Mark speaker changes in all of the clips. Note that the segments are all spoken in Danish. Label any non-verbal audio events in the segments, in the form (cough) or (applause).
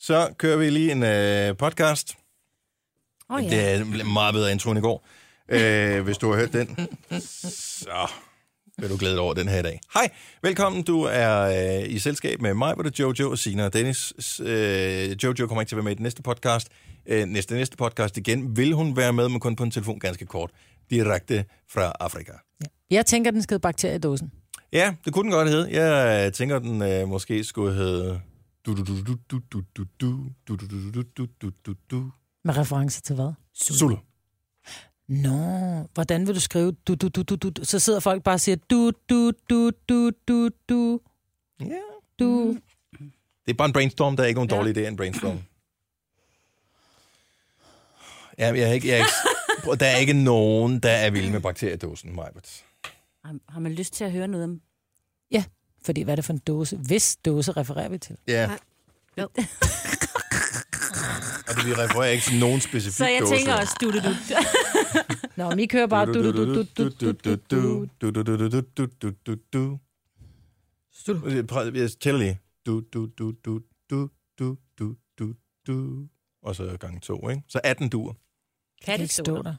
Speaker 1: Så kører vi lige en øh, podcast.
Speaker 2: Åh oh, ja.
Speaker 1: Det er en meget bedre intro end i går. Øh, hvis du har hørt den, så vil du glæde dig over den her i dag. Hej, velkommen. Du er øh, i selskab med mig, hvor det er Jojo og Sina og Dennis. S- Øh, Jojo kommer ikke til at være med i den næste podcast. Øh, næste næste podcast igen vil hun være med, men kun på en telefon ganske kort. Direkte fra Afrika.
Speaker 2: Jeg tænker, den skede bakterie i dåsen.
Speaker 1: Ja, det kunne den godt hedde. Jeg øh, tænker, den øh, måske skulle hedde... Du, du, du, du, du, du, du, du, du, du, du, du, du, du, du.
Speaker 2: Med reference til hvad?
Speaker 1: Zulu.
Speaker 2: Nå, hvordan vil du skrive du, du, du, du, du, du? Så sidder folk bare og siger du, du, du, du, du, du,
Speaker 1: Ja.
Speaker 2: du.
Speaker 1: Det er bare en brainstorm, der er ikke nogen ja. dårlig idé af en brainstorm. Ja, jeg er ikke, jeg er ikke, Prøv, der er ikke nogen, der er vilde med bakteriedåsen, Majbert.
Speaker 3: Har, har man lyst til at høre noget om?
Speaker 2: Fordi hvad er det for en dåse? Hvis dåse refererer vi til?
Speaker 1: Ja,
Speaker 3: Jo.
Speaker 1: og det vi refererer ikke til nogen specifik
Speaker 3: Så jeg
Speaker 1: dåse.
Speaker 3: tænker også, du, du, du.
Speaker 2: (laughs) Nå, men I kører bare du, du, du, du, du, du, du, du.
Speaker 1: Du-du-du-du-du-du-du-du-du-du. Øh, Prøv, Jeg tæller lige. Du, du, du, du, du, du, du, du, du. Og så gange to, ikke? Så 18 duer.
Speaker 2: Kan
Speaker 3: Kan
Speaker 2: det stå der?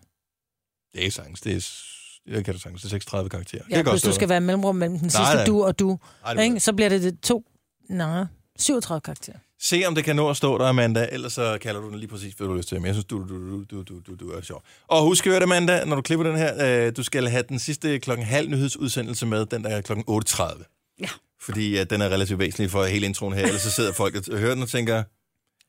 Speaker 1: Det er ikke sangs. Det er, s- jeg kan det sangs. Det er 36 karakterer.
Speaker 2: Ja,
Speaker 1: det kan
Speaker 2: hvis du skal være mellemrum mellem den
Speaker 1: Nej,
Speaker 2: sidste
Speaker 1: nej.
Speaker 2: du og du,
Speaker 1: Ej, det ved jeg
Speaker 2: ikke? så bliver det, det to, nej, 37 karakterer.
Speaker 1: Se, om det kan nå at stå der, Amanda. Ellers så kalder du den lige præcis, hvad du har lyst til. Men jeg synes, du, du, du, du, du, du, du er sjov. Og husk at høre det, Amanda, når du klipper den her. Øh, du skal have den sidste klokken halv nyhedsudsendelse med, den der er klokken 8.30.
Speaker 3: Ja.
Speaker 1: Fordi at den er relativt væsentlig for hele introen her. Ellers så sidder folk og t- hører den og tænker,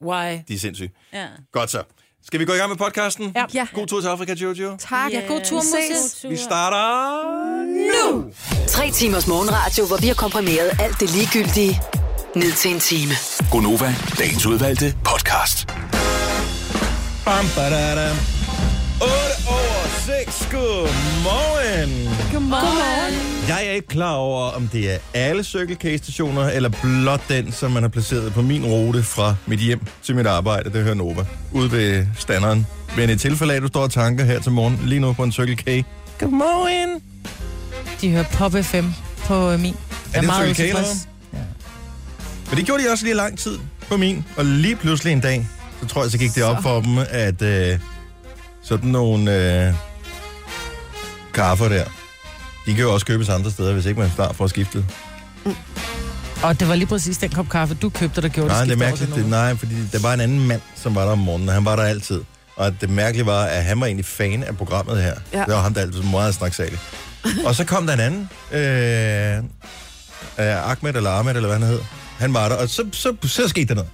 Speaker 2: Why?
Speaker 1: de er sindssyge.
Speaker 3: Ja.
Speaker 1: Godt så. Skal vi gå i gang med podcasten?
Speaker 2: Ja.
Speaker 4: Ja.
Speaker 1: God tur til Afrika, Jojo.
Speaker 4: Tak.
Speaker 2: Ja, god tur,
Speaker 4: Vi
Speaker 2: Musse.
Speaker 4: ses.
Speaker 1: Vi starter nu!
Speaker 5: Tre timers morgenradio, hvor vi har komprimeret alt det ligegyldige ned til en time.
Speaker 6: Gonova, dagens udvalgte podcast.
Speaker 1: Bam, badada. 8 over 6. Godmorgen.
Speaker 2: Godmorgen.
Speaker 1: Jeg er ikke klar over, om det er alle Circle K-stationer, eller blot den, som man har placeret på min rute fra mit hjem til mit arbejde, det hører Nova, ude ved standeren. Men i tilfælde af, at du står og tanker her til morgen, lige nu på en Circle K. Godmorgen!
Speaker 2: De hører Pop FM på øh, min. Jeg
Speaker 1: det en
Speaker 2: meget
Speaker 1: Circle K,
Speaker 2: utilfreds.
Speaker 1: Men det gjorde de også lige lang tid på min, og lige pludselig en dag, så tror jeg, så gik det op for dem, at øh, sådan nogle øh, kaffer der, de kan jo også købes andre steder, hvis ikke man snart får skiftet.
Speaker 2: Og det var lige præcis den kop kaffe, du købte, der gjorde
Speaker 1: Nej, det er
Speaker 2: skifte over
Speaker 1: mærkeligt.
Speaker 2: til
Speaker 1: Det,
Speaker 2: nogen.
Speaker 1: nej, fordi der var en anden mand, som var der om morgenen, og han var der altid. Og det mærkelige var, at han var egentlig fan af programmet her. Ja.
Speaker 4: Ja.
Speaker 1: Det var ham, der altid var meget snaksalig. og så kom der en anden, øh, øh, Ahmed eller Ahmed, eller hvad han hed. Han var der, og så, så, så, så skete der noget.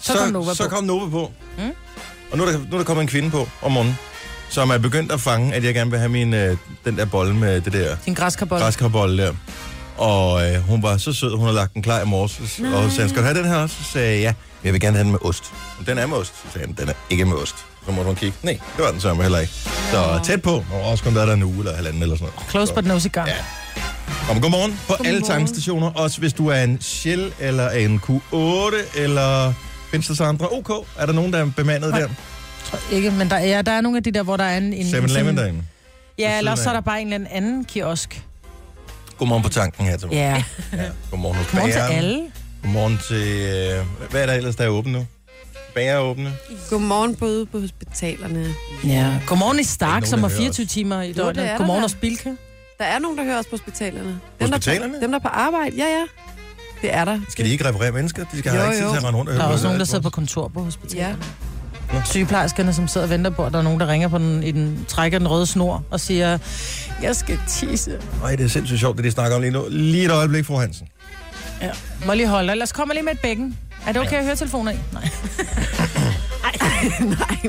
Speaker 2: Så kom Nova
Speaker 1: så
Speaker 2: på.
Speaker 1: Kom Nova på. Mm. Og nu er, der, nu er der kommet en kvinde på om morgenen, som er begyndt at fange, at jeg gerne vil have min, øh, den der bolle med det der
Speaker 2: Din græskarbolle.
Speaker 1: græskarbolle der. Og øh, hun var så sød, hun havde lagt den klar i morges. Nej. Og så sagde, skal du have den her også? Så sagde jeg, ja, men jeg vil gerne have den med ost. "Men Den er med ost. Så sagde han, den er ikke med ost. Så måtte hun kigge. Nej, det var den samme heller ikke. Så tæt på. Hun har også kun været der en uge eller halvanden eller sådan noget.
Speaker 2: Close
Speaker 1: Så-
Speaker 2: but no cigar.
Speaker 1: Ja. Kom, godmorgen på godmorgen. alle tankstationer. Også hvis du er en Shell eller en Q8 eller findes der så andre? OK, er der nogen, der er bemandet der?
Speaker 2: Tror jeg Ikke, men der, ja, der er nogle af de der, hvor der er en... en
Speaker 1: 7-Eleven derinde.
Speaker 2: Ja, eller
Speaker 1: siden
Speaker 2: også så er
Speaker 1: af.
Speaker 2: der bare en eller anden kiosk.
Speaker 1: Godmorgen på tanken her til morgen.
Speaker 2: Ja.
Speaker 1: Ja. Godmorgen hos
Speaker 2: Godmorgen til
Speaker 1: bageren.
Speaker 2: alle.
Speaker 1: Godmorgen til... Øh, hvad er der ellers, der er åbent nu? Bager er åbne.
Speaker 4: Godmorgen både på hospitalerne.
Speaker 2: Ja. Godmorgen i
Speaker 1: Der er
Speaker 2: Stark,
Speaker 1: ikke nogen,
Speaker 2: som
Speaker 1: der
Speaker 2: har
Speaker 1: hører
Speaker 2: 24 timer i
Speaker 4: det er
Speaker 2: døgnet.
Speaker 4: der
Speaker 2: Godmorgen
Speaker 4: da.
Speaker 2: og Spilke.
Speaker 4: Der er nogen, der hører os på hospitalerne.
Speaker 1: Hospitalerne?
Speaker 4: Der, dem, der er på arbejde. Ja, ja. Det er der.
Speaker 1: Skal de ikke reparere mennesker? De skal
Speaker 4: Jo,
Speaker 1: have ikke tid
Speaker 4: jo.
Speaker 1: til at rende rundt og
Speaker 2: Der er
Speaker 1: høre,
Speaker 2: også nogen, der
Speaker 1: hvad
Speaker 2: sidder på kontor på hospitalet.
Speaker 4: Ja.
Speaker 2: Ja. Sygeplejerskerne, som sidder og venter på, at der er nogen, der ringer på den, i den, trækker den røde snor og siger, jeg skal tisse.
Speaker 1: Ej, det er sindssygt sjovt, det de snakker om lige nu. Lige et øjeblik, fru Hansen.
Speaker 2: Ja. Må jeg lige holde, dig? ellers kommer lige med et bækken. Er det okay, at høre telefoner i? Nej.
Speaker 4: Nej,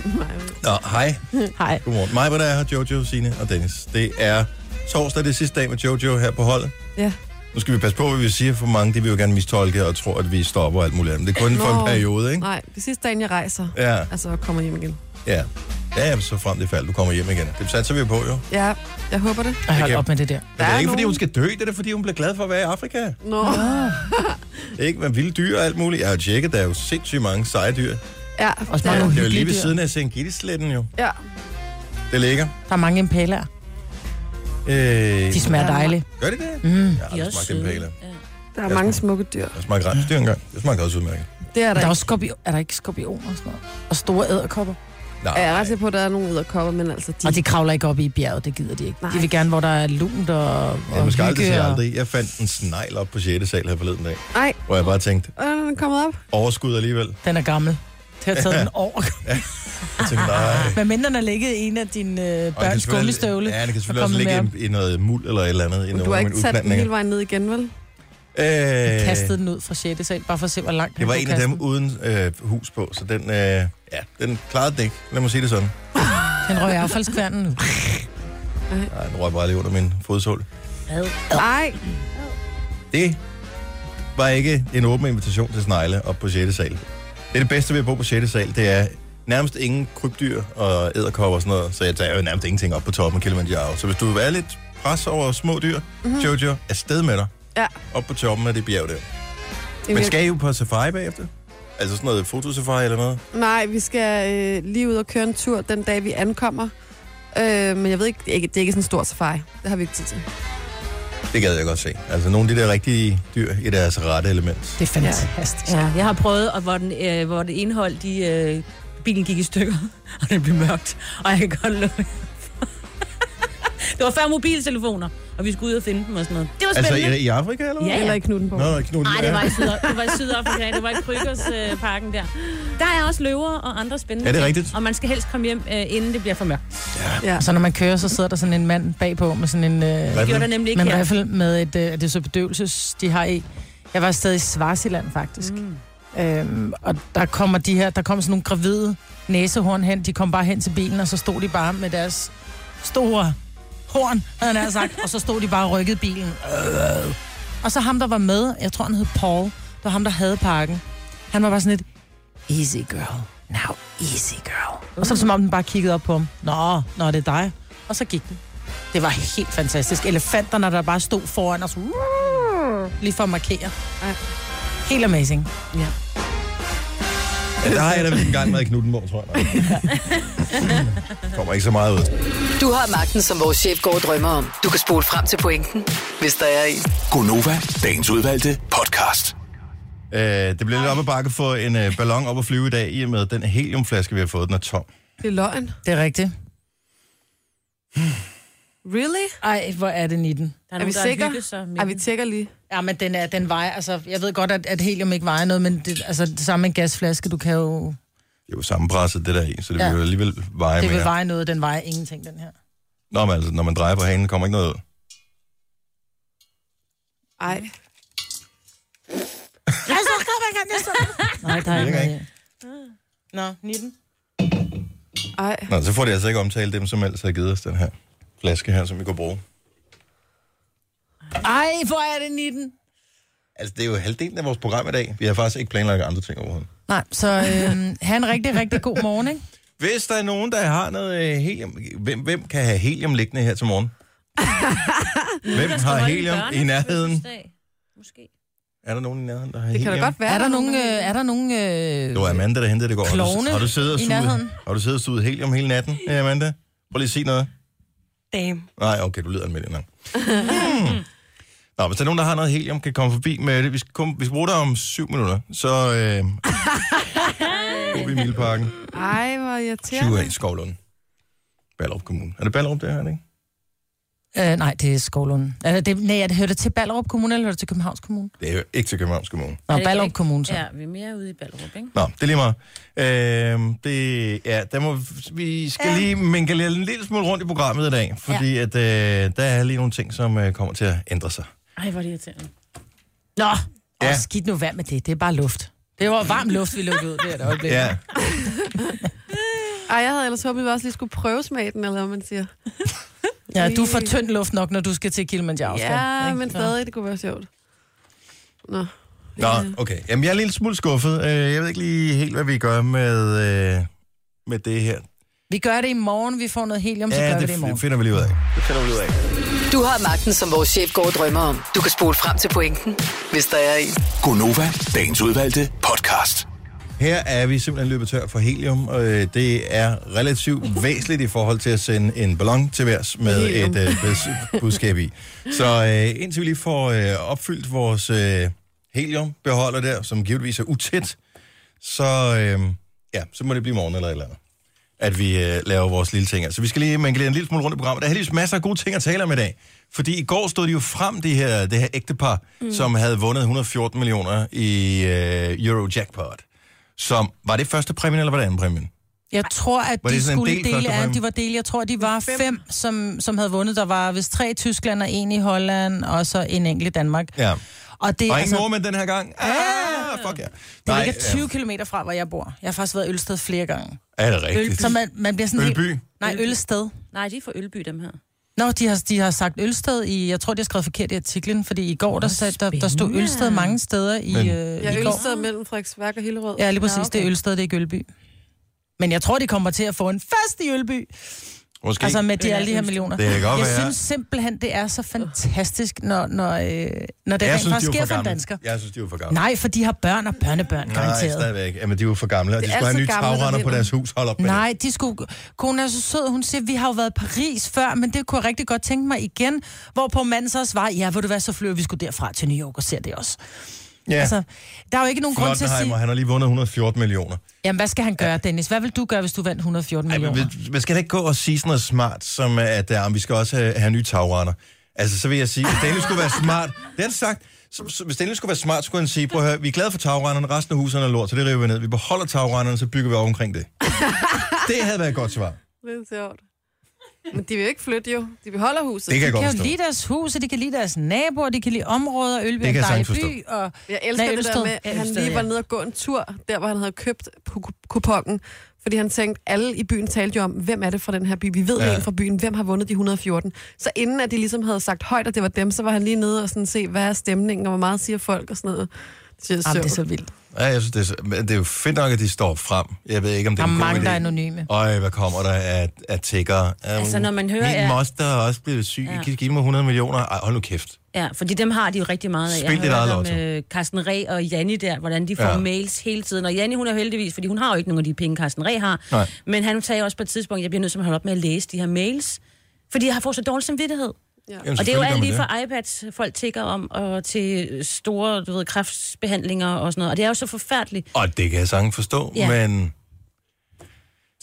Speaker 4: nej.
Speaker 1: Nå, hej.
Speaker 2: Hej.
Speaker 1: Godmorgen. Mig, hvor der er her, Jojo, Signe og Dennis. Det er torsdag, det er sidste dag med Jojo her på holdet.
Speaker 4: Ja.
Speaker 1: Nu skal vi passe på, hvad vi siger, for mange de vil jo gerne mistolke og tro, at vi stopper og alt muligt andet. Det er kun for en
Speaker 4: Nå.
Speaker 1: periode, ikke?
Speaker 4: Nej, det sidste dagen, jeg rejser.
Speaker 1: Ja,
Speaker 4: Altså, og kommer hjem igen.
Speaker 1: ja. Ja, så frem det fald, du kommer hjem igen. Det satser vi på, jo.
Speaker 4: Ja, jeg håber det.
Speaker 2: Ej, hold
Speaker 1: kan-
Speaker 2: op med det der.
Speaker 1: Men det er
Speaker 4: er
Speaker 1: ikke, fordi
Speaker 4: nogen-
Speaker 1: hun skal dø, det er da, fordi hun bliver glad for at være i Afrika.
Speaker 4: Nå.
Speaker 1: Det er ikke med vilde dyr og alt muligt. Jeg har tjekket, der er jo sindssygt mange seje dyr. Det
Speaker 4: Ja,
Speaker 2: Også
Speaker 4: det
Speaker 2: mange
Speaker 4: er-
Speaker 1: er jo
Speaker 2: uhyggelige
Speaker 1: lige ved
Speaker 2: dyr.
Speaker 1: siden af Sengitisletten jo.
Speaker 4: ja.
Speaker 1: Det ligger.
Speaker 2: Der er mange impalaer.
Speaker 1: Øh,
Speaker 2: De smager dejligt.
Speaker 1: gør de det? Mm, jeg har aldrig smagt
Speaker 3: også
Speaker 1: en
Speaker 3: søde.
Speaker 1: pæler.
Speaker 4: Der er mange smukke dyr.
Speaker 1: Jeg smagte rensdyr engang. Det smagte også udmærket.
Speaker 4: Det er der,
Speaker 2: Der er,
Speaker 4: ikke.
Speaker 2: også skorpion, er der ikke skorpioner og sådan noget? Og store æderkopper?
Speaker 1: Nej,
Speaker 4: Jeg er ret sikker på, at der er nogle edderkopper, men altså de...
Speaker 2: Og de kravler ikke op i bjerget, det gider de ikke. Nej. De vil gerne, hvor der er lunt og, og
Speaker 1: jeg skal aldrig sige
Speaker 2: hygge. Og...
Speaker 1: aldrig. Jeg fandt en snegl op på 6. sal her forleden dag,
Speaker 4: Nej,
Speaker 1: hvor jeg bare tænkte,
Speaker 4: er den kommet op?
Speaker 1: overskud alligevel.
Speaker 2: Den er gammel. Det har taget
Speaker 1: (laughs)
Speaker 2: den over.
Speaker 1: Jeg
Speaker 2: (laughs)
Speaker 1: tænkte, nej.
Speaker 2: Hvad mindre den har ligget i en af dine øh,
Speaker 1: Og det kan
Speaker 2: børns
Speaker 1: selvfølgelig-
Speaker 2: gummistøvle.
Speaker 1: Ja, det kan selvfølgelig
Speaker 2: og
Speaker 1: også
Speaker 2: kommet
Speaker 1: ligge
Speaker 2: med
Speaker 1: i, i noget muld eller et eller andet. I
Speaker 4: Men du har
Speaker 1: nogle af
Speaker 4: ikke
Speaker 1: mine
Speaker 4: sat den
Speaker 1: udplantninger.
Speaker 4: hele vejen ned igen, vel?
Speaker 1: Øh,
Speaker 2: Kastede den ud fra 6. sal, bare for at se, hvor langt
Speaker 1: Det
Speaker 2: han
Speaker 1: var
Speaker 2: kunne
Speaker 1: en af
Speaker 2: kaste
Speaker 1: dem
Speaker 2: den.
Speaker 1: uden øh, hus på, så den, øh, ja, den klarede det ikke. Lad mig sige det sådan.
Speaker 2: Han røg i affaldskværnen nu.
Speaker 1: Nej, den røg bare lige under min fodsål.
Speaker 4: Nej,
Speaker 1: Det var ikke en åben invitation til snegle op på 6. sal. Det er det bedste ved at bo på 6. sal, det er nærmest ingen krybdyr og æderkopper og sådan noget, så jeg tager jo nærmest ingenting op på toppen af Kilimanjaro. Så hvis du vil være lidt pres over små dyr, mm-hmm. Jojo, afsted med dig
Speaker 4: Ja.
Speaker 1: op på toppen af det bjerg der. Men
Speaker 4: Jamen,
Speaker 1: skal I jo på safari bagefter? Altså sådan noget fotosafari eller noget?
Speaker 4: nej, vi skal øh, lige ud og køre en tur den dag, vi ankommer. Øh, men jeg ved ikke det, er ikke, det er ikke sådan en stor safari. Det har vi ikke tid til.
Speaker 1: Det gad jeg godt se. Altså nogle af de der rigtige dyr i deres rette element.
Speaker 2: Det er fantastisk. Ja.
Speaker 3: Ja, jeg har prøvet, og hvor, den, øh, hvor det indhold, de, øh, bilen gik i stykker, (laughs) og det blev mørkt. Og jeg kan godt love (laughs) Det var før mobiltelefoner, og vi skulle ud og finde dem og sådan noget. Det var
Speaker 1: Altså
Speaker 3: spændende.
Speaker 1: i, i Afrika eller hvad?
Speaker 3: Ja,
Speaker 4: Eller
Speaker 3: ja.
Speaker 4: i Knuttenborg.
Speaker 1: Nå, knud,
Speaker 3: Nej, det var i, Syd- det var i Sydafrika, det var i Krykkersparken der. Der er også løver og andre spændende
Speaker 1: Er det
Speaker 3: ting,
Speaker 1: rigtigt?
Speaker 3: Og man skal helst komme hjem, øh, inden det bliver for mørkt. Det
Speaker 4: Ja.
Speaker 2: Så når man kører, så sidder der sådan en mand bagpå med sådan en... Øh,
Speaker 1: Hvad
Speaker 3: gjorde
Speaker 1: for
Speaker 3: der nemlig ikke
Speaker 2: Men i
Speaker 3: her.
Speaker 2: hvert fald med et, øh, det er så bedøvelses, de har i. Jeg var stadig i Svarsiland, faktisk. Mm. Øhm, og der kommer de her, der kom sådan nogle gravide næsehorn hen. De kom bare hen til bilen, og så stod de bare med deres store horn, havde han nær sagt. og så stod de bare og rykkede bilen. Øh. Og så ham, der var med, jeg tror, han hed Paul. Det var ham, der havde pakken. Han var bare sådan lidt, easy girl, now easy girl. Og så var det, som om den bare kiggede op på ham. Nå, nå, det er dig. Og så gik den. Det var helt fantastisk. Elefanterne, der bare stod foran os.
Speaker 4: Mm.
Speaker 2: Lige for at markere. Helt amazing.
Speaker 1: Ja, der har jeg da en gang været i Knuttenborg, tror
Speaker 3: (laughs)
Speaker 1: jeg. Kommer ikke så meget ud.
Speaker 5: Du har magten, som vores chef går og drømmer om. Du kan spole frem til pointen, hvis der er en.
Speaker 6: Gonova, dagens udvalgte podcast.
Speaker 1: Øh, det bliver lidt op ad bakke for en øh, ballon op at flyve i dag, i og med at den heliumflaske, vi har fået, den er tom.
Speaker 4: Det er løgn.
Speaker 2: Det er rigtigt.
Speaker 4: Really?
Speaker 2: Ej, hvor er den i den?
Speaker 3: Der
Speaker 4: Er, er vi
Speaker 3: der
Speaker 4: sikre?
Speaker 3: har hygget sig med
Speaker 4: Er vi
Speaker 3: den.
Speaker 4: tjekker lige?
Speaker 2: Ja, men den, er, den vejer, altså, jeg ved godt, at, at helium ikke vejer noget, men det, altså, det samme med en gasflaske, du kan jo...
Speaker 1: Det er jo sammenpresset, det der i, så det ja.
Speaker 2: Ja.
Speaker 1: vil jo alligevel veje
Speaker 2: Det vil
Speaker 1: mere.
Speaker 2: veje noget, den vejer ingenting, den her.
Speaker 1: Nå, men altså, når man drejer på hanen, kommer ikke noget ud.
Speaker 4: Ej.
Speaker 3: (laughs) Altså,
Speaker 2: Nej, der er
Speaker 1: ikke
Speaker 2: ikke
Speaker 1: noget
Speaker 2: noget Nå, 19.
Speaker 4: Ej.
Speaker 1: Nå, så får det altså ikke omtalt dem, som ellers har givet os den her flaske her, som vi kunne bruge.
Speaker 2: Ej, hvor er det 19?
Speaker 1: Altså, det er jo halvdelen af vores program i dag. Vi har faktisk ikke planlagt andre ting overhovedet.
Speaker 2: Nej, så øh, have en rigtig, rigtig god morgen, ikke?
Speaker 1: Hvis der er nogen, der har noget øh, helium... Hvem, hvem kan have helium liggende her til
Speaker 4: (laughs)
Speaker 1: morgen? hvem har
Speaker 3: Holde en
Speaker 1: helium i
Speaker 3: børnefødselsdag,
Speaker 1: nærheden?
Speaker 3: Måske.
Speaker 1: Er der nogen i nærheden, der har
Speaker 4: Det
Speaker 1: helium?
Speaker 4: kan da godt være.
Speaker 2: Er der nogen...
Speaker 4: nogen,
Speaker 2: Øh, er der nogen øh,
Speaker 1: Det var Amanda, der hentede det i går. Har du-
Speaker 2: Klovne
Speaker 1: har du siddet og
Speaker 2: i
Speaker 1: suget-
Speaker 2: nærheden?
Speaker 1: Har du siddet og suget helium hele natten, øh, Amanda? Prøv lige at sige noget.
Speaker 7: Damn.
Speaker 1: Nej, okay, du lyder almindelig
Speaker 4: (laughs)
Speaker 1: nok. Hmm. Nå, hvis der er nogen, der har noget helium, kan komme forbi med det. Vi skal, komme, vi skal bruge dig om syv minutter, så...
Speaker 4: (laughs)
Speaker 1: Øh, Ude i Mileparken.
Speaker 4: Ej, hvor irriterende.
Speaker 1: 20 af Skovlund. Ballerup Kommune. Er det Ballerup, det her, er det ikke?
Speaker 2: Øh, nej, det er Skovlund. Altså, det, nej, det hører det til Ballerup Kommune, eller hører det til Københavns Kommune?
Speaker 1: Det er jo ikke til Københavns Kommune.
Speaker 2: Nå,
Speaker 3: Er det ikke
Speaker 2: Ballerup
Speaker 3: rigtigt?
Speaker 2: Kommune, så. Ja.
Speaker 3: Ja, vi er mere ude i Ballerup, ikke?
Speaker 1: Nå, det er lige meget. Øh, det, ja, der må, vi skal lige minkle en lille smule rundt i programmet i dag, fordi ja. at, øh, der er lige nogle ting, som øh, kommer til at ændre sig.
Speaker 3: Ej, hvor er det irriterende.
Speaker 2: Nå, ja.
Speaker 1: Ja.
Speaker 2: og skidt nu vær med det. Det er bare luft. Det var varm luft, vi lukkede ud det her øjeblik. Ja.
Speaker 1: Ja,
Speaker 4: Ej, jeg havde ellers håbet, at vi også lige skulle prøve smagen, eller hvad man siger.
Speaker 2: (laughs) ja, du får tynd luft nok, når du skal til Kilimanjaro.
Speaker 4: Ja, men stadig, det kunne være sjovt. Nå.
Speaker 1: Nå, okay. Jamen, jeg er en lille smule skuffet. Øh, Jeg ved ikke lige helt, hvad vi gør med, øh, med det her.
Speaker 2: Vi gør det i morgen. Vi får noget helium, så ja, gør
Speaker 1: Ja,
Speaker 2: vi
Speaker 1: det
Speaker 2: det i
Speaker 1: f-
Speaker 2: morgen.
Speaker 1: finder vi lige ud af.
Speaker 5: Du har magten, som vores chef går og drømmer om. Du kan spole frem til pointen, hvis der er en.
Speaker 6: Gonova, dagens udvalgte podcast.
Speaker 1: Her er vi simpelthen løbet tør for helium, og øh, det er relativt væsentligt i forhold til at sende en ballon til værs med
Speaker 4: Helium.
Speaker 1: et øh, bus- budskab i. Så øh, indtil vi lige får øh, opfyldt vores øh, heliumbeholder der, som givetvis er utæt, så, øh, ja, så må det blive morgen eller et eller andet at vi øh, laver vores lille ting. Altså, vi skal lige, man kan lige en lille smule rundt i programmet. Der er heldigvis masser af gode ting at tale om i dag. Fordi i går stod de jo frem, det her, det her ægtepar, mm. som havde vundet 114 millioner i øh, Eurojackpot. Som, var det første præmien, eller var det anden præmien?
Speaker 2: Jeg tror, at
Speaker 1: Var det
Speaker 2: de
Speaker 1: sådan en
Speaker 2: skulle
Speaker 1: del
Speaker 2: dele
Speaker 1: første
Speaker 2: af,
Speaker 1: præmie?
Speaker 2: de var dele. Jeg tror, de var fem, fem som, som havde vundet. Der var vist tre i Tyskland og en i Holland, og så en enkelt i Danmark.
Speaker 1: Ja.
Speaker 2: Og det,
Speaker 1: Og ingen
Speaker 2: altså,
Speaker 1: nordmænd den her gang. Ah, fuck ja.
Speaker 2: det ligger 20 km fra, hvor jeg bor. Jeg har faktisk været i Ølsted flere gange.
Speaker 1: ja. Er det rigtigt?
Speaker 2: Så man, man bliver sådan
Speaker 1: Ølby?
Speaker 2: Helt, nej, Ølsted.
Speaker 3: Nej, de er fra Ølby, dem her.
Speaker 2: Nå, de har, de har sagt Ølsted i... Jeg tror, de har skrevet forkert i artiklen, fordi i går, der, sat, der, der stod
Speaker 3: spændende.
Speaker 2: Ølsted mange steder i,
Speaker 1: Men-
Speaker 2: Men, øh,
Speaker 4: Jeg
Speaker 2: i går.
Speaker 4: ølstede mellem Frederiksværk og Hillerød.
Speaker 2: Ja, lige præcis.
Speaker 4: Ja,
Speaker 2: Ja, okay. Det er Ølsted, det er ikke Ølby. Men jeg tror, de kommer til at få en fast i Ølby.
Speaker 1: Måske.
Speaker 2: Altså med de, alle de her millioner.
Speaker 1: Det kan godt
Speaker 2: jeg
Speaker 1: være.
Speaker 2: synes simpelthen, det er så fantastisk, når, når, øh, når det
Speaker 1: jeg
Speaker 2: rent
Speaker 1: synes,
Speaker 2: faktisk
Speaker 1: de
Speaker 2: sker
Speaker 1: var for
Speaker 2: for en
Speaker 1: gamle.
Speaker 2: dansker.
Speaker 1: Jeg synes, de var for gamle.
Speaker 2: Nej, for de har børn og børnebørn,
Speaker 1: Nej,
Speaker 2: garanteret.
Speaker 1: stadigvæk. Jamen, de er jo for gamle, og de
Speaker 4: Det er
Speaker 1: skulle have
Speaker 4: så
Speaker 1: nye
Speaker 4: gamle, der
Speaker 1: tagrender på
Speaker 4: vinder.
Speaker 1: deres hus. Hold op med det.
Speaker 2: Nej, de skulle... Konen er så sød, hun siger, vi har jo været i Paris før, men det kunne jeg rigtig godt tænke mig igen. Hvorpå manden så svarer, ja, vil du være så flyver, vi skulle derfra til New York og ser det også.
Speaker 1: Ja.
Speaker 2: Ja. Altså, der er jo ikke nogen grund til at
Speaker 1: Flottenheimer,
Speaker 2: sige,
Speaker 1: han har lige vundet 114 millioner.
Speaker 2: jamen hvad skal han gøre, Dennis? Hvad vil du gøre, hvis du vandt 114
Speaker 1: Ej, men
Speaker 2: millioner?
Speaker 1: vi- man skal da ikke gå og sige sådan noget smart, som at uh, vi skal også have, have nye tagrender. Altså, så vil jeg sige, hvis Daniel skulle være
Speaker 2: (laughs)
Speaker 1: smart, det er sagt, så, så, hvis Daniel skulle være smart, skulle han sige, prøv at høre, vi er glade for tagrenderne, resten af huserne er lort, så det river vi ned. Vi beholder tagrenderne, så bygger vi op omkring
Speaker 2: (laughs)
Speaker 1: det. det havde været et godt svar.
Speaker 4: Det er sjovt. Men de vil jo ikke flytte jo. De beholder huset.
Speaker 1: Det kan jeg
Speaker 2: De
Speaker 1: godt
Speaker 2: kan
Speaker 1: forstå.
Speaker 2: jo lide deres hus, og de kan lide deres naboer, de kan lide områder, Ølby
Speaker 1: Det
Speaker 2: er en
Speaker 1: kan jeg
Speaker 2: dejlig
Speaker 1: sagtens
Speaker 2: by, og
Speaker 4: Jeg elsker Nej,
Speaker 2: Nej,
Speaker 4: det
Speaker 2: Ølsted.
Speaker 4: der med, at han
Speaker 2: Ølsted,
Speaker 4: lige var
Speaker 2: ja.
Speaker 4: nede og gå en tur, der hvor han havde købt ku- kupongen. Fordi han tænkte, alle i byen talte jo om, hvem er det fra den her by? Vi ved
Speaker 1: Ja.
Speaker 4: ja. en fra byen, hvem har vundet de 114? Så inden at de ligesom havde sagt højt, at det var dem, så var han lige nede og sådan se, hvad er stemningen, og hvor meget siger folk og sådan noget. Det synes jeg
Speaker 2: Jamen,
Speaker 4: er
Speaker 2: det er
Speaker 4: sjovt.
Speaker 2: så vildt.
Speaker 1: Ja, jeg synes, det er, så- men det er jo fedt nok, at de står frem. Jeg ved ikke, om det
Speaker 2: Der
Speaker 1: er
Speaker 2: er
Speaker 1: en
Speaker 2: mange,
Speaker 1: god
Speaker 2: der er
Speaker 1: idé.
Speaker 2: anonyme.
Speaker 1: Øj, hvad kommer der af, af tækkere?
Speaker 3: Altså, når man hører,
Speaker 1: Min
Speaker 3: at-
Speaker 1: moster er også blevet syg. Ja.
Speaker 3: Ja.
Speaker 1: Kan I give mig 100 millioner? Ej, hold nu kæft.
Speaker 3: Ja, fordi dem har de jo rigtig meget af.
Speaker 1: Spil dit
Speaker 3: har
Speaker 1: eget
Speaker 3: hørt om
Speaker 1: lotto.
Speaker 3: øh, Carsten Ræ og Janni der, hvordan de får
Speaker 1: Ja.
Speaker 3: ja. mails hele tiden. Og Janni, hun er jo heldigvis, fordi hun har jo ikke nogen af de penge, Carsten Ræ har.
Speaker 1: Nej.
Speaker 3: Men han sagde også på et tidspunkt, jeg bliver nødt til at holde op med at læse de her mails. Fordi jeg har fået så dårlig samvittighed.
Speaker 1: Jamen,
Speaker 3: Og det er jo
Speaker 1: selvfølgelig gør
Speaker 3: alt
Speaker 1: man
Speaker 3: lige
Speaker 1: det.
Speaker 3: fra iPads, folk tigger om, og til store du ved, kræftbehandlinger og sådan noget. Og det er jo så forfærdeligt
Speaker 1: Og det kan jeg sagtens forstå, ja.
Speaker 3: Ja.
Speaker 1: men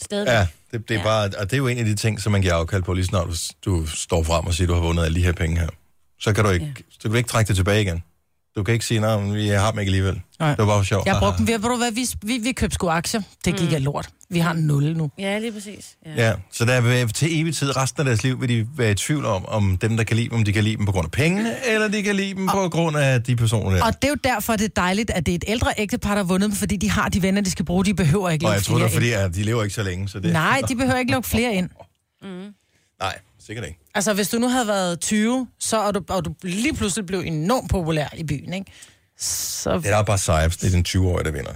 Speaker 3: stadigvæk.
Speaker 1: ja, det, det er ja.
Speaker 3: Ja.
Speaker 1: bare, og det er jo en af de ting, som man giver afkald på, lige snart du står frem og siger, du har vundet alle de her penge her. Så kan du ikke, ja. så kan du ikke trække det tilbage igen. Du kan ikke sige, nej, men vi har dem ikke alligevel. Nej.
Speaker 2: Nej.
Speaker 1: Det var bare for sjov.
Speaker 2: Jeg brugte
Speaker 1: Haha.
Speaker 2: dem. Ved du hvad, vi, vi, vi købte sgu aktier. Det
Speaker 4: Mm.
Speaker 2: gik af lort. Vi har nul nu.
Speaker 3: Ja, lige præcis. Ja.
Speaker 1: (laughs) Ja, så der vil til evig tid resten af deres liv vil de være i tvivl om, om dem, der kan lide dem, om de kan lide dem på grund af pengene, eller de kan lide dem på grund af de personer der.
Speaker 2: Og det er jo derfor, det er dejligt, at det er et ældre ægtepar, der har vundet dem, fordi de har de venner, de skal bruge. De behøver ikke
Speaker 1: Og
Speaker 2: lukke
Speaker 1: jeg tror, det
Speaker 2: flere
Speaker 1: er fordi, at de lever ikke så længe, så det...
Speaker 2: ind. Nej, de behøver ikke lukke flere ind.
Speaker 3: Mm.
Speaker 1: Nej, sikkert ikke.
Speaker 2: Altså, hvis du nu havde været 20, så og du, og du lige pludselig blev enormt populær i byen, ikke? Så
Speaker 1: Det er bare sejt, det er den 20-årige, der vinder.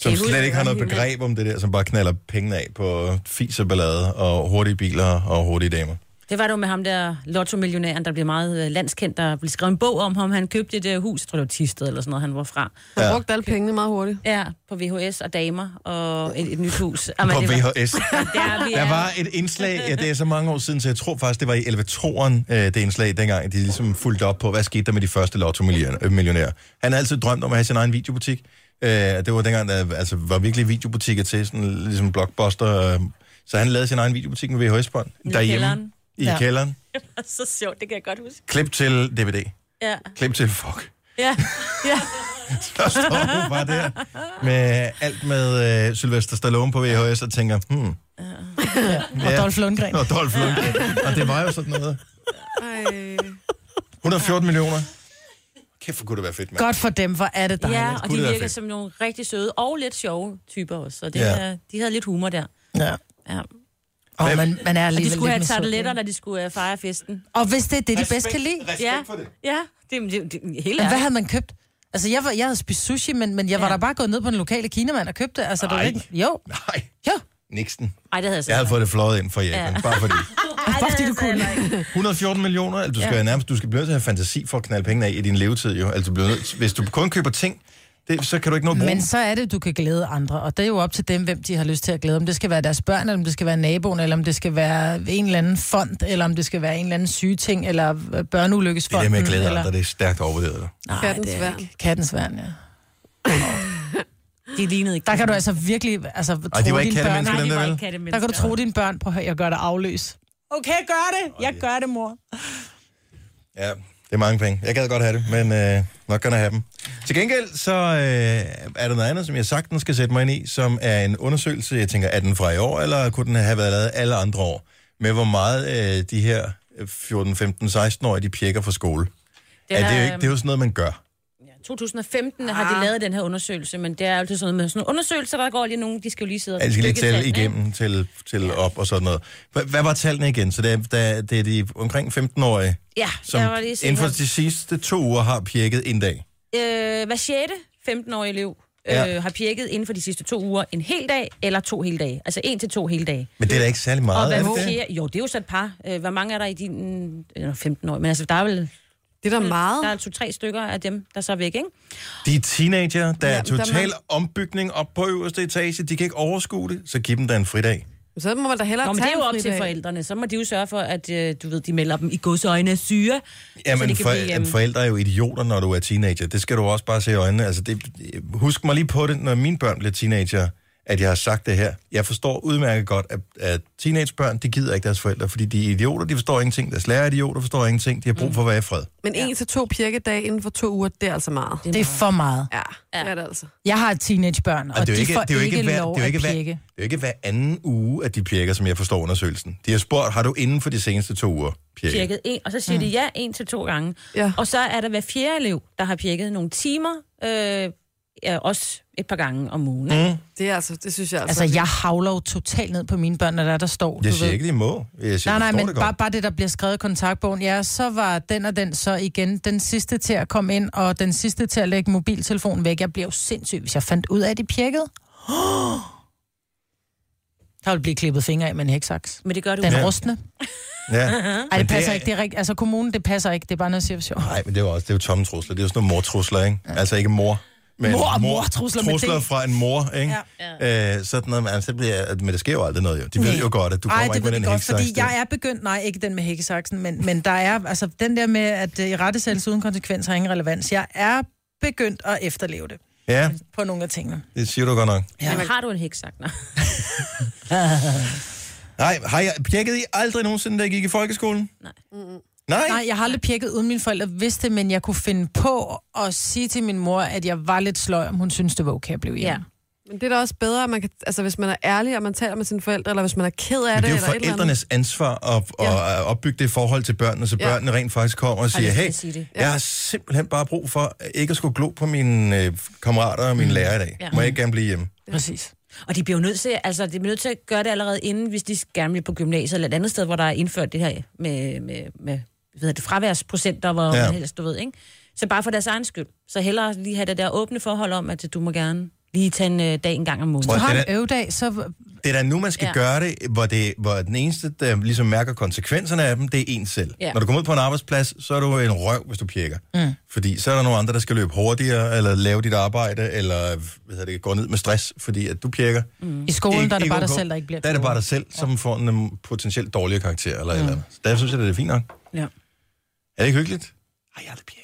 Speaker 1: Som
Speaker 3: Det er
Speaker 1: slet ikke har noget
Speaker 3: helt vildt.
Speaker 1: begreb om det der, som bare knaller pengene af på fis og ballade og hurtige biler og hurtige damer.
Speaker 3: Det var det jo med ham der lotto-millionæren, der blev meget øh, landskendt, der blev skrevet en bog om ham. Han købte et øh, hus, jeg tror det var Tisted eller sådan noget, han var fra.
Speaker 4: Han ja. brugte alle pengene meget hurtigt.
Speaker 3: Ja, på VHS og damer og et, et nyt hus. Jamen,
Speaker 1: På
Speaker 3: det var-
Speaker 1: VHS.
Speaker 3: Der, vi
Speaker 1: Der
Speaker 3: er.
Speaker 1: var et indslag, ja, det er så mange år siden, så jeg tror faktisk, det var i elevatoren, øh, det indslag dengang, de ligesom fulgte op på, hvad skete der med de første lotto-millionærer. Han havde altid drømt om at have sin egen videobutik. Øh, det var dengang, der altså, var virkelig videobutikker til, sådan ligesom blockbuster. Øh, så han lavede sin egen videobutik med VHS-bånd
Speaker 3: i
Speaker 1: derhjemme.
Speaker 3: kælderen.
Speaker 1: I
Speaker 2: Ja.
Speaker 1: kælderen.
Speaker 3: (laughs) Det var så sjovt, det kan jeg godt huske.
Speaker 1: Klip til DVD.
Speaker 3: Ja,
Speaker 1: Klip til fuck.
Speaker 3: ja, ja.
Speaker 1: (laughs) Der står hun bare der med alt med øh, Sylvester Stallone på VHS og tænker, hmm,
Speaker 2: og
Speaker 1: ja.
Speaker 2: Dolph Lundgren.
Speaker 1: (laughs) og Dolph Lundgren. Og det var jo sådan noget.
Speaker 4: Ej.
Speaker 1: 114 millioner. Kæft, hvor kunne det være fedt, mand.
Speaker 2: Godt for dem, hvor er det dejligt.
Speaker 3: ja og
Speaker 1: Kunne det
Speaker 3: de
Speaker 1: være
Speaker 3: virker
Speaker 1: fedt?
Speaker 3: som nogle rigtig søde og lidt sjove typer også. Så det,
Speaker 1: Ja.
Speaker 3: ja. de havde lidt humor der.
Speaker 2: Ja.
Speaker 3: Ja.
Speaker 2: Og man, man er
Speaker 3: Og de
Speaker 2: alligevel
Speaker 3: skulle
Speaker 2: lidt
Speaker 3: have
Speaker 2: misundelig.
Speaker 3: tarteletter, når de skulle øh, fejre festen.
Speaker 2: Og hvis det er det, de bedst kan lide.
Speaker 3: ja. Ja, det, det, det hele
Speaker 2: Men
Speaker 3: er.
Speaker 2: hvad havde man købt? Altså, jeg, var, jeg havde spist sushi, men, men jeg var
Speaker 3: Ja.
Speaker 2: da bare gået ned på den lokale kinamand og købte det. Altså, det var
Speaker 1: Ej.
Speaker 2: ikke... Jo,
Speaker 1: Nej,
Speaker 2: jo.
Speaker 1: Nixon.
Speaker 3: Ej, det havde jeg så.
Speaker 1: Jeg havde fået det fløjet ind fra Japan, ja.
Speaker 3: (laughs) Ja.
Speaker 1: bare fordi.
Speaker 3: Ej, det
Speaker 1: altså
Speaker 3: havde du kunne.
Speaker 1: 114 millioner, altså du skal ja. nærmest, du skal blive nødt til at have fantasi for at knalde penge af i din levetid, jo. Altså, du bliver nødt, hvis du kun køber ting, det, så kan du ikke nå at bruge
Speaker 2: (laughs) Men
Speaker 1: dem.
Speaker 2: så er det, du kan glæde andre, og det er jo op til dem, hvem de har lyst til at glæde. Om det skal være deres børn, eller om det skal være naboen, eller om det skal være en eller anden fond, eller om det skal være en eller anden sygeting, eller øh,
Speaker 1: Det
Speaker 2: børneulykkesfonden.
Speaker 1: der med at glæde
Speaker 2: eller...
Speaker 1: andre, det er stærkt overvurderet.
Speaker 2: Nej, (clears throat)
Speaker 4: Kattens
Speaker 2: det er
Speaker 4: værn.
Speaker 2: ikke. Kattens værn, ja.
Speaker 3: De lignede ikke.
Speaker 2: Der kan du altså virkelig altså,
Speaker 1: Ej, de var
Speaker 2: tro
Speaker 1: ikke
Speaker 2: dine børn.
Speaker 1: kattemennesker,
Speaker 3: Nej, de
Speaker 1: dem der,
Speaker 3: var
Speaker 1: vel?
Speaker 3: ikke kattemennesker.
Speaker 2: Der kan du tro dine børn på, at jeg gør dig afløs. Okay, gør det. Jeg gør det, mor.
Speaker 1: Ja, det er mange penge. Jeg gad godt have det, men øh, nok kan jeg have dem. Til gengæld så øh, er der noget andet, som jeg sagtens skal sætte mig ind i, som er en undersøgelse, jeg tænker, er den fra i år, eller kunne den have været lavet alle andre år, med hvor meget øh, de her 14, 15, 16-årige, de pjekker fra skole.
Speaker 3: Den
Speaker 1: er, det, jo
Speaker 3: er, øhm,
Speaker 1: ikke, det er Ah. jo sådan noget, man gør.
Speaker 3: 2015 har de lavet den her undersøgelse, men det er altid sådan noget med sådan nogle undersøgelser, der går lige nogen, de skal jo lige sidde og...
Speaker 1: Altså, de skal lige
Speaker 3: stykke
Speaker 1: tælle
Speaker 3: tallene, ikke?
Speaker 1: igennem til, til op og sådan noget. Hva, hvad var tallene igen? Så det er, der, det er de omkring 15-årige,
Speaker 3: Ja,
Speaker 1: som
Speaker 3: jeg var lige
Speaker 1: inden for
Speaker 3: sikker.
Speaker 1: de sidste to uger har pjekket en dag.
Speaker 3: Øh, hver sjette 15-årige elev øh,
Speaker 1: Ja.
Speaker 3: har pirket inden for de sidste to uger en hel dag eller to hele dage. Altså en til to hele dage.
Speaker 1: Men det er da ikke særlig
Speaker 3: Og
Speaker 1: meget, er
Speaker 3: hvad
Speaker 1: det det?
Speaker 3: fjerde, jo, det er jo så et par. Øh, Hvor mange er der i din... øh, 15 år, men altså, der er vel...
Speaker 4: Det er da meget.
Speaker 3: Der er to-tre stykker af dem, der så er væk, ikke?
Speaker 1: De er teenager, der ja, er
Speaker 4: Ja, der er
Speaker 1: total ombygning op på øverste etage. De kan ikke overskue det, så giv dem da en fridag.
Speaker 4: Så må man da hellere
Speaker 3: Nå, men
Speaker 4: tage
Speaker 3: det er jo
Speaker 4: en
Speaker 3: op til
Speaker 4: fridag.
Speaker 3: forældrene. Så må de jo sørge for, at øh, du ved, de melder dem i godseøjne af syre. så
Speaker 1: Jamen,
Speaker 3: det kan
Speaker 1: for,
Speaker 3: blive,
Speaker 1: blive,
Speaker 3: øhm,
Speaker 1: forældre er jo idioter, når du er teenager. Det skal du også bare se i øjnene. Altså, det, husk mig lige på det, når mine børn bliver teenager, at jeg har sagt det her. Jeg forstår udmærket godt, at, at teenagebørn, de gider ikke deres forældre, fordi de er idioter, de forstår ingenting. Deres lærer er idioter, forstår ingenting. De har brug for at være i fred.
Speaker 4: Men en til to pirkedage inden for to uger, det er altså meget.
Speaker 2: Det er for meget.
Speaker 4: Ja, det er det altså.
Speaker 2: Jeg har teenagebørn, og,
Speaker 1: Og Altså, det er jo
Speaker 2: de
Speaker 1: ikke,
Speaker 2: får
Speaker 1: det er jo ikke, hver,
Speaker 2: lov
Speaker 1: det er jo ikke,
Speaker 2: at
Speaker 1: hver, det
Speaker 2: pjekke.
Speaker 1: er jo ikke hver anden uge, at de pjekker, som jeg forstår undersøgelsen. De har spurgt, har du inden for de seneste to uger pjekket?
Speaker 3: pirket en, og så siger mm. de ja en til to gange.
Speaker 4: Ja.
Speaker 3: Og så er der hver fjerde elev, der har pirket nogle timer, øh, ja, også et par gange om ugen. Mm.
Speaker 4: Det, er altså, det synes jeg altså.
Speaker 2: Altså, jeg (gasps) havler jo totalt ned på mine børn, når der, er, der står.
Speaker 1: Jeg
Speaker 2: du
Speaker 1: siger
Speaker 2: ved.
Speaker 1: ikke, de må. Jeg siger,
Speaker 2: Nej, nej,
Speaker 1: de forstår
Speaker 2: men
Speaker 1: det
Speaker 2: bare,
Speaker 1: godt.
Speaker 2: bare det, der bliver skrevet i kontaktbogen. Ja, så var den og den så igen den sidste til at komme ind, og den sidste til at lægge mobiltelefonen væk. Jeg bliver jo sindssyg, hvis jeg fandt ud af, at de pjekkede. Der vil blive klippet fingre af med en heksaks.
Speaker 3: Men det gør du
Speaker 2: Den
Speaker 3: jo.
Speaker 2: ja. rustne.
Speaker 3: (laughs)
Speaker 1: Ja.
Speaker 2: Ej, det
Speaker 1: det
Speaker 2: passer
Speaker 1: er-
Speaker 2: ikke. Det er rigtigt. Altså, kommunen, det passer ikke. Det er bare noget, jeg siger for sjov.
Speaker 1: Nej, men det er jo også det er jo tomme trusler. Det er jo sådan nogle mortrusler, ikke? Altså ikke mor. Men
Speaker 2: Mor- mortrusler med
Speaker 1: trusler
Speaker 2: D.
Speaker 1: fra en mor, ikke? Ja. Øh, sådan noget, men, altså, det bliver, men det sker jo aldrig noget, jo. De ved
Speaker 2: Nej.
Speaker 1: jo godt, at du
Speaker 2: Ej,
Speaker 1: kommer
Speaker 2: det
Speaker 1: ikke
Speaker 2: ved
Speaker 1: med
Speaker 2: jeg
Speaker 1: den
Speaker 2: godt,
Speaker 1: heksaks
Speaker 2: fordi
Speaker 1: der.
Speaker 2: jeg er begyndt, nej, ikke den med hækkesaksen, men, men der er, altså den der med, at øh, i rettesættelse uden konsekvens har ingen relevans. Jeg er begyndt at efterleve det
Speaker 1: Ja,
Speaker 2: på nogle af tingene.
Speaker 1: det siger du godt
Speaker 2: (laughs)
Speaker 1: nok.
Speaker 3: Ja. Men har du en heksagt? Nå.
Speaker 1: Nej, har jeg pjekket I aldrig nogensinde, da I gik i folkeskolen?
Speaker 3: Nej.
Speaker 1: Nej?
Speaker 2: Nej, jeg har aldrig pjekket, uden mine forældre vidste det, men jeg kunne finde på at sige til min mor, at jeg var lidt sløj, om hun synes, det var okay at blive hjemme.
Speaker 4: Men det er da også bedre, at man kan, altså, hvis man er ærlig, og man taler med sine forældre, eller hvis man er ked af
Speaker 1: Men
Speaker 4: det,
Speaker 1: det er jo
Speaker 4: eller et eller andet.
Speaker 1: forældrenes ansvar at, at, at opbygge det forhold til børnene, så
Speaker 4: Ja.
Speaker 1: børnene rent faktisk kommer og siger,
Speaker 3: lyst til
Speaker 1: hey,
Speaker 3: at sige det."
Speaker 1: jeg har simpelthen bare brug for ikke at skulle glo på mine øh, kammerater og mine lærere i dag.
Speaker 3: Ja.
Speaker 1: Må jeg ikke gerne blive hjemme?
Speaker 2: Ja, præcis.
Speaker 3: Og de bliver jo nødt til, altså, de bliver nødt til at gøre det allerede inden, hvis de gerne vil på gymnasiet eller et andet sted, hvor der er indført det her med, med, med hvad hedder det, fraværsprocenter, hvor
Speaker 1: Ja.
Speaker 3: ja. helst, du ved, ikke? Så bare for deres egen skyld. Så hellere lige have det der åbne forhold om, at du må gerne lige tage en øh, dag en gang om måneden.
Speaker 1: Tror
Speaker 2: Du
Speaker 1: jeg,
Speaker 2: har
Speaker 1: det
Speaker 2: en
Speaker 1: er-
Speaker 2: øvedag, så
Speaker 1: Det er da nu, man skal ja.
Speaker 3: Ja.
Speaker 1: gøre det, hvor, det, hvor den eneste, der ligesom mærker konsekvenserne af dem, det er en selv. Ja.
Speaker 3: Ja.
Speaker 1: Når du kommer ud på en arbejdsplads, så er du en røv, hvis du pjekker. Mm. Fordi så er der nogle andre, der skal løbe hurtigere, eller lave dit arbejde, eller hvad hedder det, gå ned med stress, fordi at du pjekker. Mm.
Speaker 2: i skolen, der er det bare dig selv, der ikke bliver
Speaker 1: Der er det
Speaker 2: klogere.
Speaker 1: bare dig selv, som får en øhm, potentielt dårligere karakter, eller mm. eller andet. Så der synes jeg, det er fint nok.
Speaker 3: Ja.
Speaker 1: Er det ikke hyggeligt? Ej, jeg har aldrig pjekket.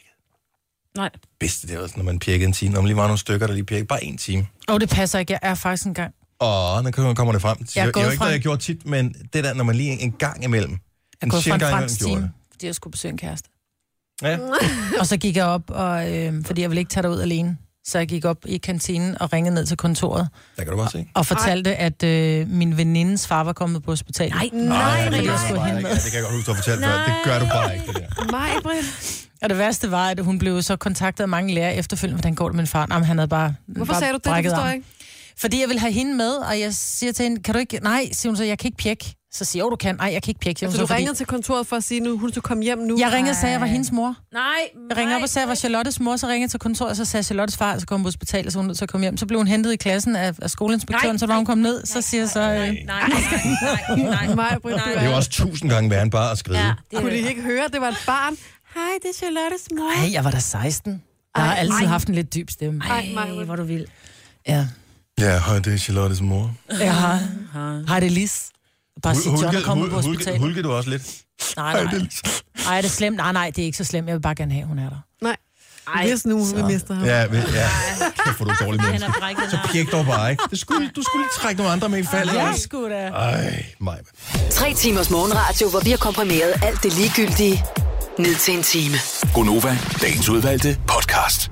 Speaker 3: Nej.
Speaker 1: Bedste det var sådan, når man pjekkede en time. Om lige var nogle stykker, der lige pjekkede bare en time.
Speaker 2: Åh, oh, det passer ikke. Jeg er faktisk engang.
Speaker 1: Og nu kommer det frem. Jeg, jeg,
Speaker 2: er
Speaker 1: jeg, jeg
Speaker 2: gået
Speaker 1: jo ikke
Speaker 2: fra
Speaker 1: noget, jeg
Speaker 2: en-
Speaker 1: gjorde tit, men det der, når man lige en, en gang imellem.
Speaker 2: Jeg er gået fra en fransk time, fordi jeg skulle besøge en kæreste.
Speaker 1: Ja.
Speaker 2: (laughs) Og så gik jeg op, og, øh, fordi jeg ville ikke tage dig ud alene. Så jeg gik op i kantinen og ringede ned til kontoret
Speaker 1: Der kan du bare se.
Speaker 2: og fortalte, Ej. at øh, min venindes far var kommet på hospitalet.
Speaker 3: Nej,
Speaker 1: Nej,
Speaker 3: nej,
Speaker 1: det,
Speaker 2: men
Speaker 1: gør
Speaker 2: jeg
Speaker 1: du
Speaker 2: skulle
Speaker 1: bare
Speaker 2: hen
Speaker 1: ikke.
Speaker 2: med.
Speaker 1: Ja, det kan jeg godt huske, du har fortalt før. Det gør du bare ikke, det der.
Speaker 4: Mig, Brian.
Speaker 2: Og det værste var, at hun blev så kontaktet af mange lærere efterfølgende, hvordan går det med min far? Jamen, han havde bare
Speaker 4: Hvorfor
Speaker 2: bare
Speaker 4: sagde du det? Det
Speaker 2: brækket
Speaker 4: forstår jeg
Speaker 2: armen.
Speaker 4: ikke.
Speaker 2: Fordi jeg vil have hende med, og jeg siger til hende, kan du ikke... Nej, siger hun så, jeg kan ikke pjekke. Så siger jeg, jo, du kan. Nej, jeg kan ikke pjekke. Siger hun
Speaker 4: Så
Speaker 2: så,
Speaker 4: Altså, du
Speaker 2: fordi...
Speaker 4: ringede til kontoret for at sige, nu hun skulle komme hjem nu.
Speaker 2: Jeg ringede og sagde, at jeg var hendes mor.
Speaker 3: nej.
Speaker 2: Jeg ringer op og sagde, at jeg var Charlottes mor, så ringede jeg til kontoret, og så sagde Charlottes far, så kom hun på hospitalet, så hun så kom hjem. Så blev hun hentet i klassen af, af skoleinspektøren,
Speaker 3: Nej,
Speaker 2: så var hun kommet ned, så siger jeg så... Øh,
Speaker 3: Nej, nej, nej, nej, nej.
Speaker 4: Mig, Brian,
Speaker 1: Det er jo også tusind gange værre end bare at skrive.
Speaker 3: Ja,
Speaker 1: Ja.
Speaker 3: det er,
Speaker 4: Kunne de ikke høre, det var et barn? Hej, det er Charlottes mor.
Speaker 2: Ej, jeg var da 16. Jeg har altid haft en lidt dyb stemme.
Speaker 3: Ej, hvor du vil.
Speaker 2: Ja.
Speaker 1: Ja, hej, det er Charlottes mor.
Speaker 2: Jeg har... Har det Lis? Bare sig, John er kommet på
Speaker 1: hulke,
Speaker 2: hospitalet.
Speaker 1: hulke du også lidt?
Speaker 2: Nej,
Speaker 1: Hej,
Speaker 2: nej.
Speaker 1: det er Lis.
Speaker 2: Ej, er det slemt? Nej, nej, det er ikke så slemt. Jeg vil bare gerne have, at hun er der.
Speaker 4: Nej. Ej, Hvis nu hun vil miste ham. Ja.
Speaker 1: Ja, ved- ja. Kæft, hvor er du dårlig
Speaker 3: Han
Speaker 1: menneske.
Speaker 3: har brækket
Speaker 1: Så pjek dog bare, ikke? Du skulle, du skulle lige trække nogle andre med i fald.
Speaker 2: Ja,
Speaker 1: ikke?
Speaker 2: Altså, sgu da.
Speaker 1: Ej, mig.
Speaker 5: Tre timers morgenradio, hvor vi har komprimeret alt det ligegyldige ned til en time.
Speaker 6: Gonova, dagens udvalgte podcast.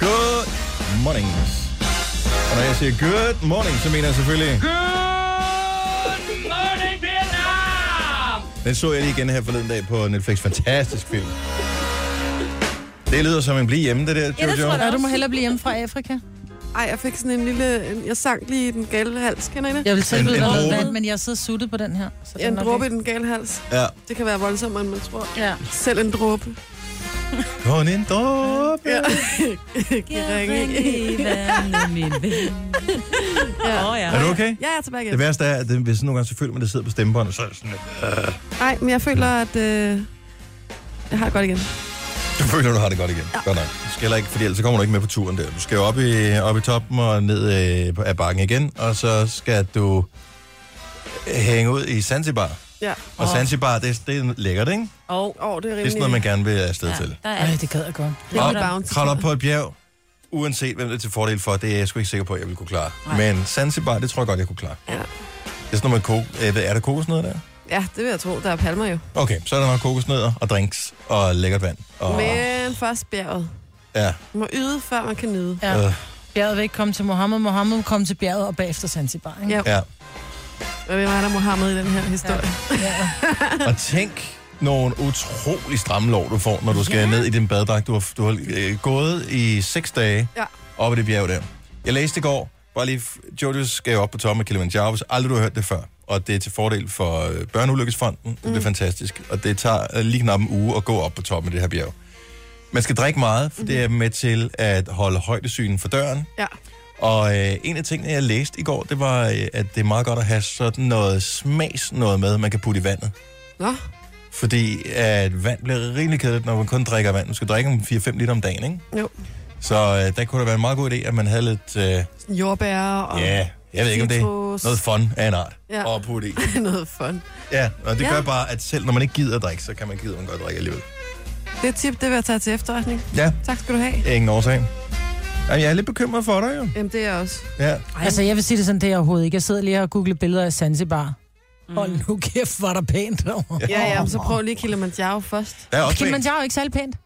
Speaker 1: Good morning. Og når jeg siger good morning, så mener jeg selvfølgelig... Good morning, Vietnam! Den så jeg lige igen her forleden dag på Netflix. Fantastisk film. Det lyder som en blive hjemme, det der, Jojo.
Speaker 3: Ja, det tror jeg da
Speaker 2: Ja, du
Speaker 3: også.
Speaker 2: må hellere blive hjemme fra Afrika.
Speaker 4: Ej, jeg fik sådan en lille... En, jeg sang lige i den gale hals, kender I det?
Speaker 2: Jeg vil tilbyde
Speaker 1: en
Speaker 2: dig noget
Speaker 1: dråbe.
Speaker 2: vand, men jeg sidder suttet på den her. Så
Speaker 4: Ja, en dråbe i den gale hals.
Speaker 1: Ja.
Speaker 4: Det kan være voldsommere, end man
Speaker 2: (laughs)
Speaker 4: tror.
Speaker 2: Ja.
Speaker 4: Selv en dråbe.
Speaker 1: Kun en dråbe.
Speaker 4: Ja.
Speaker 3: Jeg
Speaker 4: ringe.
Speaker 3: ringe i vandet, min ven. Åh, oh, ja.
Speaker 1: Er du okay?
Speaker 4: (laughs) Ja, jeg er tilbage
Speaker 1: Det
Speaker 4: igen.
Speaker 1: værste er, at det, hvis nogle gange så føler man, at det sidder på stemmebåndet, så er det sådan, øh.
Speaker 4: Nej, men jeg føler, at... Øh, jeg har det godt igen.
Speaker 1: Du føler, du har det godt igen. Ja. Godt nok. Du skal heller ikke, fordi ellers så kommer du ikke med på turen der. Du skal jo op i, op i toppen og ned øh, på- af bakken igen, og så skal du øh, hænge ud i Zanzibar.
Speaker 4: Ja.
Speaker 1: Og Zanzibar, det, det er lækkert, ikke?
Speaker 3: Og
Speaker 4: Åh, oh, det er
Speaker 1: Det er sådan noget, man
Speaker 4: rimelig,
Speaker 1: gerne vil afsted
Speaker 3: ja,
Speaker 1: ja. til.
Speaker 3: der er
Speaker 2: Ej, det gad jeg godt.
Speaker 4: rimelig
Speaker 1: Og
Speaker 4: bounce.
Speaker 1: kravle op på et bjerg, uanset hvem det er til fordel for, det er jeg sgu ikke sikker på, at jeg ville kunne klare.
Speaker 3: Nej.
Speaker 1: Men Zanzibar, det tror jeg godt, jeg kunne klare.
Speaker 4: Ja.
Speaker 1: Det er sådan noget med ko- øh, hvad er der kokosnødder der?
Speaker 4: Ja, det vil jeg tro. Der er palmer jo.
Speaker 1: Okay, så er der nok kokosnødder og drinks og lækkert vand. Og,
Speaker 4: Men først bjerget.
Speaker 1: Ja,
Speaker 4: Man må yde, før man kan nyde.
Speaker 2: Ja.
Speaker 1: øh,
Speaker 2: Bjerget vil ikke komme til Mohammed. Mohammed kom til bjerget og bagefter Zanzibar. Ikke?
Speaker 4: Ja.
Speaker 1: ja.
Speaker 4: Og hvem er der Mohammed i den her historie?
Speaker 1: (laughs) Og tænk nogle utrolig stramme lår, du får, når du skal ja. ned i din badedragt. Du har, du har øh, gået i seks dage
Speaker 4: Ja.
Speaker 1: oppe i det bjerg der. Jeg læste i går, bare lige, f- Jojo skal jo op på toppen af Kilimanjaro, hvis aldrig du har hørt det før. Og det er til fordel for øh, Børneulykkesfonden. Det
Speaker 4: Mm.
Speaker 1: bliver fantastisk. Og det tager øh, lige knap en uge at gå op på toppen af det her bjerg. Man skal drikke meget, for det er med til at holde højdesynen for døren.
Speaker 4: Mm-hmm. Ja.
Speaker 1: Og øh, en af tingene, jeg læste i går, det var, øh, at det er meget godt at have sådan noget smags noget med, man kan putte i vandet.
Speaker 4: Nå,
Speaker 1: Fordi at vand bliver rimelig kedeligt, når man kun drikker vand. Man skal drikke om 4-5 liter om dagen,
Speaker 4: (laughs)
Speaker 1: ikke?
Speaker 4: jo.
Speaker 1: Så øh, der kunne det være en meget god idé, at man havde lidt... Øh, ja,
Speaker 4: Sådan jordbær og
Speaker 1: yeah, jeg ved ikke om det er
Speaker 4: citrus.
Speaker 1: noget fun af en art
Speaker 4: Ja.
Speaker 1: at
Speaker 4: (laughs)
Speaker 1: putte i.
Speaker 4: noget fun.
Speaker 1: Ja, og det
Speaker 4: Ja.
Speaker 1: gør bare, at selv når man ikke gider at drikke, så kan man gider man godt drikke alligevel.
Speaker 4: Det tip, det vil jeg tage til efterretning.
Speaker 1: Ja,
Speaker 4: Tak skal du have.
Speaker 1: ingen årsag. Jamen, jeg er lidt bekymret for dig, jo.
Speaker 4: Jamen, det er jeg også.
Speaker 1: Ja.
Speaker 2: Altså, jeg vil sige det sådan, det er jeg overhovedet ikke. Jeg sidder lige og googler billeder af Zanzibar. Mm. Og nu kæft, var der pænt derovre.
Speaker 4: Ja, ja, men så prøv lige Kilimanjaro først.
Speaker 1: Der er også Kilimanjaro.
Speaker 2: Kilimanjaro er ikke særlig pænt.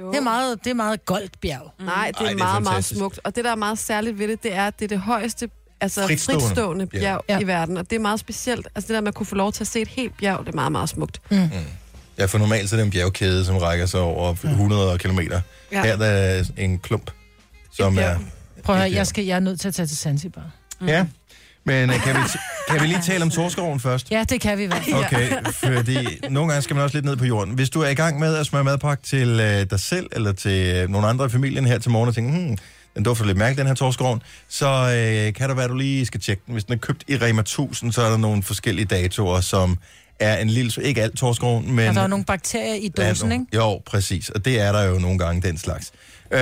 Speaker 4: Jo. Mm.
Speaker 2: Det er meget, det er meget goldt bjerg.
Speaker 4: Nej, det er,
Speaker 1: Ej,
Speaker 4: Ej,
Speaker 1: det er
Speaker 4: meget, meget
Speaker 1: fantastisk.
Speaker 4: smukt. Og det, der er meget særligt ved det, det er, at det er det højeste altså
Speaker 1: Fritstående.
Speaker 4: fritstående, fritstående bjerg
Speaker 2: Ja.
Speaker 4: ja. i verden. Og det er meget specielt. Altså det der med at kunne få lov til at se et helt bjerg, det er meget, meget smukt.
Speaker 1: Mm. Ja, for normalt så er det en bjergkæde, som rækker sig over 100 kilometer.
Speaker 4: Ja.
Speaker 1: Her der er en klump, som
Speaker 4: Et
Speaker 1: er...
Speaker 4: bjerg.
Speaker 2: Prøv at høre,
Speaker 1: Ja.
Speaker 2: jeg, skal, jeg er nødt til at tage til Zanzibar.
Speaker 1: Ja, men øh, kan vi, t- kan vi lige tale om Torskoven først?
Speaker 2: Ja, det kan vi i hvert fald.
Speaker 1: Okay, fordi nogle gange skal man også lidt ned på jorden. Hvis du er i gang med at smøre madpakke til øh, dig selv, eller til øh, nogle andre i familien her til morgen, og tænker, hmm, den dufter lidt mærkeligt, den her torskroven, så øh, kan der være, at du lige skal tjekke den. Hvis den er købt i Rema 1000, så er der nogle forskellige datoer, som er en lille... Ikke alt torskroven, men...
Speaker 2: Og der er jo nogle bakterier i
Speaker 1: der er
Speaker 2: dosen, ikke?
Speaker 1: nogle- Jo, præcis. Og det er der jo nogle gange, den slags. Øh,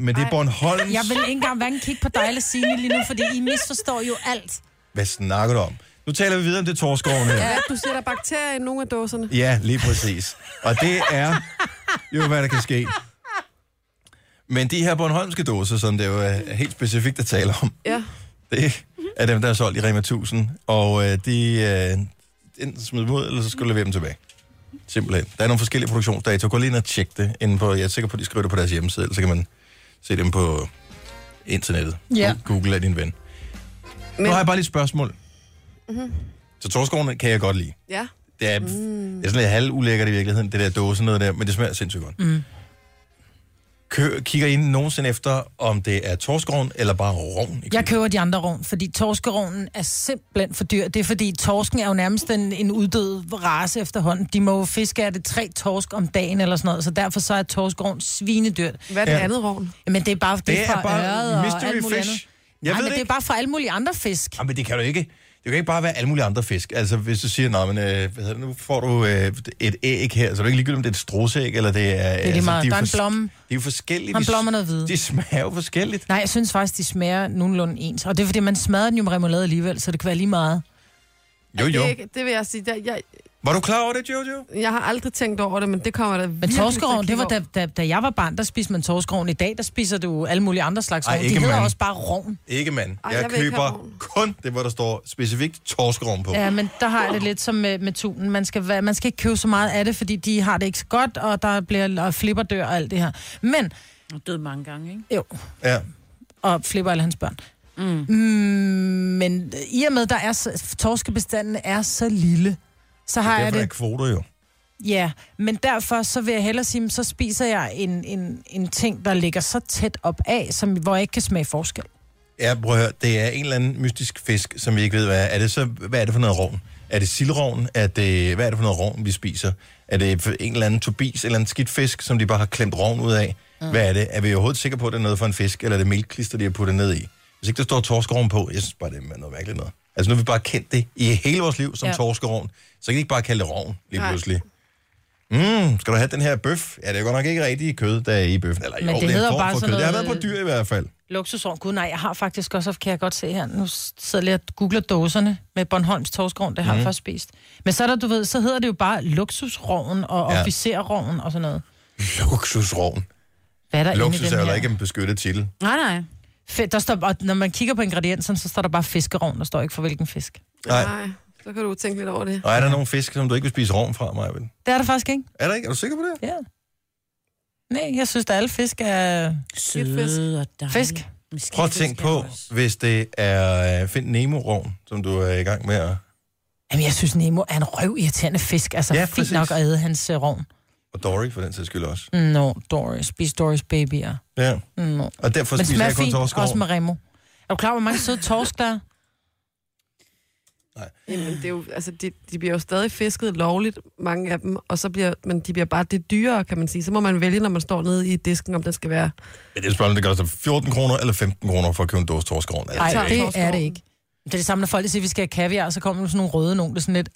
Speaker 1: men det er Bornholms...
Speaker 2: Jeg vil ikke engang hverken kigge på dig eller Signe lige nu, fordi I misforstår jo alt.
Speaker 1: Hvad snakker du om? Nu taler vi videre om det torskroven her.
Speaker 4: Ja, du ser der er bakterier i nogle af dåserne.
Speaker 1: Ja, lige præcis. Og det er jo, hvad der kan ske. Men de her Bornholmske dåser, som det jo er helt specifikt at tale om,
Speaker 4: Ja.
Speaker 1: det er dem, der er solgt i Rema 1000. Og øh, de øh, enten smider dem ud, eller så skal du levere dem tilbage. Simpelthen. Der er nogle forskellige produktionsdata. Gå lige ind og tjek det. Inde på, jeg er sikker på, at de skriver det på deres hjemmeside, eller så kan man se dem på internettet.
Speaker 2: Ja.
Speaker 1: Google er din ven. Men... Nu har jeg bare lige et spørgsmål. Mm-hmm. Så torskårene kan jeg godt lide.
Speaker 4: Ja.
Speaker 1: Det er, mm. det er sådan lidt halvulækkert i virkeligheden, det der dåse noget der, men det smager sindssygt godt. Mm. Kø, kigger I nogensinde efter, om det er torskroven eller bare roven? I
Speaker 2: Jeg køber de andre rovn, fordi torskerovnen er simpelthen for dyr. Det er fordi, torsken er jo nærmest en, en uddød race efterhånden. De må jo fiske af det tre torsk om dagen eller sådan noget, så derfor så er torskerovn svinedyrt.
Speaker 4: Hvad er det
Speaker 1: Ja.
Speaker 4: ja. andet rovn?
Speaker 2: Men det er bare, det
Speaker 1: Det
Speaker 2: er
Speaker 1: er
Speaker 2: fra øret
Speaker 1: bare
Speaker 2: og
Speaker 1: mystery
Speaker 2: alt muligt andet.
Speaker 1: fish. Jeg
Speaker 2: Nej,
Speaker 1: ved
Speaker 2: men
Speaker 1: det
Speaker 2: det er
Speaker 1: ikke.
Speaker 2: bare fra alle mulige andre fisk.
Speaker 1: Jamen, det kan du ikke. Det kan ikke bare være alle mulige andre fisk. Altså, hvis du siger, "Nå, men, øh, hvad hedder det, nu får du øh, et æg her, så er det ikke ligegyldigt, om det er et strosæg, eller det er... Det er
Speaker 2: lige meget. Der er en blomme.
Speaker 1: De er jo forskellige.
Speaker 2: Og en
Speaker 1: De-
Speaker 2: blomme og noget hvide.
Speaker 1: De smager jo forskelligt.
Speaker 2: Nej, jeg synes faktisk, de smager nogenlunde ens. Og det er fordi, man smadrer den jo med remoulade alligevel, så det kan være lige meget.
Speaker 1: Jo,
Speaker 4: Det,
Speaker 1: jo.
Speaker 4: er ikke- det vil jeg sige. Der, jeg,
Speaker 1: Var du klar over det, Jojo?
Speaker 4: Jeg har aldrig tænkt over det, men det kommer der
Speaker 2: Men
Speaker 4: virkelig til at
Speaker 2: torskeroven, det
Speaker 4: kigge
Speaker 2: var
Speaker 4: over.
Speaker 2: da, da, da jeg var barn, der spiste man torskeroven. I dag, der spiser du alle mulige andre slags
Speaker 1: Ej,
Speaker 2: roven. Altså, De
Speaker 1: ikke
Speaker 2: hedder
Speaker 1: mand.
Speaker 2: også bare roven.
Speaker 1: Ikke mand.
Speaker 4: Ej,
Speaker 1: jeg,
Speaker 4: jeg vil ikke have
Speaker 1: køber
Speaker 4: vogn.
Speaker 1: kun det, hvor der står specifikt torskerum på.
Speaker 2: Ja, men der har jeg det lidt som med, med tunen. Man skal, være- man skal ikke købe så meget af det, fordi de har det ikke så godt, og der bliver og flipper dør og alt det her. Men,
Speaker 3: Du er død mange gange, ikke?
Speaker 2: jo,
Speaker 1: Ja.
Speaker 2: og flipper alle hans børn.
Speaker 3: Mm.
Speaker 2: Mm, men i og med, der er så, torskebestanden er så lille, så har jeg
Speaker 1: Derfor er
Speaker 2: det...
Speaker 1: kvoter jo.
Speaker 2: Ja, men derfor så vil jeg hellere sige, så spiser jeg en, en, en ting, der ligger så tæt op af, som, hvor jeg ikke kan smage forskel.
Speaker 1: Ja, prøv at høre, det er en eller anden mystisk fisk, som vi ikke ved, hvad er. Er det så, hvad er det for noget rovn? Er det sildrovn? Er det, hvad er det for noget rovn, vi spiser? Er det for en eller anden tobis, eller en skidt fisk, som de bare har klemt rovn ud af?
Speaker 2: Mm.
Speaker 1: Hvad er det? Er vi overhovedet sikre på, at det er noget for en fisk, eller er det mælkklister, de har puttet ned i? Hvis ikke der står torskerovn på, jeg synes bare, det er noget mærkeligt noget. Altså nu har vi bare kendt det i hele vores liv som ja.
Speaker 2: Ja.
Speaker 1: torskerovn, så kan de ikke bare kalde det rovn lige
Speaker 4: Nej.
Speaker 1: pludselig. Mm, skal du have den her bøf? Ja, det er godt nok ikke rigtig kød, der er i bøffen. Eller,
Speaker 2: Men
Speaker 1: jo,
Speaker 2: det
Speaker 1: det, er
Speaker 2: hedder
Speaker 1: en form
Speaker 2: bare
Speaker 1: for kød.
Speaker 2: sådan
Speaker 1: Det har været
Speaker 2: noget-
Speaker 1: på dyr i hvert fald.
Speaker 2: Luksusovn. Gud nej, jeg har faktisk også, kan jeg godt se her, nu sidder jeg lige og googler dåserne med Bornholms torskrogn, det har
Speaker 1: Mhm.
Speaker 2: mm. jeg først spist. Men så er der, du ved, så hedder det jo bare luksusroven og
Speaker 1: Ja.
Speaker 2: ja. officerroven og sådan noget.
Speaker 1: Luksusrovn.
Speaker 2: Hvad er der inde i
Speaker 1: Luksus er
Speaker 2: den
Speaker 1: jo
Speaker 2: her?
Speaker 1: ikke en beskyttet titel.
Speaker 3: Nej, nej.
Speaker 2: Fedt, der står, og når man kigger på ingredienserne, så står der bare fiskeroven, der står ikke for hvilken fisk.
Speaker 1: Nej.
Speaker 4: Nej, så kan du tænke lidt over det.
Speaker 1: Og er der nogle fisk, som du ikke vil spise rovn fra, Maja?
Speaker 2: Det er der faktisk ikke.
Speaker 1: Er der ikke? Er du sikker på det?
Speaker 2: Ja. Nej, jeg synes, at alle fisk er
Speaker 3: Søde og dejlige.
Speaker 2: fisk.
Speaker 3: Men skidtfisk
Speaker 1: Prøv at tænke
Speaker 3: er
Speaker 1: på,
Speaker 3: også-
Speaker 1: hvis det er øh, Find Nemo-rovn, som du er i gang med at...
Speaker 2: Jamen, jeg synes, Nemo er en røvirriterende fisk. Altså,
Speaker 1: Ja,
Speaker 2: ja, fint
Speaker 1: præcis.
Speaker 2: nok at æde hans uh, rovn.
Speaker 1: Og Dory for den sags skyld også.
Speaker 2: Nå, Doris. Spis Doris babyer.
Speaker 1: Ja.
Speaker 2: Nå.
Speaker 1: Og derfor
Speaker 2: Men det
Speaker 1: spiser
Speaker 2: smager
Speaker 1: jeg kun
Speaker 2: fint, også
Speaker 1: torskerovn.
Speaker 2: med Remo. Er du klar, hvor mange søde torsk der er?
Speaker 4: Jamen, det er jo, altså, de, de bliver jo stadig fisket lovligt, mange af dem, og så bliver, men de bliver bare det dyrere, kan man sige. Så må man vælge, når man står nede i disken, om den skal være...
Speaker 1: Men det er spørgsmålet, det koster 14 kroner eller 15 kroner for at købe en dåse Altså, torskerovn.
Speaker 2: Nej,
Speaker 4: tager
Speaker 2: det
Speaker 4: torskeovnen.
Speaker 2: er det ikke. Det er det samme, når folk siger, at vi skal have kaviar, så kommer der sådan nogle røde nogen, der er sådan lidt...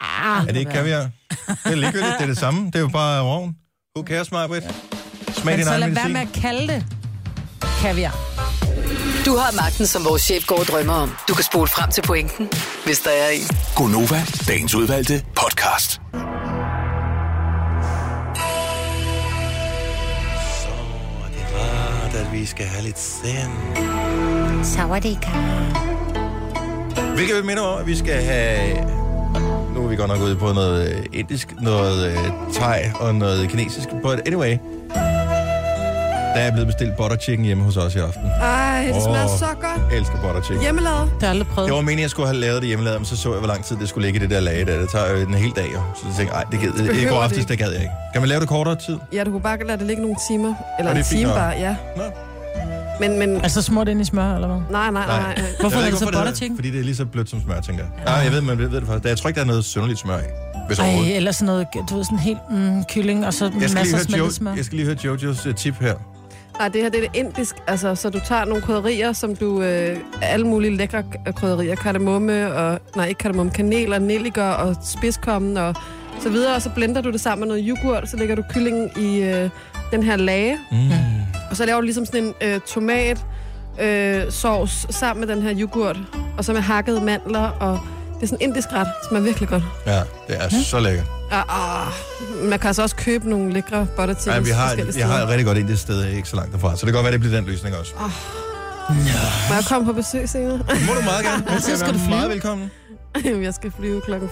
Speaker 2: Ah,
Speaker 1: Er det ikke kaviar? Det er ligegyldigt, det er det samme. Det er jo bare rovn. Who cares, Maja? Smag
Speaker 2: Men
Speaker 1: din
Speaker 2: så
Speaker 1: egen
Speaker 2: lad være
Speaker 1: medicin.
Speaker 2: med at kalde det kaviar.
Speaker 5: Du har magten, som vores chef går og drømmer om. Du kan spole frem til pointen, hvis der er en.
Speaker 6: Gonova, dagens udvalgte podcast.
Speaker 1: Så er det rart, at Ah, vi skal have lidt sand. Hvilket vi minder om, at vi skal have... Nu er vi godt nok ude på noget øh, indisk, noget øh, thai og noget kinesisk. But anyway, der er blevet bestilt butter chicken hjemme hos os i aften.
Speaker 4: Ej, det smager
Speaker 1: Åh.
Speaker 4: så godt.
Speaker 1: Jeg elsker butter chicken.
Speaker 4: Hjemmelavet.
Speaker 2: Det har jeg aldrig prøvet.
Speaker 1: Det var meningen, jeg skulle have lavet det hjemmelavet, men så så jeg, hvor lang tid det skulle ligge i det der lage der. Det tager jo en hel dag, jo. Så jeg tænkte, nej, det gider jeg ikke. I
Speaker 4: Behøver
Speaker 1: går
Speaker 4: det
Speaker 1: aftes,
Speaker 4: ikke.
Speaker 1: det gad jeg ikke. Kan man lave det kortere tid?
Speaker 4: Ja, du kunne bare lade det ligge nogle timer. Eller
Speaker 1: Og det
Speaker 4: en
Speaker 1: er fint
Speaker 4: time
Speaker 1: nok.
Speaker 4: bare, ja.
Speaker 1: Nå.
Speaker 4: Men, men...
Speaker 2: Altså smurt ind i smør, eller hvad?
Speaker 4: Nej, nej, nej. nej.
Speaker 2: Hvorfor
Speaker 1: Jeg ved
Speaker 2: er
Speaker 1: ikke,
Speaker 2: det så butter
Speaker 1: hedder-
Speaker 2: chicken?
Speaker 1: Fordi det er lige så blødt som smør, tænker jeg. Nej, jeg ved, man ved det faktisk. Jeg tror ikke, der er noget synderligt smør i. Hvis overhovedet.
Speaker 2: Ej, eller sådan noget, du ved, sådan helt mm, kylling, og så
Speaker 1: Jeg skal, lige
Speaker 2: masser af
Speaker 1: høre
Speaker 2: smeltet
Speaker 1: jo,
Speaker 2: smør.
Speaker 1: jeg skal lige høre Jojos øh, tip her.
Speaker 4: Nej, det her det er det indisk. Altså, så du tager nogle krydderier, som du... Øh, alle mulige lækre k- krydderier. Kardemomme og... Nej, ikke kardemomme. Kanel og nelliker og spidskommen og så videre. Og så blender du det sammen med noget yoghurt. Så lægger du kyllingen i øh, den her lage.
Speaker 1: Mm.
Speaker 4: Og så laver du ligesom sådan en øh, tomat øh, sovs sammen med den her yoghurt. Og så med hakkede mandler og... Det er sådan en indisk ret, som er virkelig godt.
Speaker 1: Ja, det er så lækkert.
Speaker 4: Og, og, man kan altså også købe nogle lækre butter til
Speaker 1: Ej, vi har,
Speaker 4: forskellige
Speaker 1: jeg har
Speaker 4: steder.
Speaker 1: et rigtig godt ind det sted, jeg er ikke så langt derfra. Så det kan godt være, det bliver den løsning også.
Speaker 4: Må jeg komme på besøg senere?
Speaker 1: Må du meget gerne.
Speaker 4: (laughs)
Speaker 1: Du skal
Speaker 2: skal du
Speaker 1: være
Speaker 2: flyve.
Speaker 1: meget velkommen.
Speaker 4: Jamen, (laughs) jeg skal flyve klokken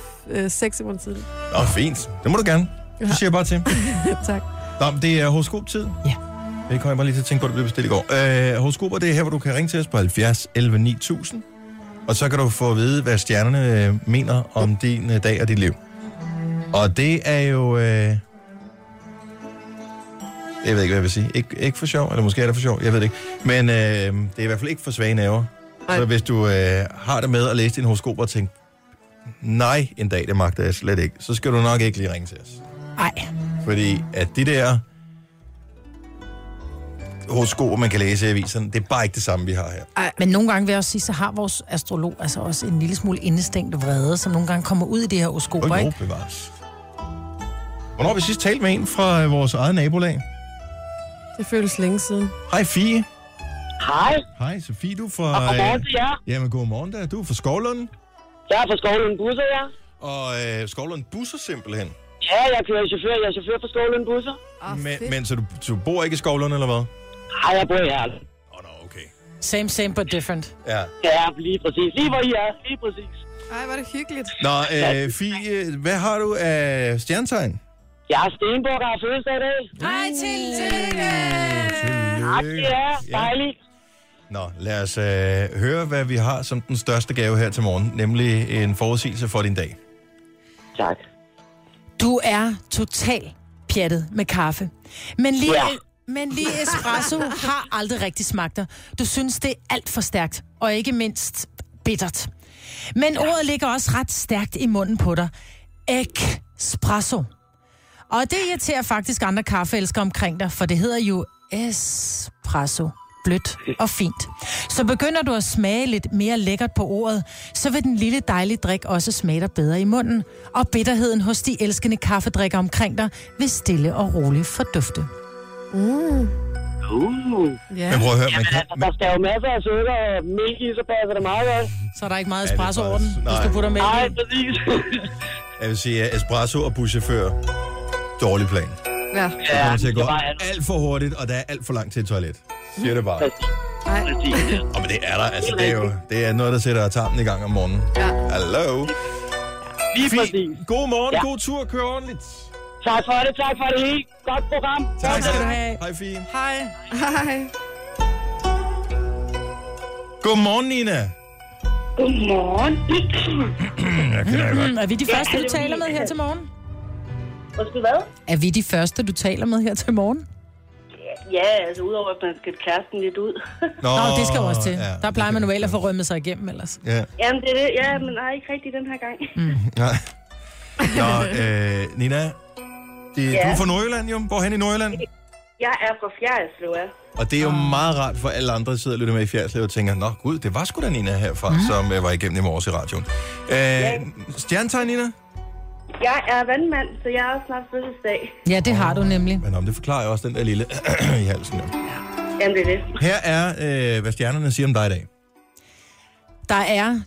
Speaker 4: 6 i morgen tidlig.
Speaker 1: Nå, fint. Det må du gerne. Du siger bare til.
Speaker 4: (laughs) tak.
Speaker 1: Nå, men det er
Speaker 2: Ja.
Speaker 1: horoskop-tid. Det kommer jeg bare lige til at tænke på, at det blev bestilt i går. Øh, horoskoper, det er her, hvor du kan ringe til os på 70 11 9000. Og så kan du få at vide, hvad stjernerne øh, mener om din øh, dag og dit liv. Og det er jo... Øh, jeg ved ikke, hvad jeg vil sige. Ik- ikke for sjov, eller måske er det for sjov, jeg ved det ikke. Men øh, det er i hvert fald ikke for svage naver.
Speaker 4: Nej.
Speaker 1: Så hvis du øh, har det med at læse din horoskop og tænke, nej, en dag, det magter jeg slet ikke, så skal du nok ikke lige ringe til os.
Speaker 2: Ej,
Speaker 1: Fordi at de der horoskoper, man kan læse i aviserne, det er bare ikke det samme, vi har her.
Speaker 2: men nogle gange vil jeg også sige, så har vores astrolog altså også en lille smule indestængt vrede, som nogle gange kommer ud i de her oskoper,
Speaker 1: Og
Speaker 2: ikke?
Speaker 1: ikke bevares. Hvornår har vi sidst talt med en fra øh, vores eget nabolag?
Speaker 4: Det føles længe siden.
Speaker 1: Hej, Fie.
Speaker 7: Hej,
Speaker 1: Hej, Sofie, du er
Speaker 7: og
Speaker 1: fra...
Speaker 7: godmorgen
Speaker 1: Øh,
Speaker 7: til jer.
Speaker 1: jamen, godmorgen da. Du er fra Skovlund.
Speaker 7: Jeg er fra Skovlund Busser, ja.
Speaker 1: og øh, Skovlund busser simpelthen.
Speaker 7: Ja, jeg kører chauffør. Jeg er chauffør for Skålund Busser.
Speaker 4: Ah,
Speaker 1: Men,
Speaker 4: fedt.
Speaker 1: men så du, du bor ikke i Skovlund, eller hvad?
Speaker 7: Ej, jeg bor i Herlev.
Speaker 1: Åh, oh, no, okay.
Speaker 2: Same, same, but different.
Speaker 1: Ja.
Speaker 7: Ja, lige præcis. Lige hvor I er. Lige præcis.
Speaker 4: Ej, var det hyggeligt.
Speaker 1: Nå, øh, Fie, hvad har du af stjernetegn?
Speaker 7: Jeg er Stenborg, der har fødselsdag i dag.
Speaker 2: Hej, tillykke!
Speaker 7: Tak, det er dejligt.
Speaker 1: Nå, lad os øh, høre, hvad vi har som den største gave her til morgen, nemlig en forudsigelse for din dag.
Speaker 7: Tak.
Speaker 2: Du er total pjattet med kaffe. Men lige,
Speaker 7: Ja.
Speaker 2: men lige espresso har aldrig rigtig smagt dig. Du synes, det er alt for stærkt, og ikke mindst bittert. Men ordet ligger også ret stærkt i munden på dig. Espresso. Og det irriterer faktisk andre kaffeelskere omkring dig, for det hedder jo espresso. Blødt og fint. Så begynder du at smage lidt mere lækkert på ordet, så vil den lille dejlige drik også smage dig bedre i munden, og bitterheden hos de elskende kaffedrikker omkring dig vil stille og roligt fordufte.
Speaker 4: Ja.
Speaker 7: Uh.
Speaker 1: Men prøv at høre, man
Speaker 7: Jamen,
Speaker 1: kan...
Speaker 7: altså, der skal jo masser af sukker og mælk i, så passer det meget godt.
Speaker 2: Så er der ikke meget
Speaker 1: det er
Speaker 2: espresso over den,
Speaker 1: faktisk-
Speaker 2: hvis
Speaker 1: nej.
Speaker 2: du putter mælk
Speaker 7: Nej,
Speaker 2: i.
Speaker 7: præcis.
Speaker 1: Jeg vil sige, at espresso og buschauffør, dårlig plan.
Speaker 4: ja.
Speaker 1: Det
Speaker 7: ja,
Speaker 1: kommer til at gå
Speaker 7: det var jeg nu.
Speaker 1: alt for hurtigt, og der er alt for langt til et toilet. Siger det bare.
Speaker 7: Præcis.
Speaker 4: Ej.
Speaker 7: Præcis. ja.
Speaker 1: Og men det er der, altså det er jo det er noget, der sætter tarmen i gang om morgenen.
Speaker 4: Ja.
Speaker 1: Hallo.
Speaker 7: Lige præcis.
Speaker 1: Fint. God morgen,
Speaker 7: Ja.
Speaker 1: god tur, kør ordentligt.
Speaker 7: Tak for det, tak for det hele. Godt program.
Speaker 1: Tak skal
Speaker 2: du have.
Speaker 1: Hej, Fie.
Speaker 2: Hej.
Speaker 4: Hej.
Speaker 1: Godmorgen, Nina. (clears throat)
Speaker 7: Godmorgen.
Speaker 1: Jeg kender dig godt.
Speaker 2: Mm, er vi de
Speaker 7: Ja,
Speaker 2: første, du
Speaker 7: det er
Speaker 2: taler med
Speaker 7: min-
Speaker 2: her til morgen?
Speaker 7: Måske hvad?
Speaker 2: Er vi de første, du taler med her til morgen?
Speaker 7: Ja, altså udover at man skal kæresten lidt ud.
Speaker 2: Nå, det skal jo også til. Der plejer man jo ellers at få rømmet sig igennem ellers.
Speaker 1: Ja,
Speaker 7: Jamen, det er det. Ja, men nej, ikke rigtigt den her gang.
Speaker 1: nej. Nå, øh, Nina, det, ja.
Speaker 7: Ja.
Speaker 1: du er fra Nordjylland, jo. Hvorhen i Nordjylland?
Speaker 7: Jeg er fra Fjerdslev, ja.
Speaker 1: Og det er jo meget rart for alle andre, der sidder og lytter med i Fjerdslev og tænker, Nå gud, det var sgu da Nina herfra,
Speaker 7: Mhm.
Speaker 1: mm. som øh, var igennem i morges i radioen. Øh, stjernetegn, Nina?
Speaker 7: Jeg er vandmand, så jeg har også snart fødselsdag.
Speaker 2: Ja, det har du nemlig.
Speaker 1: Men om det forklarer jo også den der lille (clears throat) i halsen. Jo.
Speaker 7: Jamen, det er det.
Speaker 1: Her er, øh, hvad stjernerne siger om dig i dag.
Speaker 2: Der er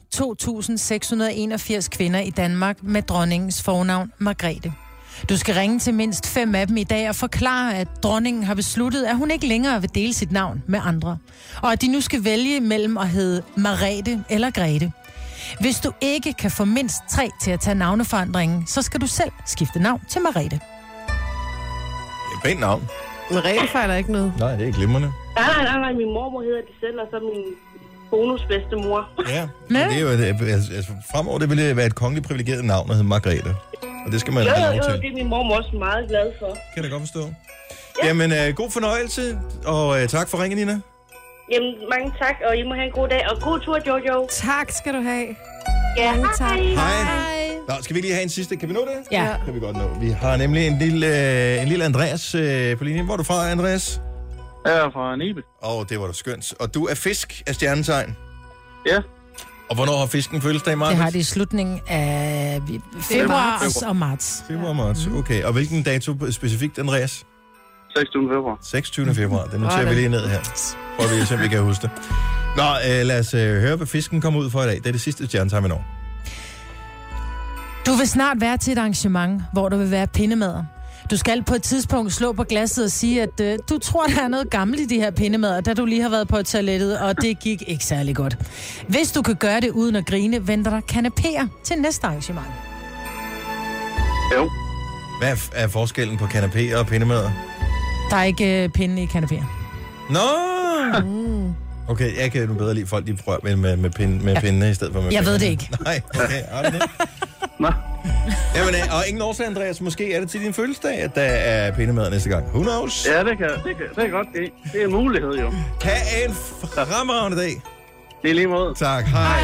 Speaker 2: 2.681 kvinder i Danmark med dronningens fornavn Margrethe. Du skal ringe til mindst fem af dem i dag og forklare, at dronningen har besluttet, at hun ikke længere vil dele sit navn med andre. Og at de nu skal vælge mellem at hedde Margrethe eller Grete. Hvis du ikke kan få mindst tre til at tage navneforandringen, så skal du selv skifte navn til Margrethe.
Speaker 1: Det er pænt navn.
Speaker 4: Men Rete fejler ikke noget.
Speaker 1: Nej, det er glimrende.
Speaker 7: Nej, nej, nej, nej. Min mormor hedder det selv, og så min bonusbedstemor.
Speaker 1: Ja, men det er jo, et- altså, altså, fremover det ville være et kongeligt privilegeret navn, der hedder Margrethe. Og det skal man
Speaker 7: Jo, jo,
Speaker 1: have lov
Speaker 7: jo,
Speaker 1: til.
Speaker 7: det er min mormor også meget glad for.
Speaker 1: Kan jeg da godt forstå. Jamen, øh, god fornøjelse, og øh, tak for ringen, Nina.
Speaker 7: Jamen, mange tak, og I må have en god dag, og god tur, Jojo.
Speaker 4: Tak skal du have.
Speaker 7: Ja,
Speaker 4: tak.
Speaker 1: Hej. Nå, skal vi lige have en sidste? Kan vi nå det?
Speaker 2: Ja.
Speaker 1: Det kan vi godt nå. Vi har nemlig en lille, øh, en lille Andreas øh, på linjen. Hvor er du fra, Andreas?
Speaker 8: Jeg er fra Nibe.
Speaker 1: Åh, oh, det var da skønt. Og du er fisk af stjernetegn.
Speaker 8: Ja.
Speaker 1: Og hvornår har fisken fødselsdag, Markus?
Speaker 2: Det har de i slutningen af februar
Speaker 4: marts.
Speaker 2: og marts.
Speaker 1: Februar marts.
Speaker 2: Mhm.
Speaker 1: Okay, og hvilken dato specifikt, Andreas?
Speaker 8: 26. februar.
Speaker 1: 26. februar. Det noterer vi
Speaker 4: Sådan.
Speaker 1: lige ned her. Og vi simpelthen kan huske det. Nå, øh, lad os øh, høre, hvad fisken kommer ud for i dag. Det er det sidste stjernetegn, vi når.
Speaker 2: Du vil snart være til et arrangement, hvor der vil være pindemader. Du skal på et tidspunkt slå på glasset og sige, at øh, du tror, der er noget gammelt i de her pindemader, da du lige har været på toilettet, og det gik ikke særlig godt. Hvis du kan gøre det uden at grine, venter der kanapéer til næste arrangement.
Speaker 8: Jo.
Speaker 1: Hvad er, f- er forskellen på kanapé og pindemader?
Speaker 2: Der er ikke øh, pinde i kanapéer.
Speaker 1: Nå!
Speaker 2: Mm.
Speaker 1: Okay, jeg kan nu bedre lide folk, de prøver med, med, med, pin, med ja. pindene i stedet for med
Speaker 2: Jeg ved det
Speaker 1: pindene.
Speaker 2: ikke.
Speaker 1: (laughs) Nej, okay. Har du det?
Speaker 8: Nå.
Speaker 1: Jamen, øh, og ingen årsag, Andreas. Måske er det til din fødselsdag, at der er pindemader næste gang. Who knows?
Speaker 8: Ja, det kan, det kan, det kan godt ske. Det er en mulighed, jo.
Speaker 1: Ha' en fremragende dag.
Speaker 8: Det er lige måde.
Speaker 1: Tak. Hej.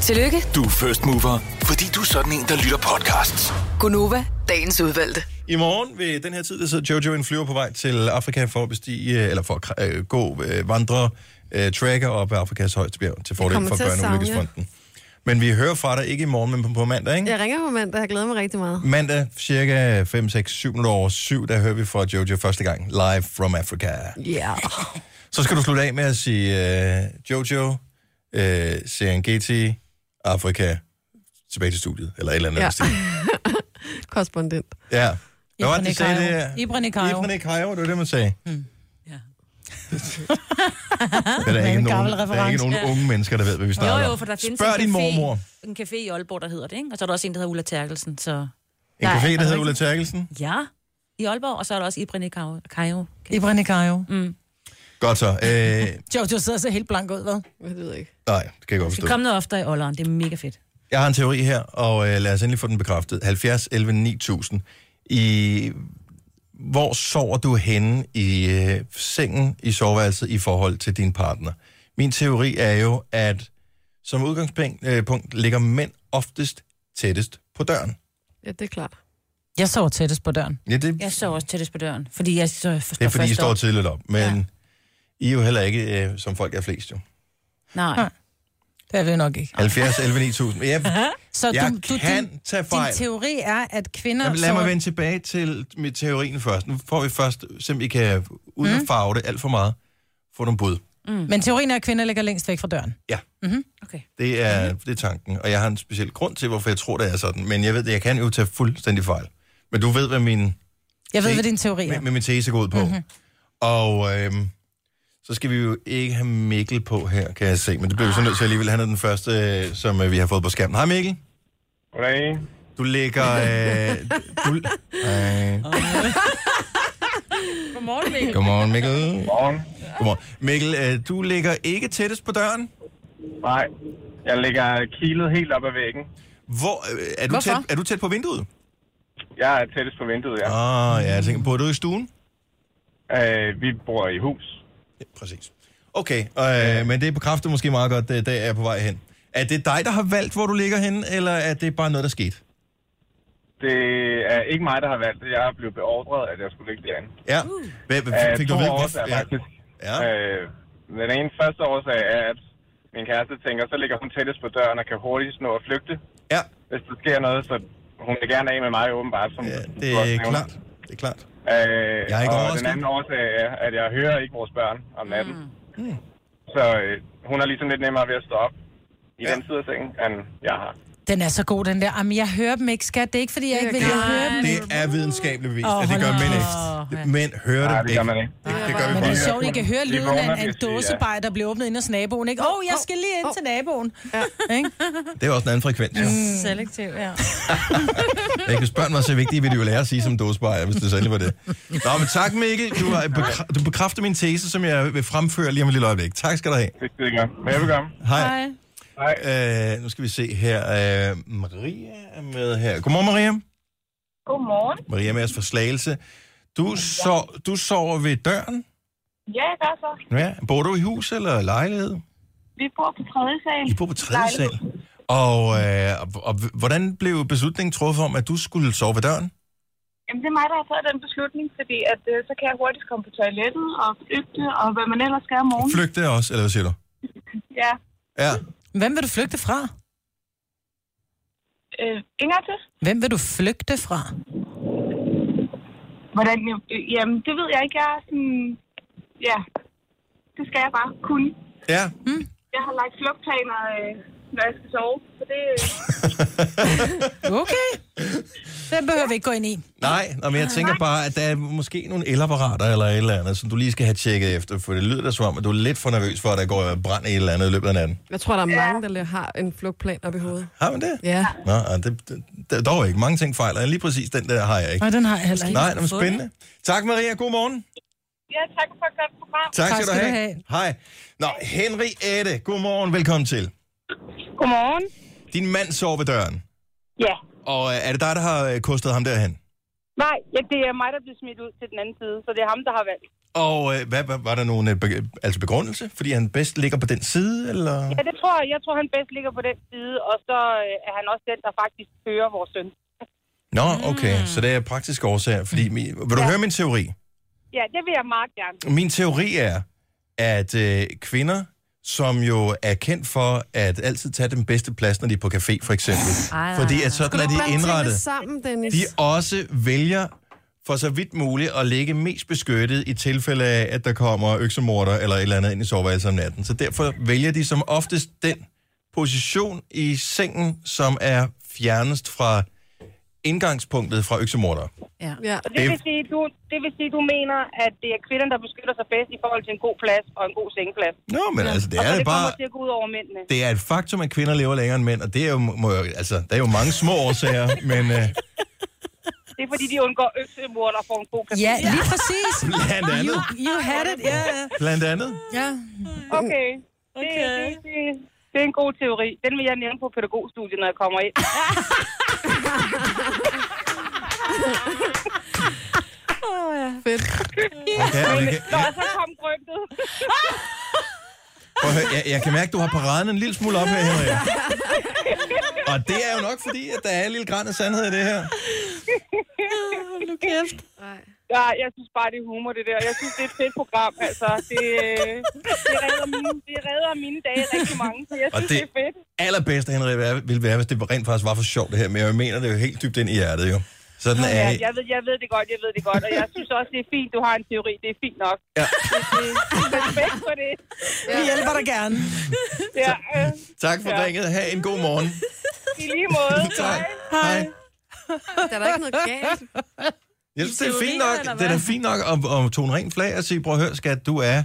Speaker 5: Tillykke,
Speaker 6: Du er first mover, fordi du er sådan en, der lytter podcasts.
Speaker 5: Gunova, dagens udvalgte.
Speaker 1: I morgen ved den her tid, der sidder Jojo i en flyver på vej til Afrika for at bestige, øh, eller for at kra- øh, gå, øh, vandre, øh, tracker op ad Afrikas højeste bjerg til fordel
Speaker 4: kommer
Speaker 1: for
Speaker 4: til at savne jer.
Speaker 1: Børneulykkesfonden. Men vi hører fra dig ikke i morgen, men på, på mandag, ikke?
Speaker 4: Jeg ringer på mandag. Jeg glæder mig rigtig meget.
Speaker 1: Mandag cirka 5, 6, 7 minutter over 7, der hører vi fra Jojo første gang, live from Africa.
Speaker 4: Ja.
Speaker 1: Så skal du slutte af med at sige, øh, Jojo, øh, Serengeti, Afrika, tilbage til studiet, eller et eller andet.
Speaker 4: Ja.
Speaker 1: Ja. Stil.
Speaker 4: (laughs) Korrespondent.
Speaker 1: ja. Hvad var det, de sagde det?
Speaker 2: Ibrahim Ibrahim
Speaker 1: Ibra Nikayo, det var det, man sagde.
Speaker 3: Ja.
Speaker 1: Det
Speaker 3: (laughs)
Speaker 1: er der ikke,
Speaker 2: en
Speaker 1: nogen,
Speaker 2: gammel
Speaker 1: der er ikke
Speaker 2: reference.
Speaker 1: nogen unge mennesker, der ved, hvad vi snakker
Speaker 3: Jo,
Speaker 1: om.
Speaker 3: jo, for der findes
Speaker 1: Spørg
Speaker 3: en
Speaker 1: din
Speaker 3: café.
Speaker 1: mormor.
Speaker 3: En café i Aalborg, der hedder det, ikke? Og så er der også en, der hedder Ulla Terkelsen, så...
Speaker 1: En
Speaker 3: Nej,
Speaker 1: café,
Speaker 3: er det
Speaker 1: der hedder Ulla
Speaker 3: rigtigt?
Speaker 1: Terkelsen.
Speaker 3: Ja, i Aalborg, og så er der også Ibrahim Kajo. Kajo.
Speaker 2: Ibrahim Nikayo. Mm.
Speaker 1: Godt så. Øh,
Speaker 2: Jojo sidder så helt blank ud, hvad?
Speaker 4: Jeg ved jeg ikke.
Speaker 1: nej, det kan jeg godt
Speaker 3: Så
Speaker 1: forstå.
Speaker 3: kom noget oftere i Aalborg, det er mega fedt.
Speaker 1: Jeg har en teori her, og øh, lad os endelig få den bekræftet. 70, 11, 9000. I, hvor sover du henne i øh, sengen i soveværelset i forhold til din partner? Min teori er jo, at som udgangspunkt øh, punkt, ligger mænd oftest tættest på døren.
Speaker 4: Ja, det er klart.
Speaker 2: Jeg sover tættest på døren.
Speaker 1: Ja, det,
Speaker 3: Jeg sover også tættest på døren, fordi jeg så forstår
Speaker 1: det er fordi, I
Speaker 3: først
Speaker 1: står
Speaker 3: op.
Speaker 1: tidligt op. Men ja.
Speaker 3: Ja.
Speaker 1: I er jo heller ikke, øh, som folk er flest jo.
Speaker 3: Nej,
Speaker 2: Nej. Det er vi nok ikke.
Speaker 1: 70, 11, 9000. Jeg,
Speaker 2: Så
Speaker 1: jeg
Speaker 2: du, du, din,
Speaker 1: kan tage fejl.
Speaker 2: din teori er, at kvinder
Speaker 1: Jamen, lad
Speaker 2: sover...
Speaker 1: mig vende tilbage til mit teorien først. Nu får vi først, selvom I kan, uden at farve det alt for meget, få nogle bud.
Speaker 2: Mm. Men teorien er, at kvinder ligger længst væk fra døren. Mm-hmm.
Speaker 3: okay.
Speaker 1: Det er, det er tanken, og jeg har en speciel grund til, hvorfor jeg tror, det er sådan. Men jeg ved det, jeg kan jo tage fuldstændig fejl. Men du ved, hvad min,
Speaker 2: Jeg ved,
Speaker 1: Se,
Speaker 2: hvad din teori
Speaker 1: med,
Speaker 2: er.
Speaker 1: med min tese går ud på. Mm-hmm. Og øhm, så skal vi jo ikke have Mikkel på her, kan jeg se. Men det bliver vi så nødt til alligevel. Han er den første, øh, som øh, vi har fået på skærmen. Hej Mikkel.
Speaker 8: Goddag.
Speaker 1: Du ligger... Øh, du, øh,
Speaker 3: Godmorgen, Mikkel.
Speaker 1: godmorgen Mikkel.
Speaker 8: Morgen.
Speaker 1: Godmorgen. Mikkel, øh, du ligger ikke tættest på døren.
Speaker 8: Nej, jeg ligger kilet helt op ad væggen.
Speaker 1: Hvor, øh, er, du
Speaker 2: Hvorfor?
Speaker 1: tæt, er du tæt på vinduet?
Speaker 8: Jeg er tættest på vinduet, ja.
Speaker 1: Ja. Ah, ja, jeg tænker, bor du i stuen?
Speaker 8: Øh, vi bor i hus.
Speaker 1: Ja, præcis. Okay, øh, men det bekræfter måske meget godt, det, der er jeg på vej hen. Er det dig, der har valgt, hvor du ligger henne, eller er det bare noget, der skete?
Speaker 8: Det er ikke mig, der har valgt det. Jeg er blevet beordret, at jeg skulle ligge derinde.
Speaker 1: Ja.
Speaker 2: Uh.
Speaker 1: Hvad,
Speaker 8: Af
Speaker 1: hvad, fik du
Speaker 8: to
Speaker 1: at vide,
Speaker 8: årsager,
Speaker 1: hvorfor?
Speaker 8: faktisk.
Speaker 1: Ja. ja.
Speaker 8: Øh, den ene første årsag er, at min kæreste tænker, så ligger hun tættest på døren og kan hurtigt nå at flygte,
Speaker 1: ja.
Speaker 8: hvis der sker noget, så hun vil gerne af med mig åbenbart. Som
Speaker 1: ja,
Speaker 8: du også
Speaker 1: det er
Speaker 8: nævnte.
Speaker 1: klart. Det er klart.
Speaker 8: Øh,
Speaker 1: Jeg er ikke
Speaker 8: og
Speaker 1: overrasket.
Speaker 8: den anden årsag er, at jeg hører ikke vores børn om natten. Mm. Så øh, hun er ligesom lidt nemmere ved at stå op i
Speaker 1: Ja.
Speaker 8: den side af sengen, end jeg har.
Speaker 2: Den er så god, den der. Jamen, jeg hører dem ikke, skat. Det er ikke, fordi jeg ikke vil jeg høre dem.
Speaker 1: Det er videnskabeligt bevist,
Speaker 2: Åh,
Speaker 1: at det gør
Speaker 2: hold
Speaker 1: mænd
Speaker 2: op.
Speaker 1: ikke. Mænd hører
Speaker 8: Nej,
Speaker 1: det
Speaker 8: det
Speaker 1: ikke.
Speaker 8: gør man ikke.
Speaker 1: Det, det gør vi
Speaker 2: Men det
Speaker 1: bare.
Speaker 2: er sjovt, I kan høre
Speaker 8: De
Speaker 2: lyden
Speaker 8: vågner,
Speaker 2: af en- af en
Speaker 8: hvis de er-
Speaker 2: dåsebej, der bliver åbnet ind hos naboen. Ikke? Åh, oh, jeg skal lige ind til naboen. Ikke? Mm.
Speaker 1: Det er også en anden frekvens. Ja.
Speaker 3: Selektiv, ja.
Speaker 1: Ja, Ikke, hvis børn var så vigtige, ville de jo lære at sige som dåsebejer, hvis det så endelig var det. Nå, men tak Mikkel. Du, har bekræ- du bekræfter min tese, som jeg vil fremføre lige om et lille øjeblik. Tak skal du have.
Speaker 8: Det er skide godt. Velbekomme.
Speaker 1: Hej.
Speaker 8: Hej.
Speaker 1: Øh, nu skal vi se her. Øh, Maria er med her. Godmorgen, Maria.
Speaker 7: Godmorgen.
Speaker 1: Maria er med os fra Slagelse. Du, so- du sover ved døren?
Speaker 7: Ja, jeg gør så.
Speaker 1: Ja. Bor du i hus eller lejlighed?
Speaker 7: Vi bor på tredje sal.
Speaker 1: I bor på tredje sal. Og, øh, og, og hvordan blev beslutningen truffet om, at du skulle sove ved døren?
Speaker 7: Jamen, det er mig, der har taget den beslutning, fordi at, øh, så kan jeg hurtigt komme på toilettet og flygte, og hvad man ellers skal om morgenen.
Speaker 1: Flygte også, eller hvad siger du?
Speaker 7: Ja.
Speaker 1: Ja.
Speaker 2: Hvem vil du flygte fra?
Speaker 7: Øh, en gang til?
Speaker 2: Hvem vil du flygte fra?
Speaker 7: Hvordan? øh, Jamen, det ved jeg ikke. Jeg er sådan... Ja, det skal jeg bare kunne.
Speaker 1: Ja.
Speaker 7: Jeg har lagt flugtplaner, øh, når jeg skal sove, så det... Øh,
Speaker 2: Okay. Den behøver vi ikke gå ind i.
Speaker 1: Nej, nå, men jeg tænker bare, at der er måske nogle elapparater eller et eller andet, som du lige skal have tjekket efter, for det lyder da som om, at du er lidt for nervøs for, at der går brand i et eller andet i løbet af natten.
Speaker 4: Jeg tror, der er mange, der lige har en flugtplan op i hovedet.
Speaker 1: Har man det?
Speaker 4: Ja.
Speaker 1: Nå, ja, det, det, det dog ikke. Mange ting fejler. Lige præcis den der har jeg ikke.
Speaker 2: Nej, den har jeg heller ikke.
Speaker 1: Nej, det er spændende. Tak, Maria. God morgen.
Speaker 7: ja, tak for et godt program.
Speaker 1: Tak, skal, du have. Hej. Nå, Henriette. God morgen. Velkommen til.
Speaker 7: Godmorgen.
Speaker 1: Din mand sover ved døren.
Speaker 7: Ja.
Speaker 1: Og øh, er det dig, der har øh, kostet ham derhen?
Speaker 7: Nej, ja, det er mig, der blev smidt ud til den anden side, så det er ham, der har valgt.
Speaker 1: Og øh, hvad, hvad, var der nogen øh, be, altså begrundelse? Fordi han bedst ligger på den side, eller?
Speaker 7: Ja, det tror jeg. Jeg tror, han bedst ligger på den side, og så øh, er han også den, der faktisk fører vores søn.
Speaker 1: Nå, okay. Så det er praktisk årsager. Fordi, min- vil du høre min teori?
Speaker 7: Ja, det vil jeg meget gerne.
Speaker 1: Min teori er, at øh, kvinder, som jo er kendt for at altid tage den bedste plads, når de er på café, for eksempel.
Speaker 3: Ej,
Speaker 1: Fordi at sådan er de indrettet.
Speaker 4: sammen, Dennis.
Speaker 1: De også vælger for så vidt muligt at ligge mest beskyttet i tilfælde af, at der kommer øksemorder eller et eller andet ind i soveværelset om natten. Så derfor vælger de som oftest den position i sengen, som er fjernest fra indgangspunktet fra øksemordere.
Speaker 3: Ja.
Speaker 4: Ja.
Speaker 7: Så det, vil sige, du, det vil sige, du mener, at det er kvinderne, der beskytter sig bedst i forhold til en god plads og en god sengeplads.
Speaker 1: Nå, men ja. altså, det
Speaker 7: og så
Speaker 1: er
Speaker 7: det
Speaker 1: det bare...
Speaker 7: kommer til at gå ud over mændene.
Speaker 1: Det er et faktum, at kvinder lever længere end mænd, og det er jo, må, jo- altså, der er jo mange små årsager, men øh,
Speaker 7: Det er fordi, de undgår øksemord og får en god plads.
Speaker 2: Ja, lige præcis.
Speaker 1: (laughs) blandt
Speaker 2: You,
Speaker 1: andet,
Speaker 2: you had it, ja. ja.
Speaker 1: blandt andet,
Speaker 2: ja.
Speaker 7: Okay. Det,
Speaker 3: Okay.
Speaker 7: det, det, det er en god teori. Den vil jeg nævne på pædagogstudiet, når jeg kommer ind.
Speaker 4: Fedt.
Speaker 1: okay, og det kan,
Speaker 7: Nå, så kom grøntet.
Speaker 2: (laughs)
Speaker 1: Prøv at høre, jeg, jeg kan mærke, at du har paraden en lille smule op her, Henrik. Og det er jo nok fordi, at der er en lille græn af sandhed i det her.
Speaker 3: Nu kæft.
Speaker 4: Nej.
Speaker 7: Ja, jeg synes bare, det er humor, det der. Jeg synes, det er et fedt program. Altså, det, øh, det, redder, mine, det redder mine dage rigtig mange, så jeg
Speaker 1: Og
Speaker 7: synes, det...
Speaker 1: det-
Speaker 7: det er fedt.
Speaker 1: Allerbedste, Henrik, vær- ville være, hvis det rent faktisk var for sjovt det her, men jeg mener det jo helt dybt ind i hjertet jo. Sådan
Speaker 7: Ja,
Speaker 1: er
Speaker 7: jeg ved, jeg ved det godt, jeg ved det godt. Og jeg synes også, det er fint, du har en teori. Det er fint nok.
Speaker 1: Ja.
Speaker 7: Det, det, respekt for det.
Speaker 2: Vi hjælper dig gerne.
Speaker 7: Ja, øh,
Speaker 1: Tak for
Speaker 7: Ja.
Speaker 1: ringet. Ha' en god morgen.
Speaker 7: I lige
Speaker 1: (laughs)
Speaker 7: måde.
Speaker 1: Tak. Hej.
Speaker 4: Der er da ikke noget galt.
Speaker 1: Jeg synes, det er fint
Speaker 3: Teorier, eller
Speaker 1: nok, det er da
Speaker 3: hvad?
Speaker 1: fint nok at, at tone rent flag og sige, prøv at høre, skat, du er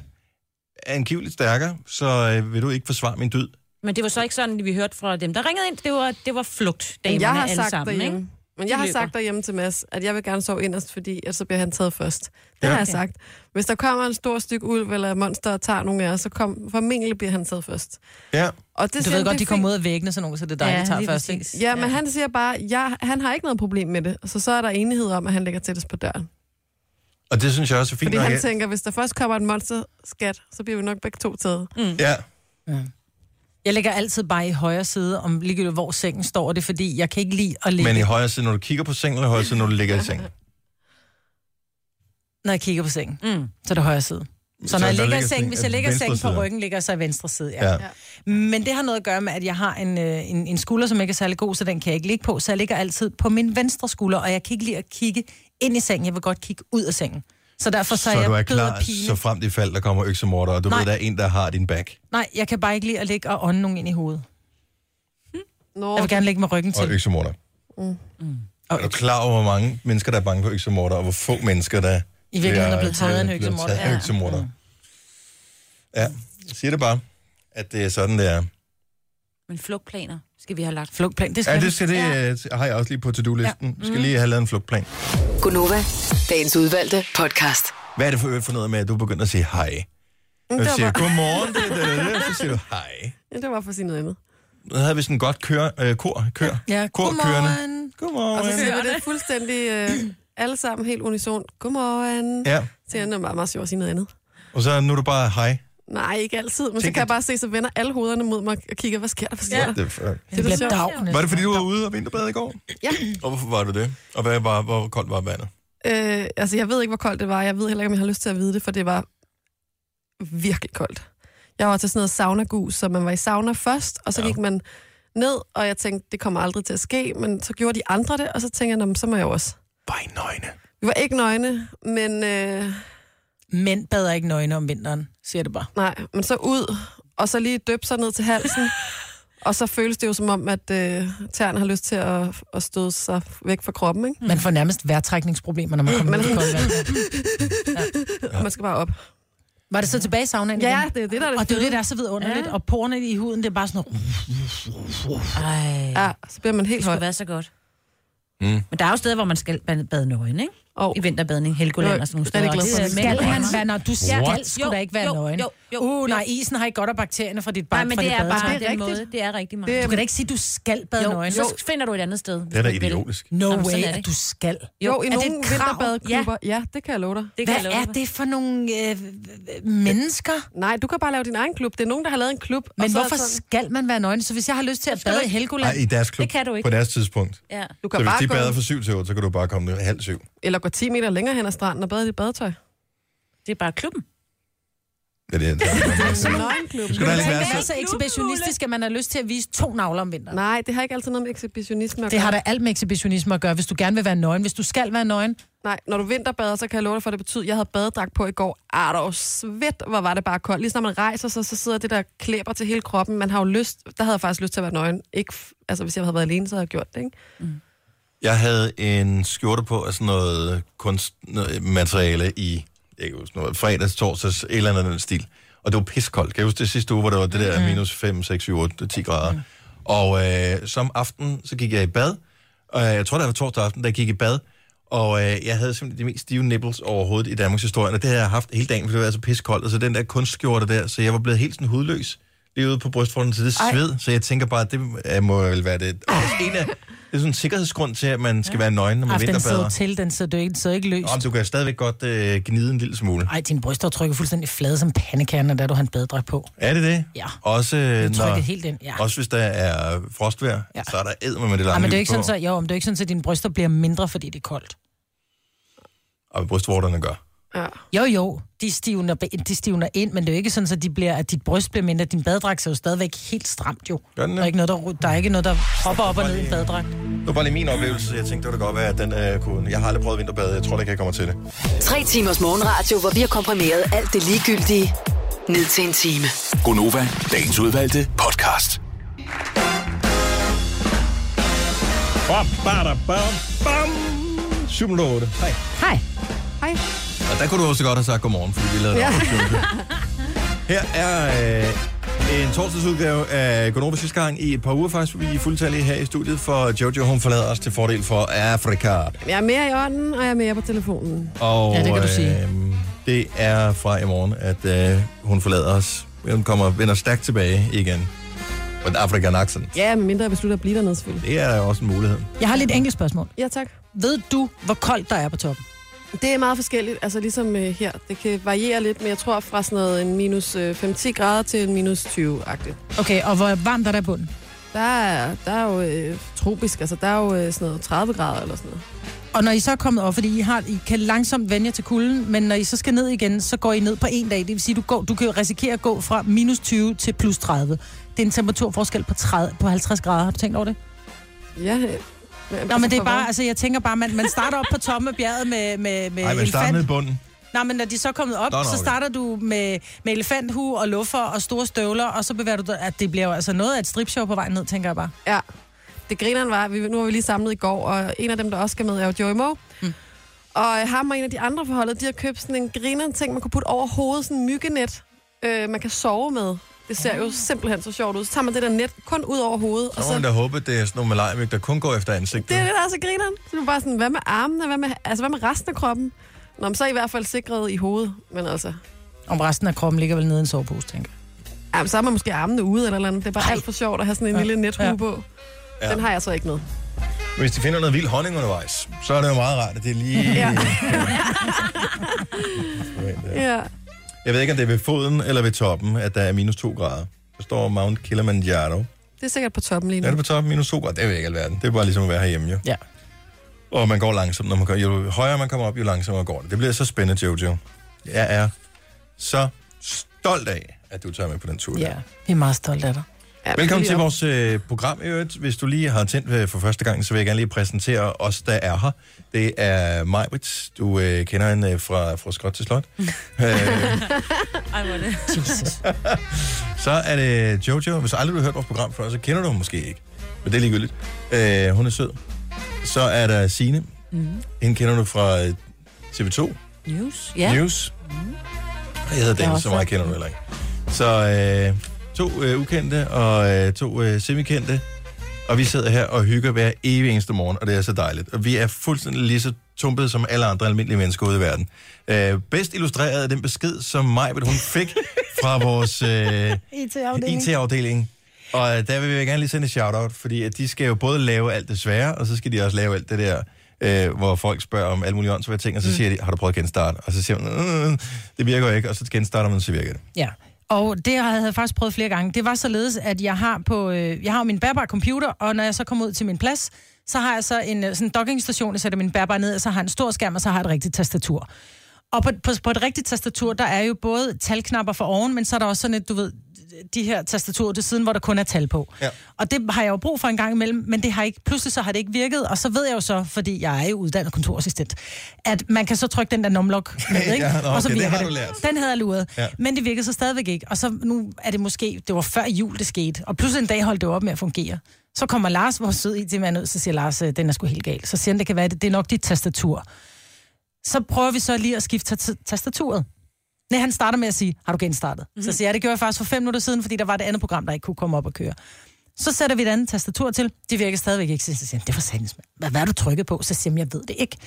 Speaker 1: angiveligt stærkere, så øh, vil du ikke forsvare min død.
Speaker 3: Men det var så ikke sådan, vi hørte fra dem, der ringede ind. Det var, det var flugt,
Speaker 4: Men
Speaker 3: damerne
Speaker 4: jeg har
Speaker 3: alle
Speaker 4: sagt
Speaker 3: sammen,
Speaker 4: derhjemme.
Speaker 3: ikke?
Speaker 4: Men jeg
Speaker 3: De
Speaker 4: har
Speaker 3: løber.
Speaker 4: sagt derhjemme til Mads, at jeg vil gerne sove inderst, fordi ellers så bliver han taget først. Det ja. har jeg sagt. Hvis der kommer en stor stykke ulv eller et monster og tager nogle af os, så kom, formentlig bliver han taget først.
Speaker 1: Ja.
Speaker 4: Og det
Speaker 2: Du
Speaker 4: siger
Speaker 2: ved
Speaker 4: han,
Speaker 2: godt,
Speaker 4: det
Speaker 2: de
Speaker 4: er
Speaker 2: kommer
Speaker 4: fint.
Speaker 2: ud af væggene, så nogen, så det er dig, ja,
Speaker 3: Ja,
Speaker 2: der tager
Speaker 3: lige
Speaker 2: først.
Speaker 3: præcis.
Speaker 2: ikke?
Speaker 4: Ja, men han siger bare, ja, han har ikke noget problem med det. Så så er der enighed om, at han ligger tættest på døren.
Speaker 1: Og det synes jeg også er fint
Speaker 4: Fordi
Speaker 1: nok.
Speaker 4: han
Speaker 1: ja.
Speaker 4: tænker, hvis der først kommer en monsterskat, så bliver vi nok begge to taget.
Speaker 1: Ja.
Speaker 2: Jeg ligger altid bare i højre side, om ligegyldigt hvor sengen står, og det er fordi, jeg kan ikke lide at ligge,
Speaker 1: Men i højre side, når du kigger på sengen, eller højre side, når du ligger i sengen.
Speaker 2: når jeg kigger på sengen.
Speaker 3: Mm.
Speaker 2: Så er det højre side. Så når
Speaker 1: der
Speaker 2: jeg ligger i
Speaker 1: ligger
Speaker 2: sengen,
Speaker 1: sådan
Speaker 2: hvis
Speaker 1: en
Speaker 2: jeg ligger i
Speaker 1: venstre
Speaker 2: sengen på
Speaker 1: side.
Speaker 2: ryggen, ligger jeg så i venstre side. Ja.
Speaker 1: Ja.
Speaker 4: Ja.
Speaker 2: Men det har noget at gøre med, at jeg har en, øh, en, en skulder, som ikke er særlig god, så den kan jeg ikke ligge på. Så jeg ligger altid på min venstre skulder, og jeg kan ikke lide at kigge ind i sengen. Jeg vil godt kigge ud af sengen. Så derfor så,
Speaker 1: så
Speaker 2: jeg
Speaker 1: du er
Speaker 2: død af
Speaker 1: klar,
Speaker 2: pine.
Speaker 1: så frem til fald, der kommer øksemorder, og du Nej.
Speaker 2: Nej.
Speaker 1: ved, der er en, der har din back.
Speaker 2: Nej, jeg kan bare ikke lide at ligge og ånde nogen ind i hovedet.
Speaker 4: Nå,
Speaker 2: Jeg vil gerne ligge med ryggen
Speaker 1: Og
Speaker 2: til.
Speaker 1: øksemorder. Mm. Er du klar over, hvor mange mennesker, der er bange for øksemorder, og hvor få mennesker, der
Speaker 2: I virkeligheden er blevet taget af en
Speaker 1: blevet
Speaker 2: øksemorder.
Speaker 1: taget af
Speaker 2: Ja.
Speaker 1: øksemorder? Ja, jeg siger det bare, at det er sådan, det er.
Speaker 3: Men flugtplaner skal vi have lagt.
Speaker 2: Flugtplan, det skal
Speaker 1: Ja,
Speaker 2: jeg.
Speaker 1: det, skal det øh, ja. har jeg også lige på to-do-listen. Ja. Mm. Skal
Speaker 2: Mhm.
Speaker 1: lige have lavet en flugtplan.
Speaker 5: Gunova, dagens udvalgte podcast.
Speaker 1: Hvad er det for øvrigt for noget med, at du begynder at sige hej? Og
Speaker 4: det
Speaker 1: jeg
Speaker 4: var
Speaker 1: siger,
Speaker 4: bare-
Speaker 1: godmorgen, det, det, det, det, så siger du hej.
Speaker 4: ja, det var for at sige noget andet.
Speaker 1: Så havde vi sådan en godt kør, øh, kor, kør,
Speaker 2: Ja,
Speaker 1: kor kørende.
Speaker 2: godmorgen.
Speaker 1: Godmorgen.
Speaker 4: Og så siger vi det fuldstændig øh, alle sammen helt unison. Godmorgen. Ja.
Speaker 1: Ja,
Speaker 4: Til han er meget, meget sjovt at sige noget andet.
Speaker 1: og så nu er du bare hej.
Speaker 4: Nej, ikke altid. Men så
Speaker 1: Tænk,
Speaker 4: kan jeg
Speaker 1: at-
Speaker 4: bare se, så vender alle hovederne mod mig og kigger, hvad sker der, hvad sker ja. der?
Speaker 1: Det er f-
Speaker 2: Det
Speaker 4: det
Speaker 2: bliver
Speaker 4: sjovt.
Speaker 2: dagen.
Speaker 1: var det fordi, du var ude og vinterbade i går?
Speaker 4: Ja.
Speaker 1: Og hvorfor var du det? Og hvad var, hvor koldt var vandet?
Speaker 4: Øh, altså, jeg ved ikke, hvor koldt det var. Jeg ved heller ikke, om jeg har lyst til at vide det, for det var virkelig koldt. Jeg var til sådan noget sauna-gus, så man var i sauna først, og så
Speaker 1: Ja.
Speaker 4: ja. gik man ned, og jeg tænkte, det kommer aldrig til at ske, men så gjorde de andre det, og så tænkte jeg, "Nå, men så må jeg jo også.
Speaker 1: Bare i nøgne.
Speaker 4: Vi var ikke nøgne, men, øh,
Speaker 2: Mænd bader ikke nøgne om vinteren, siger det bare.
Speaker 4: nej, men så ud, og så lige døb sig ned til halsen, og så føles det jo som om, at øh, tæerne har lyst til at, at støde sig væk fra kroppen, ikke?
Speaker 2: Man får nærmest vejrtrækningsproblemer, når man
Speaker 4: (laughs)
Speaker 2: kommer ud på koldt vand.
Speaker 4: Ja. Man skal bare op.
Speaker 2: altså. Var det så tilbage i saunaen
Speaker 4: Ja,
Speaker 2: igen?
Speaker 4: det er det, der er det
Speaker 2: Og det er jo det, der er så vidunderligt.
Speaker 3: Ja.
Speaker 2: Og porerne i huden, det er bare sådan noget...
Speaker 3: Ej,
Speaker 4: Ja, så bliver man
Speaker 3: det
Speaker 4: helt høj.
Speaker 3: skulle være så godt. Mm. Men der er jo steder, hvor man skal ba- bade nøgen, ikke?
Speaker 4: Og
Speaker 3: I vinterbadning, Helgoland og sådan nogle
Speaker 4: Jeg er
Speaker 3: steder.
Speaker 4: lidt glad for, at
Speaker 3: Og det er
Speaker 4: skal
Speaker 2: Skal
Speaker 3: mænd-
Speaker 2: han være, når du skal,
Speaker 1: What?
Speaker 2: skulle da ikke være
Speaker 3: Jo, jo,
Speaker 2: nøgen.
Speaker 3: jo, jo,
Speaker 2: uh,
Speaker 3: jo.
Speaker 2: nej, isen har ikke godt af bakterierne fra dit
Speaker 3: Nej,
Speaker 2: barn,
Speaker 3: men
Speaker 2: fra
Speaker 3: det
Speaker 2: dit
Speaker 3: er bare
Speaker 2: badetøj.
Speaker 4: Det er
Speaker 3: den
Speaker 4: rigtigt.
Speaker 3: måde. Det er rigtig meget.
Speaker 4: Det
Speaker 2: Du kan da ikke sige, du skal bade
Speaker 3: Jo,
Speaker 2: nøgen.
Speaker 3: så finder du et andet sted.
Speaker 1: Det er da idiotisk.
Speaker 2: No
Speaker 3: Jamen, sådan
Speaker 2: way,
Speaker 3: er det.
Speaker 2: at du skal.
Speaker 4: Jo, i
Speaker 2: Er det
Speaker 4: nogle
Speaker 2: et krav?
Speaker 4: vinterbadeklubber. Ja. ja, det kan jeg love dig.
Speaker 3: Det kan jeg
Speaker 2: Hvad
Speaker 3: love
Speaker 2: er
Speaker 3: dig.
Speaker 2: det for nogle øh, mennesker?
Speaker 4: Nej, du kan bare lave din egen klub. Det er nogen, der har lavet en klub.
Speaker 2: Men
Speaker 4: så er
Speaker 2: hvorfor
Speaker 4: det sådan-
Speaker 2: skal man være nøgen? Så hvis jeg har lyst til at bade i
Speaker 1: Nej,
Speaker 2: Helgoland...
Speaker 1: i deres klub.
Speaker 3: Det kan du ikke.
Speaker 1: På deres tidspunkt.
Speaker 3: Ja.
Speaker 4: Du
Speaker 1: Så
Speaker 4: kan
Speaker 1: hvis
Speaker 4: bare
Speaker 1: de
Speaker 4: gå,
Speaker 1: bader fra syv til otte, så kan du bare komme ned halv syv.
Speaker 4: eller gå 10 meter længere hen ad stranden og bade i dit badetøj.
Speaker 3: Det er bare klubben.
Speaker 1: Ja, det er det.
Speaker 4: Nøgenklub.
Speaker 1: Skulle der lige
Speaker 2: Man
Speaker 1: være
Speaker 2: er
Speaker 1: så...
Speaker 2: så ekshibitionistisk, at man har lyst til at vise to navler om vinteren.
Speaker 4: Nej, det har ikke altid noget med ekshibitionisme at
Speaker 2: Det har
Speaker 4: gøre.
Speaker 2: da alt med ekshibitionisme at gøre, hvis du gerne vil være nøgen. Hvis du skal være nøgen,
Speaker 4: Nej, når du vinterbader, så kan jeg love dig for, at det betyder, at jeg havde badedragt på i går. Ah, der var svedt, hvor var det bare koldt. Lige når man rejser sig, så sidder det der klæber til hele kroppen. Man har jo lyst, der havde jeg faktisk lyst til at være nøgen. Ikke, f- altså, hvis jeg havde været alene, så havde jeg gjort det, ikke?
Speaker 1: Jeg havde en skjorte på af sådan noget kunstmateriale i jeg kan huske, noget, fredags, torsdags, et eller andet af den stil. Og det var piskoldt. Kan jeg huske det sidste uge, hvor det var det der minus 5, 6, 7, 8, 10 grader. Og øh, som aften, så gik jeg i bad. Og øh, jeg tror, det var torsdag aften, da jeg gik i bad. Og øh, jeg havde simpelthen de mest stive nipples overhovedet i Danmarks historie, og det havde jeg haft hele dagen, for det var altså piskoldt. Og så den der kunstskjorte der, så jeg var blevet helt sådan hudløs lige ude på brystfronten, så det sved. Så jeg tænker bare, at det øh, må vel være det. Og det er en af, det er sådan en sikkerhedsgrund til, at man skal være nøgen, når man
Speaker 2: af den sidder
Speaker 1: vinterbader.
Speaker 2: til, den sidder, du ikke, den sidder ikke løst.
Speaker 1: Om du kan stadigvæk godt øh, gnide en lille smule.
Speaker 2: Ej, din brystaftryk er fuldstændig flade som pandekager, da du har en badedragt på.
Speaker 1: Er det det?
Speaker 2: Ja.
Speaker 1: Også, øh, når,
Speaker 2: Trykket helt ind, ja.
Speaker 1: også hvis der er frostvejr, ja.
Speaker 2: Ja.
Speaker 1: så er der edder med det lange
Speaker 2: Ej, Ah, men det er jo
Speaker 1: lys
Speaker 2: ikke sådan,
Speaker 1: på,
Speaker 2: så, jo, men det er jo ikke sådan, at dine bryster bliver mindre, fordi det er koldt.
Speaker 1: og brystvorterne gør.
Speaker 4: Ja.
Speaker 2: Jo, jo, de stivner, de stivner ind, men det er jo ikke sådan, at, de bliver, at dit bryst bliver mindre. Din badedragt ser jo stadigvæk helt stramt, jo.
Speaker 1: Gør den det?
Speaker 2: Der er ikke noget, der, der, er ikke noget, der hopper op og ned i en badedragt.
Speaker 1: Det var bare lige min oplevelse. Jeg tænkte, det kunne godt være, at den øh, kunne... Jeg har aldrig prøvet vinterbade. Jeg tror ikke, jeg kommer til det.
Speaker 5: Tre timers morgenradio, hvor vi har komprimeret alt det ligegyldige ned til en time.
Speaker 6: Gonova, dagens udvalgte podcast.
Speaker 1: Bam, bada, bam, bam. 7 minutter 8. Hej.
Speaker 2: Hej.
Speaker 1: Og der kunne du også godt have sagt godmorgen, fordi vi lavede ja. Her er øh, en torsdagsudgave af Gonova sidste gang i et par uger faktisk. Vi er fuldtallige her i studiet, for Jojo hun forlader os til fordel for Afrika.
Speaker 4: Jeg er mere i ånden, og jeg er mere på telefonen.
Speaker 1: Og,
Speaker 2: Ja, det kan du sige.
Speaker 1: Øh, det er fra i morgen, at øh, hun forlader os. Hun kommer vender stærkt tilbage igen. Med African accent.
Speaker 4: Ja, men mindre jeg beslutter at blive dernede, selvfølgelig.
Speaker 1: Det er også en mulighed.
Speaker 2: Jeg har lidt enkelt spørgsmål.
Speaker 4: Ja, tak.
Speaker 2: Ved du, hvor koldt der er på toppen?
Speaker 4: Det er meget forskelligt, altså ligesom øh, her. Det kan variere lidt, men jeg tror fra sådan noget en minus øh, 5-10 grader til en minus 20-agtigt.
Speaker 2: Okay, og hvor varmt er der i bunden?
Speaker 4: Der er, der er jo øh, tropisk, altså der er jo øh, sådan noget 30 grader eller sådan noget.
Speaker 2: Og når I så er kommet op, fordi I, har, I kan langsomt vende jer til kulden, men når I så skal ned igen, så går I ned på en dag. Det vil sige, du, går, du kan jo risikere at gå fra minus 20 til plus 30. Det er en temperaturforskel på, 30, på 50 grader. Har du tænkt over det?
Speaker 4: Ja, øh,
Speaker 2: Nå,
Speaker 4: altså,
Speaker 2: men det er
Speaker 4: for
Speaker 2: bare,
Speaker 4: hvad?
Speaker 2: altså jeg tænker bare, man, man starter op på tomme bjerget med, med, med
Speaker 1: Nej, men start nede i bunden.
Speaker 2: Nej, men når de så er kommet op,
Speaker 1: Nå, nå,
Speaker 2: så
Speaker 1: okay.
Speaker 2: starter du med, med elefanthue og luffer og store støvler, og så bevæger du dig, at det bliver jo altså noget af et stripshow på vej ned, tænker jeg bare.
Speaker 4: Ja. Det grineren var, vi, nu var vi lige samlet i går, og en af dem, der også skal med, er jo Joey Moe. Mm. Og øh, ham og en af de andre forholdet, de har købt sådan en grineren ting, man kunne putte over hovedet, sådan en myggenet, øh, man kan sove med. Det ser jo simpelthen så sjovt ud. Så tager man det der net kun ud over hovedet, og
Speaker 1: Så må
Speaker 4: så...
Speaker 1: man da håbe, at det er sådan nogle malajmyg, der kun går efter ansigtet.
Speaker 4: Det er det, der er så grineren. Så du er bare sådan, hvad med armene? Hvad med, altså, hvad med resten af kroppen? Nå, men så er I, i hvert fald sikret i hovedet. Men altså,
Speaker 2: Om resten af kroppen ligger vel nede i en sovepose, tænker jeg.
Speaker 4: jamen, så har man måske armene ude eller noget. Det er bare alt for sjovt at have sådan en
Speaker 2: Ja.
Speaker 4: lille nethue
Speaker 2: Ja.
Speaker 4: på.
Speaker 1: Ja.
Speaker 4: Den har jeg så ikke med.
Speaker 1: Men Hvis de finder noget vild honning undervejs, så er det jo meget rart, at det er lige...
Speaker 4: Ja.
Speaker 1: Ja.
Speaker 4: Ja.
Speaker 1: Jeg ved ikke, om det er ved foden eller ved toppen, at der er minus 2 grader. Der står Mount Kilimanjaro.
Speaker 4: Det er sikkert på toppen lige nu.
Speaker 1: Er det på toppen minus 2 grader? Det er jo ikke alverden. Det er bare ligesom at være herhjemme, jo.
Speaker 2: Ja.
Speaker 1: Og man går langsomt, når man går. Jo højere man kommer op, jo langsommere går det. Det bliver så spændende, Jojo. Jeg er så stolt af, at du tager med på den tur. der.
Speaker 2: Ja, vi er meget stolte af dig.
Speaker 4: Ja,
Speaker 1: Velkommen
Speaker 4: lige
Speaker 1: til
Speaker 4: op.
Speaker 1: vores øh, program, i øvrigt. Hvis du lige har tændt øh, for første gang, så vil jeg gerne lige præsentere os, der er her. Det er Majbrit. Du øh, kender hende øh, fra, fra
Speaker 2: (laughs)
Speaker 1: Skot til Slot.
Speaker 3: (laughs)
Speaker 1: øh,
Speaker 3: Ej, hvor er det.
Speaker 1: (laughs)
Speaker 2: Jesus.
Speaker 1: Så er det Jojo. Hvis aldrig du har hørt vores program før, så kender du ham måske ikke. Men det er ligegyldigt. Øh, hun er sød. Så er der Sine. Mm. Hende kender du fra øh, TV2
Speaker 3: News.
Speaker 1: ja.
Speaker 3: Ja.
Speaker 1: News. Og jeg hedder Daniel,
Speaker 3: også
Speaker 1: så meget
Speaker 3: sagt.
Speaker 1: kender du heller ikke. Så øh, to øh, ukendte og øh, to øh, semikendte. Og vi sidder her og hygger hver evig eneste morgen, og det er så dejligt. Og vi er fuldstændig lige så tumpede som alle andre almindelige mennesker ude i verden. Øh, bedst illustreret er den besked, som Majbet hun
Speaker 3: (laughs)
Speaker 1: fik fra vores øh,
Speaker 2: IT-afdeling.
Speaker 1: IT-afdeling. Og øh, der vil jeg gerne lige sende en shout-out, fordi at de skal jo både lave alt det svære, og så skal de også lave alt det der, øh, hvor folk spørger om alle mulige åndssvage ting, og
Speaker 2: Mm.
Speaker 1: så siger de, har du prøvet at genstarte? Og så siger man, øh, det virker jo ikke, og så genstarter man, så virker det.
Speaker 2: Ja. Og det jeg havde jeg faktisk prøvet flere gange. Det var således, at jeg har på, øh, jeg har jo min bærbare computer, og når jeg så kommer ud til min plads, så har jeg så en øh, sådan en dockingstation, jeg sætter min bærbare ned, og så har jeg en stor skærm, og så har jeg et rigtigt tastatur. Og på, på, på et rigtigt tastatur, der er jo både talknapper for oven, men så er der også sådan et, du ved, de her tastaturer til siden, hvor der kun er tal på.
Speaker 1: Ja.
Speaker 2: Og det har jeg jo brug for en gang imellem, men det har ikke, pludselig så har det ikke virket, og så ved jeg jo så, fordi jeg er jo uddannet kontorassistent, at man kan så trykke den der numlock med, ikke?
Speaker 1: (laughs) Ja, nå,
Speaker 2: og så
Speaker 1: okay, det
Speaker 2: virker
Speaker 1: har du lært.
Speaker 2: Den havde jeg luret,
Speaker 1: Ja.
Speaker 2: ja. men det virkede så stadigvæk ikke. Og så nu er det måske, det var før jul, det skete, og pludselig en dag holdt det op med at fungere. Så kommer Lars, vores søde IT-mand, ud, så siger Lars, øh, den er sgu helt gal. Så siger han, det kan være, det, det er nok dit tastatur. Så prøver vi så lige at skifte ta- tastaturet. Nej, han starter med at sige, har du genstartet? Mm-hmm. Så siger jeg, det gjorde jeg faktisk for fem minutter siden, fordi der var det andet program, der ikke kunne komme op og køre. Så sætter vi et andet tastatur til. Det virker stadigvæk ikke. Så siger han, det var sandt. Hvad, hvad er du trykket på? Så siger han, jeg ved det ikke.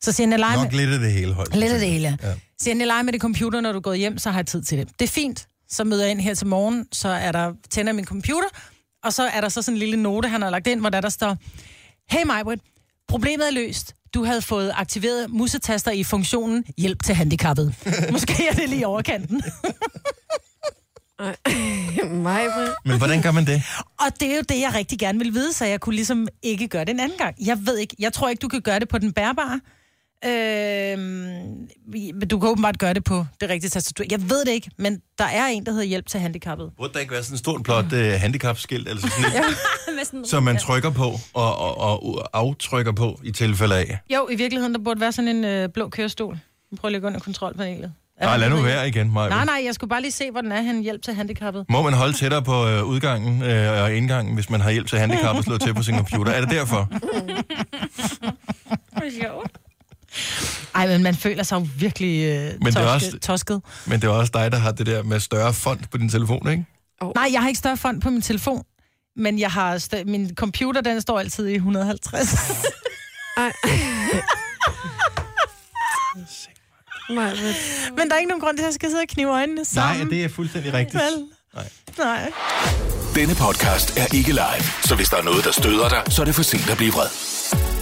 Speaker 2: Så siger han, jeg leger med...
Speaker 1: Nok lidt af det hele højt.
Speaker 2: Lidt af det hele. Ja. Siger han, jeg leger med det computer, når du er gået hjem, så har jeg tid til det. Det er fint. Så møder jeg ind her til morgen, så er der, tænder jeg min computer, og så er der så sådan en lille note, han har lagt ind, hvor der, der står, Hey Majbrit, problemet er løst. Du havde fået aktiveret musetaster i funktionen hjælp til handicappede. Måske er det lige i overkanten.
Speaker 4: Mig,
Speaker 1: Men hvordan gør man (laughs) det?
Speaker 2: Og det er jo det, jeg rigtig gerne vil vide, så jeg kunne ligesom ikke gøre det en anden gang. Jeg ved ikke, jeg tror ikke, du kan gøre det på den bærbare. Øhm, men du kan åbenbart gøre det på det rigtige tastatur. Jeg ved det ikke, men der er en, der hedder hjælp til handicappede.
Speaker 1: Burde der ikke være sådan en stor plot uh, handicapskilt, eller
Speaker 2: (laughs)
Speaker 1: sådan et,
Speaker 3: Med sådan,
Speaker 1: som man trykker på og, og, og aftrykker på i tilfælde af?
Speaker 2: Jo, i virkeligheden, der burde være sådan en øh, blå kørestol. Prøv lige at gå under kontrolpanelet. Er
Speaker 1: Nej,
Speaker 2: der
Speaker 1: lad nu
Speaker 2: noget?
Speaker 1: være igen, Maja.
Speaker 2: Nej, nej, jeg skulle bare lige se, hvor den er, han hjælp til
Speaker 3: (laughs)
Speaker 2: handicappede.
Speaker 1: Må man holde tættere på øh, udgangen øh, og indgangen, hvis man har hjælp til handicap og slå til på sin computer? Er det
Speaker 2: (laughs)
Speaker 1: derfor?
Speaker 2: Ej, men man føler sig jo virkelig øh,
Speaker 1: det er
Speaker 2: toske,
Speaker 1: også-
Speaker 2: også... tosket.
Speaker 1: Men det er også dig, der har det der med større font på din telefon, ikke?
Speaker 2: Nej, jeg har ikke større fond på min telefon, men jeg har stø- min computer, den står altid i 150.
Speaker 4: mig,
Speaker 2: men der er ikke nogen grund til, at jeg skal sidde og knive øjnene sammen.
Speaker 1: det er fuldstændig rigtigt.
Speaker 2: Vel?
Speaker 1: Nej.
Speaker 2: Nej.
Speaker 6: Denne podcast er ikke live, så hvis der er noget, der støder dig, så er det for sent at blive vred.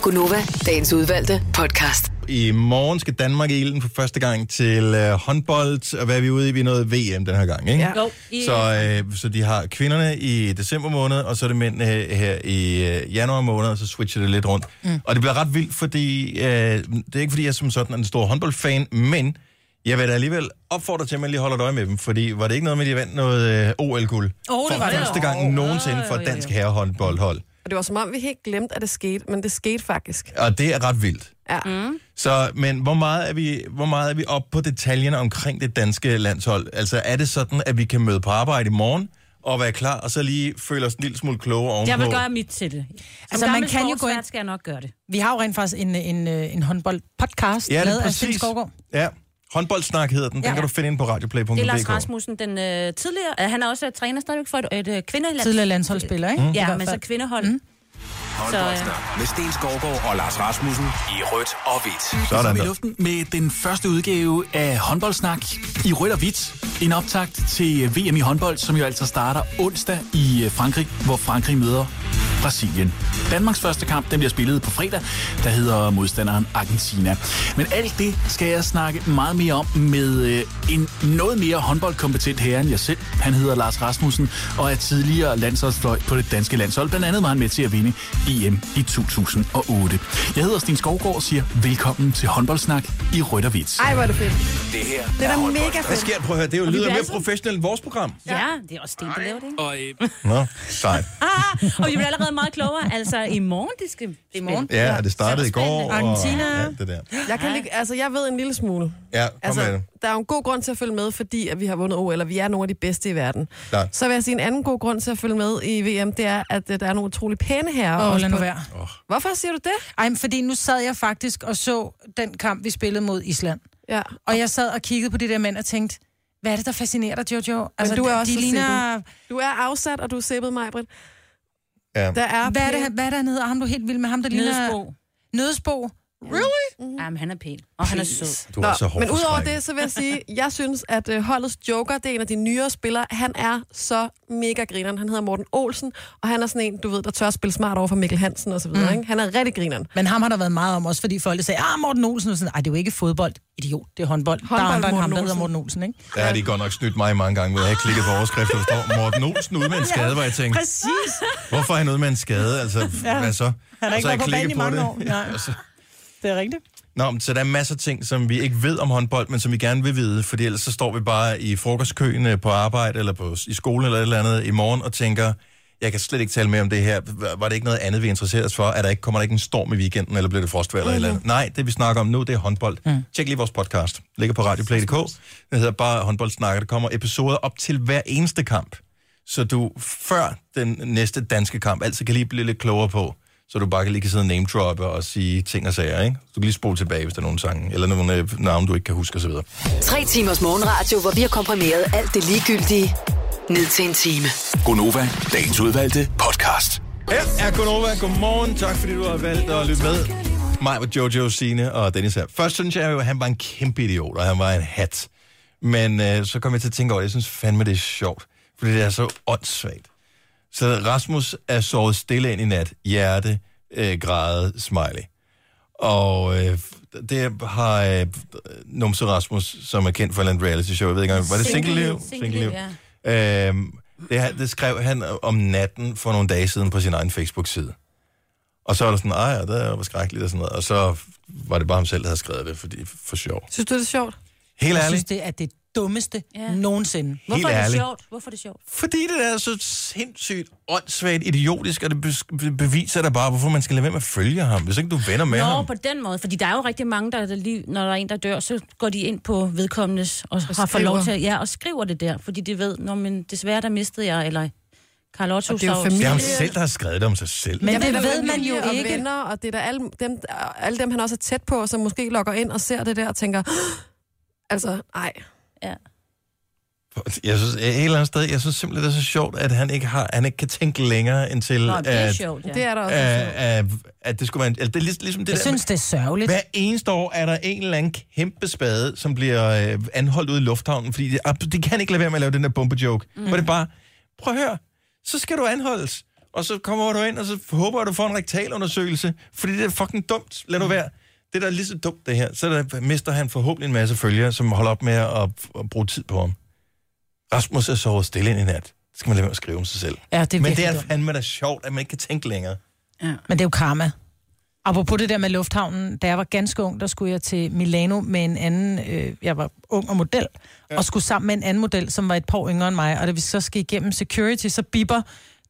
Speaker 5: Gunova, dagens udvalgte podcast.
Speaker 1: I morgen skal Danmark i ilden for første gang til øh, håndbold, og hvad er vi ude i? Vi er noget VM den her gang, ikke?
Speaker 4: Ja.
Speaker 3: Jo, i,
Speaker 1: Så, øh, så de har kvinderne i december måned, og så er det mænd øh, her i øh, januar måned, og så switcher det lidt rundt. Mm. Og det bliver ret vildt, fordi øh, det er ikke fordi, jeg som sådan er en stor håndboldfan, men jeg vil da alligevel opfordre til, at man lige holder et øje med dem, fordi var det ikke noget med, at de vandt noget øh, OL-guld
Speaker 3: Åh, det
Speaker 1: for
Speaker 3: var det.
Speaker 1: første
Speaker 3: Åh,
Speaker 1: gang
Speaker 3: åh,
Speaker 1: nogensinde for
Speaker 3: jo,
Speaker 1: et
Speaker 3: jo,
Speaker 1: dansk
Speaker 3: jo.
Speaker 1: herrehåndboldhold.
Speaker 4: Og det var som om, vi helt glemte, at det skete, men det skete faktisk.
Speaker 1: Og det er ret vildt.
Speaker 4: Ja.
Speaker 2: Mm.
Speaker 1: Så, men hvor meget, er vi, hvor meget er vi oppe på detaljerne omkring det danske landshold? Altså er det sådan, at vi kan møde på arbejde i morgen og være klar, og så lige føle os en lille smule klogere ovenpå?
Speaker 3: jeg vil gøre mit til det. Som
Speaker 2: Altså, man
Speaker 3: gammel
Speaker 2: kan jo gå
Speaker 3: sportsvært
Speaker 2: ind-
Speaker 3: skal jeg nok gøre det.
Speaker 2: Vi har jo rent faktisk en, en, øh, en håndboldpodcast
Speaker 1: Ja, det
Speaker 2: med
Speaker 1: er
Speaker 2: Sten
Speaker 1: præcis.
Speaker 2: Skovgaard.
Speaker 1: Ja, håndboldsnak hedder den. Den ja.
Speaker 2: Ja.
Speaker 1: kan du finde ind på radioplay.dk.
Speaker 3: Det er Lars Rasmussen, den øh, tidligere. Øh, han er også øh, træner stadigvæk for et, et øh, kvindeland.
Speaker 2: Tidligere landsholdsspiller, ikke? I
Speaker 3: Ja,
Speaker 2: hvert
Speaker 3: men så
Speaker 2: fald.
Speaker 3: kvindehold. Mm. Så, ja.
Speaker 6: Håndboldsnak med Sten Skovgaard og Lars Rasmussen i rødt og hvidt.
Speaker 1: Sådan
Speaker 9: Sådan i
Speaker 1: der.
Speaker 9: luften med den første udgave af Håndboldsnak i rødt og hvidt. En optakt til VM i håndbold, som jo altså starter onsdag i øh, Frankrig, hvor Frankrig møder Brasilien. Danmarks første kamp, den bliver spillet på fredag, der hedder modstanderen Argentina. Men alt det skal jeg snakke meget mere om med øh, en noget mere håndboldkompetent herre end jeg selv. Han hedder Lars Rasmussen og er tidligere landsholdsfløj på det danske landshold. Blandt andet var han med til at vinde EM i 2008. Jeg hedder Sten Skovgaard og siger velkommen til håndboldsnak i Rødt og Hvidt.
Speaker 4: Ej, hvor er det fedt.
Speaker 6: Det her
Speaker 4: Det er da mega
Speaker 1: Hvad
Speaker 4: fedt.
Speaker 1: sker der? Prøv at høre, det er jo lyder
Speaker 3: bliver
Speaker 1: mere
Speaker 3: altså-
Speaker 1: professionelt end vores program.
Speaker 3: ja, det er også Sten, der laver det, ikke?
Speaker 9: Og øh,
Speaker 1: Nå, sejt.
Speaker 3: Ah, og vi bliver allerede meget klogere. Altså, i morgen, det skal... Det er i morgen.
Speaker 1: Ja, og det startede i går. Og,
Speaker 2: Argentina.
Speaker 1: ja, det der.
Speaker 4: Jeg, kan lige, altså, jeg ved en lille smule.
Speaker 1: Ja, kom altså, med
Speaker 4: Altså,
Speaker 1: det.
Speaker 4: der er jo en god grund til at følge med, fordi at vi har vundet OL, eller vi er nogle af de bedste i verden.
Speaker 1: Klar.
Speaker 4: Så vil jeg sige, en anden god grund til at følge med i VM, det er, at øh, der er nogle utrolig pæne herrer.
Speaker 2: Åh,
Speaker 4: også
Speaker 2: lad nu
Speaker 4: på-
Speaker 2: være.
Speaker 4: Hvorfor siger du det?
Speaker 2: Ej, men fordi nu sad jeg faktisk og så den kamp, vi spillede mod Island.
Speaker 4: Ja.
Speaker 2: Og jeg sad og kiggede på de der mænd og tænkte, hvad er det, der fascinerer dig, Jojo? Altså,
Speaker 4: du er
Speaker 2: de-
Speaker 4: også
Speaker 2: de
Speaker 4: så
Speaker 2: ligner...
Speaker 4: Du er afsat, og du er sæbet, Majbrit.
Speaker 1: Ja.
Speaker 4: Der er
Speaker 2: Hvad er det,
Speaker 4: pæne-
Speaker 2: han- hvad er det, han hedder? Ham, du er helt vild med ham, der ligner...
Speaker 3: Nødsbo.
Speaker 2: Nødsbo. Really?
Speaker 3: Jamen, han er pæn. Og han er sød.
Speaker 1: Du er så hård
Speaker 4: men
Speaker 1: for
Speaker 4: udover
Speaker 1: skrækken.
Speaker 4: det, så vil jeg sige, jeg synes, at øh, holdets joker, det er en af de nyere spillere. Han er så mega grineren. Han hedder Morten Olsen, og han er sådan en, du ved, der tør at spille smart over for Mikkel Hansen og så videre. Mm. Ikke? Han er rigtig grineren.
Speaker 2: Men ham har der været meget om, også fordi folk sagde, ah, Morten Olsen, og sådan, Ej, det er jo ikke fodbold, idiot, det er håndbold. håndbold der er
Speaker 4: Håndbold,
Speaker 2: andre end ham,
Speaker 4: Morten
Speaker 2: der hedder
Speaker 4: Olsen.
Speaker 2: Morten Olsen, ikke?
Speaker 1: Der har de godt nok snydt mig mange gange, hvor jeg har klikket på overskrifter, der står Morten Olsen ude med en skade, hvor jeg tænkte,
Speaker 2: Præcis. (laughs)
Speaker 1: hvorfor er han ude med en skade? Altså, hvad så?
Speaker 2: Han
Speaker 1: Og
Speaker 2: har
Speaker 1: så
Speaker 2: ikke
Speaker 1: jeg
Speaker 2: været på
Speaker 1: klikker
Speaker 2: banen i mange år. Nej,
Speaker 1: Og så-
Speaker 2: det er rigtigt.
Speaker 1: Nå, men så der er masser af ting, som vi ikke ved om håndbold, men som vi gerne vil vide, fordi ellers så står vi bare i frokostkøen øh, på arbejde eller på, i skole eller et eller andet i morgen og tænker, jeg kan slet ikke tale mere om det her. Var- Var det ikke noget andet, vi interesserede os for? Er der ikke, kommer der ikke en storm i weekenden, eller bliver det frostvejr eller et eller andet?
Speaker 2: Mhm.
Speaker 1: Nej, det vi snakker om nu, det er håndbold. Mm. Tjek lige vores podcast. Ligger på radioplay.dk. Den hedder bare håndboldsnakker. Der kommer episoder op til hver eneste kamp. Så du før den næste danske kamp altid kan lige blive lidt klogere på. Så du bare kan lige kan sidde og name droppe og sige ting og sager, ikke? Du kan lige spole tilbage, hvis der er nogle sange, eller nogle øh, navne, du ikke kan huske osv.
Speaker 5: Tre timers morgenradio, hvor vi har komprimeret alt det ligegyldige ned til en time.
Speaker 6: Gonova, dagens udvalgte podcast.
Speaker 1: Her er Gunova. Godmorgen. Tak fordi du har valgt at lytte med. Mig var Jojo, Sine og Dennis her. Først synes jeg jo, at han var en kæmpe idiot, og han var en hat. Men øh, så kom jeg til at tænke over, det. jeg synes fandme, det er sjovt. Fordi det er så åndssvagt. Så Rasmus er sovet stille ind i nat. Hjerte, øh, græde, smiley. Og øh, det har øh, Numse Rasmus, som er kendt for et eller andet reality show. Jeg ved ikke, engang, var det Single Liv?
Speaker 3: Single Liv, ja.
Speaker 1: Øhm, det, her- det skrev han om natten for nogle dage siden på sin egen Facebook-side. Og så var der sådan, ej, ja, det var skrækkeligt og sådan noget. Og så var det bare ham selv, der havde skrevet det, fordi for sjov.
Speaker 4: Synes du, det er sjovt?
Speaker 1: Helt
Speaker 2: Jeg synes,
Speaker 1: ærligt,
Speaker 2: det er det dummeste
Speaker 3: Ja.
Speaker 2: ja. nogensinde.
Speaker 3: Hvorfor
Speaker 1: Helt
Speaker 3: er det
Speaker 1: ærligt.
Speaker 3: sjovt? Hvorfor er det sjovt?
Speaker 1: fordi det er så sindssygt åndssvagt idiotisk, og det be- beviser da bare, hvorfor man skal lade være med at følge ham, hvis ikke du venner med
Speaker 3: Nå,
Speaker 1: ham.
Speaker 3: på den måde. Fordi der er jo rigtig mange, der, der lige, når der er en, der dør, så går de ind på vedkommendes og, og har fået lov
Speaker 4: skriver.
Speaker 3: til ja, og skriver det der. Fordi de ved, når men desværre, der mistede jeg, eller Carl Otto
Speaker 4: Og det er jo
Speaker 3: Saus."
Speaker 1: Det er
Speaker 4: familie.
Speaker 1: ham selv, der har skrevet det om sig selv.
Speaker 2: Men
Speaker 4: Jeg
Speaker 2: det
Speaker 4: der
Speaker 2: ved
Speaker 4: er
Speaker 2: man jo
Speaker 4: familie Og
Speaker 2: ikke.
Speaker 4: venner, og det er der alle dem, alle dem, han også er tæt på, som måske logger ind og ser det der og tænker, (gasps) altså, nej.
Speaker 1: Jeg synes, et eller andet sted, jeg synes simpelthen, det er så sjovt, at han ikke, har, han ikke kan tænke længere end til,
Speaker 3: Nå, det er
Speaker 1: at,
Speaker 3: sjovt, ja.
Speaker 4: Det er der også. sjovt.
Speaker 1: at, at, at det skulle være en, eller det er lig- ligesom det
Speaker 2: Jeg
Speaker 1: der
Speaker 2: synes, det er sørgeligt.
Speaker 1: Hver eneste år er der en eller anden kæmpe spade, som bliver øh, anholdt ude i lufthavnen, fordi de, ab- de kan ikke lade være med at lave den der bombejoke. Mm. Hvor det er bare, prøv at høre, så skal du anholdes. Og så kommer du ind, og så håber jeg, du får en rektalundersøgelse, fordi det er fucking dumt. Lad du være. Det der er lige så dumt, det her. Så der mister han forhåbentlig en masse følgere, som holder op med at, at bruge tid på ham. Rasmus er sovet stille ind i nat. Det skal man lade være med at skrive om sig selv.
Speaker 2: Ja, det er
Speaker 1: Men
Speaker 2: Men,
Speaker 1: det er
Speaker 2: dumt.
Speaker 1: fandme da sjovt, at man ikke kan tænke længere.
Speaker 2: Men det er jo karma. Apropos det der med lufthavnen, da jeg var ganske ung, der skulle jeg til Milano med en anden, øh, jeg var ung og model, ja. og skulle sammen med en anden model, som var et par år yngre end mig, og da vi så skal igennem security, så bipper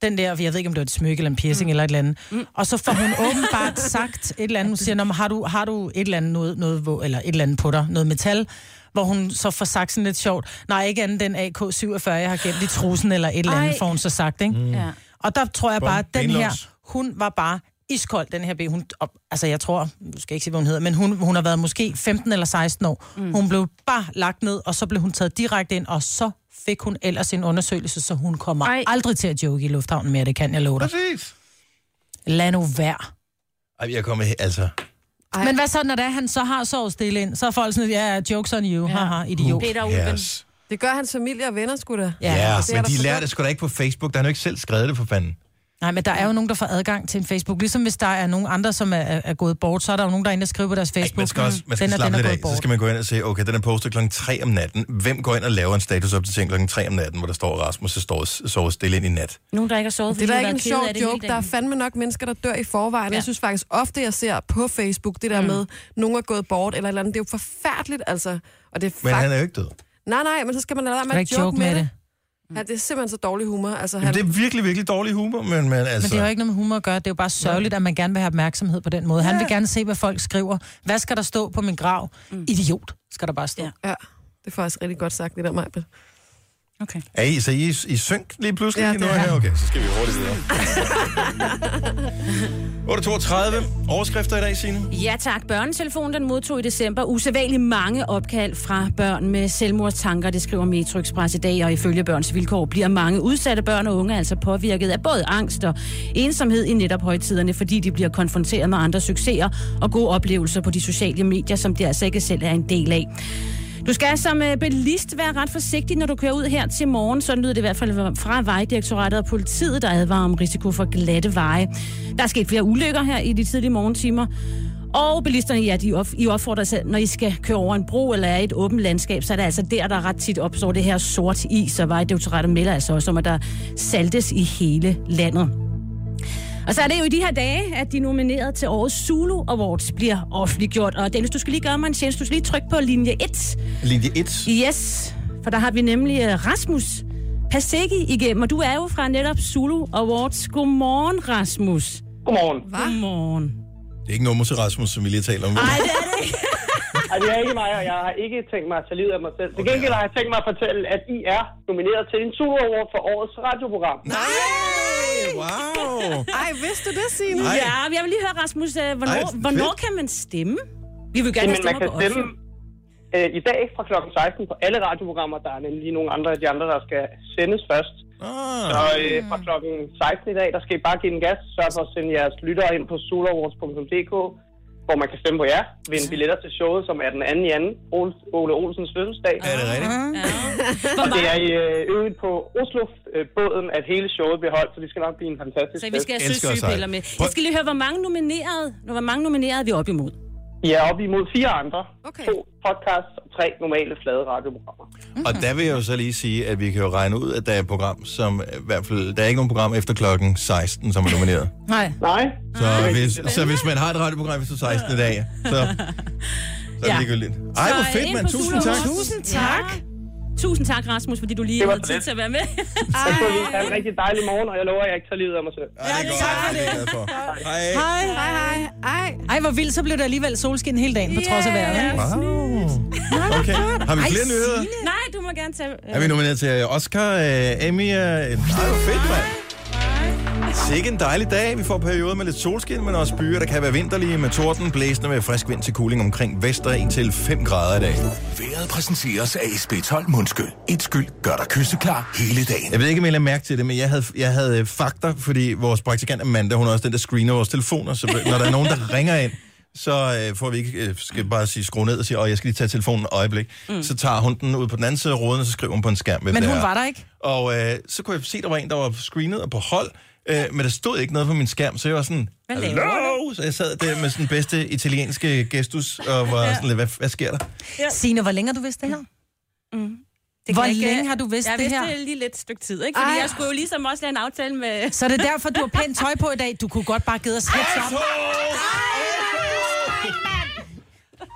Speaker 2: den der, jeg ved ikke om det var et smykke eller en piercing mm. eller et eller andet, mm. og så får hun (laughs) åbenbart sagt et eller andet, hun siger, "Nå, men har du, har du et eller andet, noget, noget, hvor- eller et eller andet på dig, noget metal, hvor hun så får sagt sådan lidt sjovt, nej, ikke andet den AK-47, jeg har gemt i trusen, eller et eller andet,
Speaker 3: Ej.
Speaker 2: får hun så sagt, ikke? Mm.
Speaker 3: Ja.
Speaker 2: Og der tror jeg
Speaker 1: Bum,
Speaker 2: bare, at den her,
Speaker 1: benlås.
Speaker 2: hun var bare iskold, den her B. Hun, og, altså jeg tror, nu skal jeg ikke sige, hvad hun hedder, men hun, hun har været måske 15 eller 16 år. Mm. Hun blev bare lagt ned, og så blev hun taget direkte ind, og så fik hun ellers en undersøgelse, så hun kommer
Speaker 3: Ej.
Speaker 2: Ej. aldrig til at joke i lufthavnen mere, det kan jeg love dig.
Speaker 1: Præcis.
Speaker 2: Lad nu være.
Speaker 1: Ej, jeg kommer he- altså...
Speaker 4: Ej.
Speaker 2: Men hvad så, når det er, han så har sovet stille ind, så er folk sådan, ja, jokes on you, ja. haha, idiot.
Speaker 3: Peter Ulven.
Speaker 1: Yes.
Speaker 4: Det gør hans familie og venner, sgu da.
Speaker 1: Ja, ja
Speaker 4: det er
Speaker 1: men
Speaker 4: der
Speaker 1: de
Speaker 4: for
Speaker 1: lærer
Speaker 4: dumt.
Speaker 1: det sgu da ikke på Facebook. Der har jo ikke selv skrevet det for fanden.
Speaker 2: Nej, men der er jo nogen, der får adgang til en Facebook. Ligesom hvis der er nogen andre, som er, er er gået bort, så er der jo nogen, der er inde og skriver på deres
Speaker 1: Ej,
Speaker 2: Facebook.
Speaker 1: man skal også man skal
Speaker 2: den og
Speaker 1: slappe
Speaker 2: den
Speaker 1: lidt
Speaker 2: er
Speaker 1: af.
Speaker 2: gået bort.
Speaker 1: Så skal man gå ind og se, okay, den er postet klokken 3 om natten. Hvem går ind og laver en status op til ting klokken 3 om natten, hvor der står Rasmus, så står sover stille ind i nat.
Speaker 3: Nogen, der ikke har sovet,
Speaker 4: Det er da
Speaker 3: fordi
Speaker 4: ikke
Speaker 3: de
Speaker 4: en
Speaker 3: har
Speaker 4: sjov
Speaker 3: været kede af det hele
Speaker 4: joke. Der er
Speaker 3: dagen.
Speaker 4: fandme nok mennesker, der dør i forvejen.
Speaker 3: Ja.
Speaker 4: Jeg synes faktisk ofte, jeg ser på Facebook det der mm. med, nogen er gået bort eller et eller andet. Det er jo forfærdeligt, altså. Og det er
Speaker 1: Men
Speaker 4: fakt-
Speaker 1: han er jo ikke død.
Speaker 4: Nej, nej, men så skal man lade være
Speaker 2: Skal
Speaker 4: med
Speaker 2: du
Speaker 4: at
Speaker 2: ikke
Speaker 4: joke,
Speaker 2: joke med det?
Speaker 4: Ja, det er simpelthen så dårlig humor. Altså, han...
Speaker 1: Jamen, det er virkelig, virkelig dårlig humor, men, men altså...
Speaker 2: Men det har jo ikke noget med humor at gøre. Det er jo bare sørgeligt, at man gerne vil have opmærksomhed på den måde. Han vil gerne se, hvad folk skriver. Hvad skal der stå på min grav? Idiot skal der bare stå.
Speaker 3: Ja.
Speaker 4: Mm.
Speaker 2: Ja.
Speaker 4: Ja, det er faktisk rigtig godt sagt, det der, Majbet.
Speaker 3: Okay.
Speaker 1: Er I, så I, I synk lige pludselig?
Speaker 4: Ja,
Speaker 1: Ja,
Speaker 4: det
Speaker 1: nu
Speaker 4: er
Speaker 1: her? Okay, så skal vi hurtigt (laughs) videre. 8.32. Overskrifter i dag, Signe?
Speaker 3: Ja tak. Børnetelefonen den modtog i december usædvanligt mange opkald fra børn med selvmordstanker, det skriver Metro Express i dag, og ifølge børns vilkår bliver mange udsatte børn og unge altså påvirket af både angst og ensomhed i netop højtiderne, fordi de bliver konfronteret med andre succeser og gode oplevelser på de sociale medier, som de altså ikke selv er en del af. Du skal som øh, bilist være ret forsigtig, når du kører ud her til morgen. Sådan lyder det i hvert fald fra Vejdirektoratet og politiet, der advarer om risiko for glatte veje. Der er sket flere ulykker her i de tidlige morgentimer. Og bilisterne, ja, de op, I opfordrer selv, når I skal køre over en bro eller er i et åbent landskab, så er det altså der, der ret tit opstår det her sort is, og Vejdirektoratet melder altså også om, at der saltes i hele landet. Og så er det jo i de her dage, at de nominerede til årets Zulu Awards bliver offentliggjort. Og Dennis, du skal lige gøre mig en tjeneste. Du skal lige trykke på linje 1.
Speaker 1: Linje 1.
Speaker 3: Yes, for der har vi nemlig øh, Rasmus Paseki igennem. Og du er jo fra netop Zulu Awards. Godmorgen, Rasmus.
Speaker 8: Godmorgen.
Speaker 4: Hva?
Speaker 3: Godmorgen.
Speaker 1: Det er ikke nummer til Rasmus, som vi lige talte om.
Speaker 3: Ej, det er det ikke.
Speaker 7: Ej, det er ikke mig, og jeg har ikke tænkt mig at tage livet af mig selv. Til gengæld har jeg tænkt mig at fortælle, at I er nomineret til en Zulu Award for årets radioprogram.
Speaker 1: Nej! Wow!
Speaker 4: Ej, vidste du det, Signe?
Speaker 1: Ej.
Speaker 3: Ja, jeg vil lige høre, Rasmus, øh, hvornår,
Speaker 1: Ej, fedt.
Speaker 3: hvornår kan man stemme? Vi vil gerne
Speaker 7: altså, Jamen,
Speaker 3: have
Speaker 7: man
Speaker 3: stemmer
Speaker 7: kan
Speaker 3: på
Speaker 7: stemme
Speaker 3: os.
Speaker 7: øh, i dag fra kl. 16 på alle radioprogrammer. Der er nemlig nogle andre af de andre, der skal sendes først. Så
Speaker 1: Ah,
Speaker 7: øh, fra kl. 16 i dag, der skal I bare give den gas. Sørg for at sende jeres lyttere ind på solawards.dk, hvor man kan stemme på jer. Vinde billetter til showet, som er den 2. januar, Ole- Ole Olsens fødselsdag.
Speaker 1: er det rigtigt?
Speaker 7: Og det er i øh, øvrigt på Oslo-båden, at hele showet bliver holdt, så det skal nok blive en fantastisk
Speaker 3: Så vi skal have
Speaker 1: Elsker at
Speaker 3: søsygepiller
Speaker 1: sejle.
Speaker 3: med.
Speaker 1: Prøv-
Speaker 3: Jeg skal lige høre, hvor mange nominerede, hvor mange nominerede er vi op imod?
Speaker 7: fest. I er oppe imod fire andre.
Speaker 4: Okay.
Speaker 7: To podcasts og tre normale flade radioprogrammer.
Speaker 1: Og der vil jeg jo så lige sige, at vi kan jo regne ud, at der er et program, som i hvert fald, der er ikke nogen program efter klokken 16, som er nomineret.
Speaker 2: Nej.
Speaker 7: Nej,
Speaker 1: Så hvis, så hvis man har et radioprogram efter 16 i dag, så, så er det
Speaker 3: Ja.
Speaker 1: ligegyldigt. Ej, hvor
Speaker 3: Så,
Speaker 1: fedt,
Speaker 3: ind
Speaker 1: mand.
Speaker 3: på
Speaker 1: Tusind tak.
Speaker 3: Zulu Awards.
Speaker 2: Tusind tak.
Speaker 3: Ja. Tusind tak, Rasmus, fordi du lige
Speaker 7: Det var
Speaker 3: havde
Speaker 7: så
Speaker 3: tid
Speaker 7: lidt.
Speaker 3: til at være med.
Speaker 7: jeg tror, vi har en rigtig dejlig morgen, og jeg lover, at jeg ikke tager livet af mig selv.
Speaker 1: Ej, det er godt. Ej, det er jeg glad for. Hej.
Speaker 2: Hej.
Speaker 4: Hej, hej. Ej.
Speaker 2: Ej, hvor vildt, så blev det alligevel solskin hele dagen, på trods af vejret. ikke?
Speaker 1: Wow. Okay, har vi flere nyheder?
Speaker 3: Nej, du må gerne tage...
Speaker 1: Er vi nomineret til Oscar, øh, Emmy? Øh, nej, hvor fedt, mand. Sikke en dejlig dag. Vi får perioder med lidt solskin, men også byer, der kan være vinterlige med torden, blæsende med frisk vind til kuling omkring vest og indtil 5 grader i dag.
Speaker 6: Været præsenteres af SP12 Mundskyld. Et skyld gør dig kysseklar hele dagen.
Speaker 1: Jeg ved ikke, om jeg lagde mærke til det, men jeg havde, jeg havde øh, fakta, fordi vores praktikant Amanda, hun er også den, der screener vores telefoner, så når der er nogen, der ringer ind, så øh, får vi ikke, øh, skal bare sige, skrue ned og sige, åh, jeg skal lige tage telefonen et øjeblik. Mm. Så tager hun den ud på den anden side af råden, og så skriver hun på en skærm, hvem
Speaker 2: Men
Speaker 1: det
Speaker 2: hun
Speaker 1: er.
Speaker 2: var der ikke.
Speaker 1: Og øh, så kunne jeg se, der var en, der var screenet og på hold, øh, men der stod ikke noget på min skærm, så jeg var sådan,
Speaker 3: Hvad laver
Speaker 1: Hello! Så jeg sad der med sådan bedste italienske gestus, og var sådan lidt, hvad, hvad sker der?
Speaker 2: Signe, hvor længe har du vidst det her?
Speaker 4: Mm.
Speaker 3: Det
Speaker 2: Hvor
Speaker 3: kan jeg
Speaker 2: længe har du vidst
Speaker 3: jeg
Speaker 2: det
Speaker 3: vidste
Speaker 2: her?
Speaker 3: det lige lidt stykke tid, ikke? Fordi
Speaker 4: Ej.
Speaker 3: jeg skulle jo ligesom også lave en aftale med...
Speaker 2: (laughs) Så er det derfor, du har pænt tøj på i dag. Du kunne godt bare give os heads up.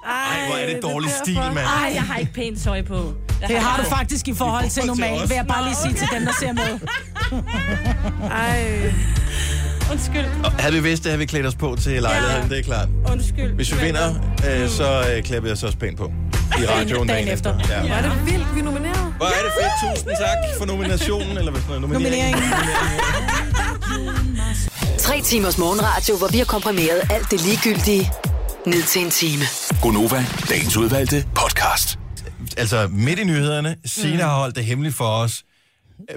Speaker 1: Ej, hvor er det dårlig stil, mand.
Speaker 3: Ej, jeg har ikke pænt tøj på.
Speaker 2: Det har du faktisk i forhold til
Speaker 1: forhold til
Speaker 2: normalt,
Speaker 1: os.
Speaker 2: vil jeg bare lige sige til dem, der ser med.
Speaker 4: Ej.
Speaker 3: Undskyld,
Speaker 1: Og havde vi vidst det, havde vi klædt os på til lejligheden, det er klart.
Speaker 3: undskyld.
Speaker 1: Hvis vi vinder, øh, så øh, klæder vi os også pænt på i radioen dagen,
Speaker 2: Dagen
Speaker 1: efter.
Speaker 2: efter.
Speaker 1: Ja.
Speaker 4: Var det vildt, vi er nomineret?
Speaker 1: Hvor er det fedt. Tusind tak for nominationen, eller hvad for noget? Nomineringen.
Speaker 5: Tre timers morgenradio, hvor vi har komprimeret alt det ligegyldige ned til en time.
Speaker 6: Gonova, dagens udvalgte podcast.
Speaker 1: altså midt i nyhederne, Sina mm. har holdt det hemmeligt for os.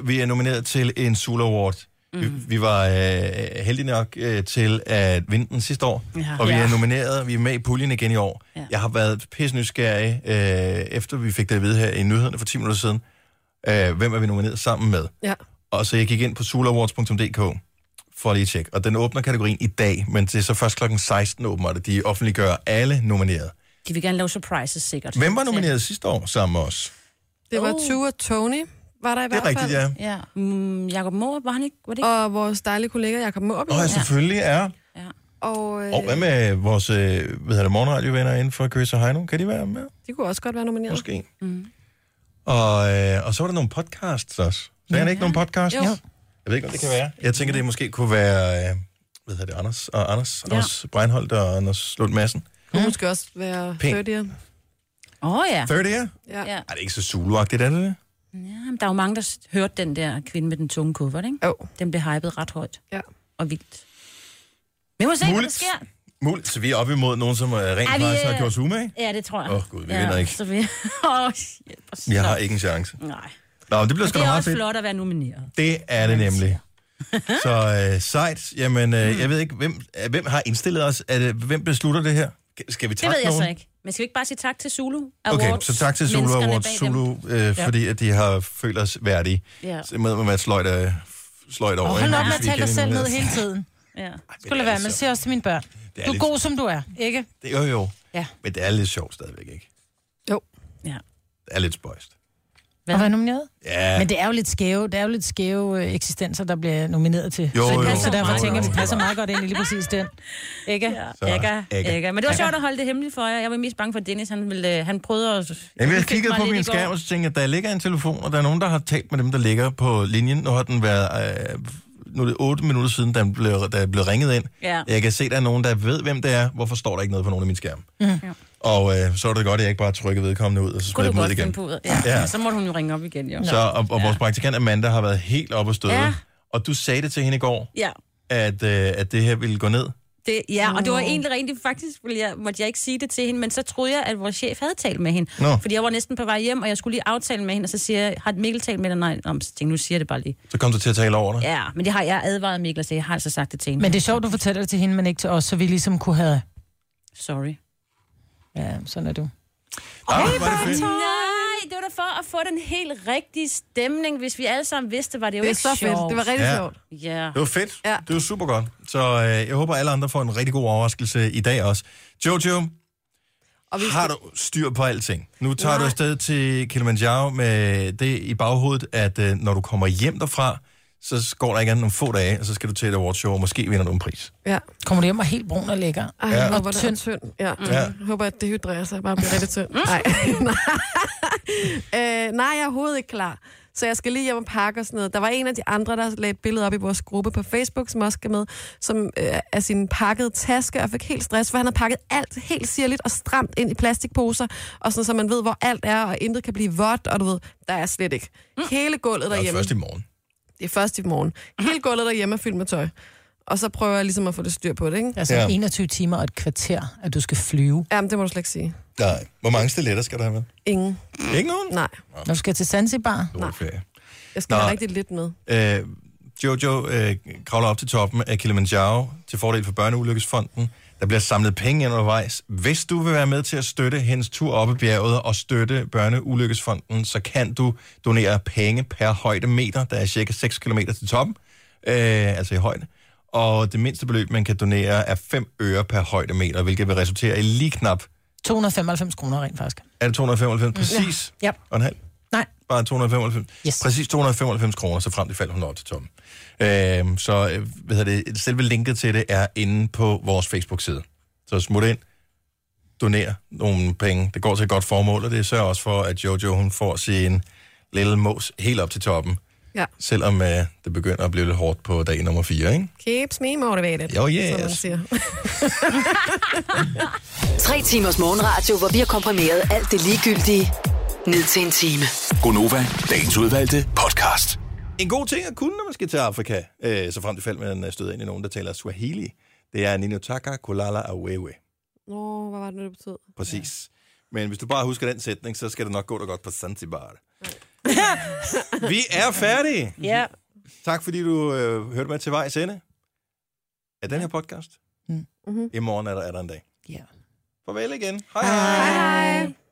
Speaker 1: Vi er nomineret til en Sula Award. Mm. Vi, vi var øh, heldige nok øh, til at vinde den sidste år, ja. og vi er
Speaker 3: Ja.
Speaker 1: nomineret, vi er med i puljen igen i år. Ja.
Speaker 3: Ja.
Speaker 1: Jeg har været pisse nysgerrig, øh, efter vi fik det at vide her i nyhederne for 10 minutter siden, øh, hvem er vi nomineret sammen med.
Speaker 4: Ja.
Speaker 1: Og så jeg gik ind på sulawards.dk for at lige at tjekke. Og den åbner kategorien i dag, men det er så først klokken 16 åbner det. De offentliggør alle nomineret.
Speaker 3: De vil gerne lave surprises, sikkert.
Speaker 1: Hvem var nomineret sidste år sammen med os?
Speaker 4: Det var Tue og Tony, var der i
Speaker 1: Det er
Speaker 4: hvert
Speaker 1: rigtigt,
Speaker 4: fald.
Speaker 1: ja.
Speaker 3: Ja. Oh. Mm, Jakob Mohr, var han ikke? Var det ikke?
Speaker 4: Og vores dejlige kollega Jakob Måb.
Speaker 1: Nå, ja, selvfølgelig er.
Speaker 4: Og, øh,
Speaker 1: Og hvad med vores øh, hvad hedder det, morgenradiovenner inden for Chris og Heino? Kan de være med?
Speaker 4: de kunne også godt være nomineret.
Speaker 1: Måske. Mm. Og, øh, og så var der nogle podcasts også. Så er der ikke nogen podcast?
Speaker 4: Jo.
Speaker 1: Jeg ved ikke, om det kan være. Jeg tænker, det måske kunne være øh, hvad hedder det, Anders og Anders. Ja.
Speaker 3: Ja.
Speaker 1: Anders Breinholt og Anders Lund Madsen.
Speaker 4: Kunne måske også være
Speaker 1: Pænt.
Speaker 4: 30'er.
Speaker 3: Åh, oh, ja.
Speaker 1: 30 year?
Speaker 4: Ja.
Speaker 3: Ja.
Speaker 4: ja.
Speaker 1: Ej, det er ikke så zuluagtigt, er det det?
Speaker 3: Jamen, der er jo mange, der s- hørte den der kvinde med den tunge kuffert, ikke?
Speaker 4: Jo.
Speaker 3: Den blev hypet ret højt
Speaker 4: Ja.
Speaker 3: og vildt. Vi må se, hvad der
Speaker 1: Muligt.
Speaker 3: sker.
Speaker 1: Muligt. Så vi er op imod nogen, som øh, rent
Speaker 3: Ej, vi,
Speaker 1: faktisk har
Speaker 3: øh,
Speaker 1: gjort sig umage.
Speaker 3: Ja, det tror jeg.
Speaker 1: Åh, Gud, vi vinder ikke.
Speaker 3: Så vi... (laughs) Åh, hjælp os.
Speaker 1: Jeg har ikke en chance.
Speaker 3: Nej.
Speaker 1: Nå, men det bliver
Speaker 3: Men det
Speaker 1: sgu da
Speaker 3: er
Speaker 1: meget
Speaker 3: også
Speaker 1: fedt.
Speaker 3: flot at være nomineret.
Speaker 1: Det er det nemlig. Så øh, sejt. Jamen,
Speaker 3: Mm.
Speaker 1: øh, jeg ved ikke, hvem, øh, hvem har indstillet os? Er det, hvem beslutter det her? Skal vi
Speaker 3: Det
Speaker 1: takke
Speaker 3: ved jeg
Speaker 1: nogen?
Speaker 3: så ikke. Men skal vi ikke bare sige tak til Zulu Awards?
Speaker 1: Okay, så tak til Zulu
Speaker 3: menneskerne
Speaker 1: Awards,
Speaker 3: bag dem?
Speaker 1: Zulu, øh,
Speaker 3: Ja.
Speaker 1: fordi at de har følt os værdige.
Speaker 3: Ja.
Speaker 1: Så med man være et sløjt, øh, sløjt over.
Speaker 2: Og hold
Speaker 1: ikke?
Speaker 2: op med
Speaker 1: Hvis
Speaker 2: at
Speaker 1: vi
Speaker 2: tale dig
Speaker 1: kan
Speaker 2: selv ned
Speaker 1: nominere-
Speaker 2: hele tiden.
Speaker 3: Ja.
Speaker 2: Skulle det være med, siger også til mine børn.
Speaker 1: Det er
Speaker 2: Du er
Speaker 1: lidt-
Speaker 2: god, som du er, ikke?
Speaker 1: Det er (laughs) jo jo.
Speaker 2: Ja.
Speaker 1: Men det er lidt sjovt stadigvæk, ikke?
Speaker 4: Jo.
Speaker 3: ja.
Speaker 1: Det er lidt spøjst.
Speaker 2: Hvad? At være nomineret?
Speaker 1: Ja,
Speaker 2: Men det er jo lidt skæve, det er jo lidt skæve øh, eksistenser, der bliver nomineret til.
Speaker 1: Jo,
Speaker 2: så,
Speaker 1: jo.
Speaker 2: så derfor
Speaker 1: Jo, jo,
Speaker 2: tænker jeg,
Speaker 1: jo.
Speaker 2: det passer meget godt ind i lige præcis den. Ikke? Ja.
Speaker 1: Så,
Speaker 3: Ægger,
Speaker 1: Aga.
Speaker 3: ægger. Men det var sjovt at holde det hemmeligt for jer. Jeg var mest bange for, at Dennis, han, ville, øh, han prøvede at...
Speaker 1: Jamen, jeg
Speaker 3: han fik
Speaker 1: kiggede
Speaker 3: mig
Speaker 1: på
Speaker 3: lidt
Speaker 1: min
Speaker 3: i går.
Speaker 1: skærm, og så tænkte jeg, der ligger en telefon, og der er nogen, der har talt med dem, der ligger på linjen. Nu har den været... Øh, nu er det otte minutter siden, der blev, der blev ringet ind.
Speaker 3: Ja.
Speaker 1: Jeg kan se, der er nogen, der ved, hvem det er. Hvorfor står der ikke noget på nogen af mine skærme? Mm. Og øh, så er det godt, at jeg ikke bare trykker vedkommende ud, og så
Speaker 3: Kunne
Speaker 1: smider
Speaker 3: du
Speaker 1: dem ud
Speaker 3: godt finde
Speaker 1: igen.
Speaker 3: på ud. Ja.
Speaker 1: Ja.
Speaker 3: ja. Så måtte hun jo ringe op igen, jo.
Speaker 1: Så, og, og vores praktikant Amanda har været helt oppe og støde. Ja.
Speaker 3: Ja.
Speaker 1: Og du sagde det til hende i går,
Speaker 3: Ja.
Speaker 1: at, øh, at det her ville gå ned.
Speaker 3: Det, ja, og det var egentlig rent, faktisk ville jeg, måtte jeg ikke sige det til hende, men så troede jeg, at vores chef havde talt med hende.
Speaker 1: Nå.
Speaker 3: Fordi jeg var næsten på vej hjem, og jeg skulle lige aftale med hende, og så siger jeg, har Mikkel talt med dig? Nej, Nå, men så tænkte, jeg, nu siger jeg det bare lige.
Speaker 1: Så kom du til at tale over det.
Speaker 3: Ja, men det har jeg advaret Mikkel og sagde, jeg har altså sagt det til hende.
Speaker 2: Men det er sjovt, du fortæller det til hende, men ikke til os, så vi ligesom kunne have...
Speaker 3: Sorry.
Speaker 2: Ja, sådan er du.
Speaker 1: Ah, hvor er det fedt.
Speaker 3: Nej, det var da for at få den helt rigtige stemning. Hvis vi alle sammen vidste, var det jo
Speaker 4: Det er
Speaker 3: ikke
Speaker 4: så fedt.
Speaker 3: sjovt.
Speaker 4: Det var rigtig
Speaker 1: Ja.
Speaker 4: ja. sjovt.
Speaker 3: Ja.
Speaker 1: Det var fedt. Ah. Ja.
Speaker 4: Ja.
Speaker 1: Det var super godt. Så øh, jeg håber, alle andre får en rigtig god overraskelse i dag også. Jojo,
Speaker 4: Og vi
Speaker 1: har du styr på alting? Nu tager Nej. du afsted til Kilimanjaro med det i baghovedet, at øh, når du kommer hjem derfra, så går der ikke andet end nogle få dage, og så skal du til et awardshow, og måske vinder du en pris.
Speaker 4: Ja.
Speaker 2: Kommer du hjem og er helt brun og lækker?
Speaker 4: Ej, ja.
Speaker 2: Og
Speaker 4: håber, det
Speaker 2: tynd.
Speaker 4: er tynd. Ja. Mm.
Speaker 1: Ja.
Speaker 4: ja. håber, at det hydrerer sig. Bare bliver rigtig tynd. Nej.
Speaker 2: Mm.
Speaker 4: nej. (laughs) øh, nej, jeg er overhovedet ikke klar. Så jeg skal lige hjem og pakke og sådan noget. Der var en af de andre, der lagde et billede op i vores gruppe på Facebook, som også skal med, som øh, er sin pakkede taske, og fik helt stress, for han har pakket alt helt sirligt og stramt ind i plastikposer, og sådan, så man ved, hvor alt er, og intet kan blive vådt, og du ved, der er slet ikke.
Speaker 2: Mm.
Speaker 4: Hele gulvet
Speaker 1: Det er
Speaker 4: derhjemme.
Speaker 1: først i morgen.
Speaker 4: Det er først i morgen. Hele gulvet derhjemme er fyldt med tøj. Og så prøver jeg ligesom at få det styr på det, ikke?
Speaker 2: Altså
Speaker 1: Ja.
Speaker 2: ja. 21 timer og et kvarter, at du skal flyve.
Speaker 4: Jamen, det må du slet ikke sige.
Speaker 1: Nej. Hvor mange stiletter skal der have med?
Speaker 4: Ingen.
Speaker 1: Ikke nogen?
Speaker 4: Nej.
Speaker 2: Når du skal til Zanzibar,
Speaker 1: Nej. Ferie.
Speaker 4: Jeg skal
Speaker 1: Nå.
Speaker 4: have rigtig lidt med.
Speaker 1: Øh, Jojo øh, kravler op til toppen af Kilimanjaro til fordel for Børneulykkesfonden. Der bliver samlet penge ind undervejs. Hvis du vil være med til at støtte hendes tur op i bjerget og støtte Børneulykkesfonden, så kan du donere penge per højde meter. Der er cirka 6 km til toppen, øh, altså i højde. Og det mindste beløb, man kan donere, er 5 øre per højde meter, hvilket vil resultere i lige knap...
Speaker 2: 295 kroner rent faktisk.
Speaker 1: Er det 295 præcis?
Speaker 2: Ja.
Speaker 1: Og en halv?
Speaker 2: Nej,
Speaker 1: Bare 295?
Speaker 2: Yes.
Speaker 1: Præcis 295 kroner, så frem til falder hun op til toppen. Øhm, så øh, hvad hedder det, selve linket til det er inde på vores Facebook-side. Så smut ind, doner nogle penge. Det går til et godt formål, og det sørger også for, at Jojo hun får sin lille mos helt op til toppen.
Speaker 4: Ja.
Speaker 1: Selvom øh, det begynder at blive lidt hårdt på dag nummer 4, ikke?
Speaker 4: Keeps me motivated,
Speaker 1: Jo,
Speaker 4: som man
Speaker 1: yes.
Speaker 4: siger.
Speaker 5: (laughs) Tre timers morgenradio, hvor vi har komprimeret alt det ligegyldige ned til en time.
Speaker 6: Gonova, dagens udvalgte podcast.
Speaker 1: En god ting at kunne, når man skal til Afrika, øh, så frem til fald, man øh, støder ind i nogen, der taler Swahili, det er Ninotaka Kolala Awewe.
Speaker 4: Nå, hvad var det nu, det betød?
Speaker 1: Præcis. Ja. Men hvis du bare husker den sætning, så skal det nok gå dig godt på Zanzibar. Vi er færdige.
Speaker 3: Ja.
Speaker 1: Tak fordi du øh, hørte med til vejs ende af den her podcast.
Speaker 2: Mm.
Speaker 1: I morgen er der, er der en dag.
Speaker 2: Ja.
Speaker 1: Farvel igen. Hej hej. hej.
Speaker 4: Hej, hej.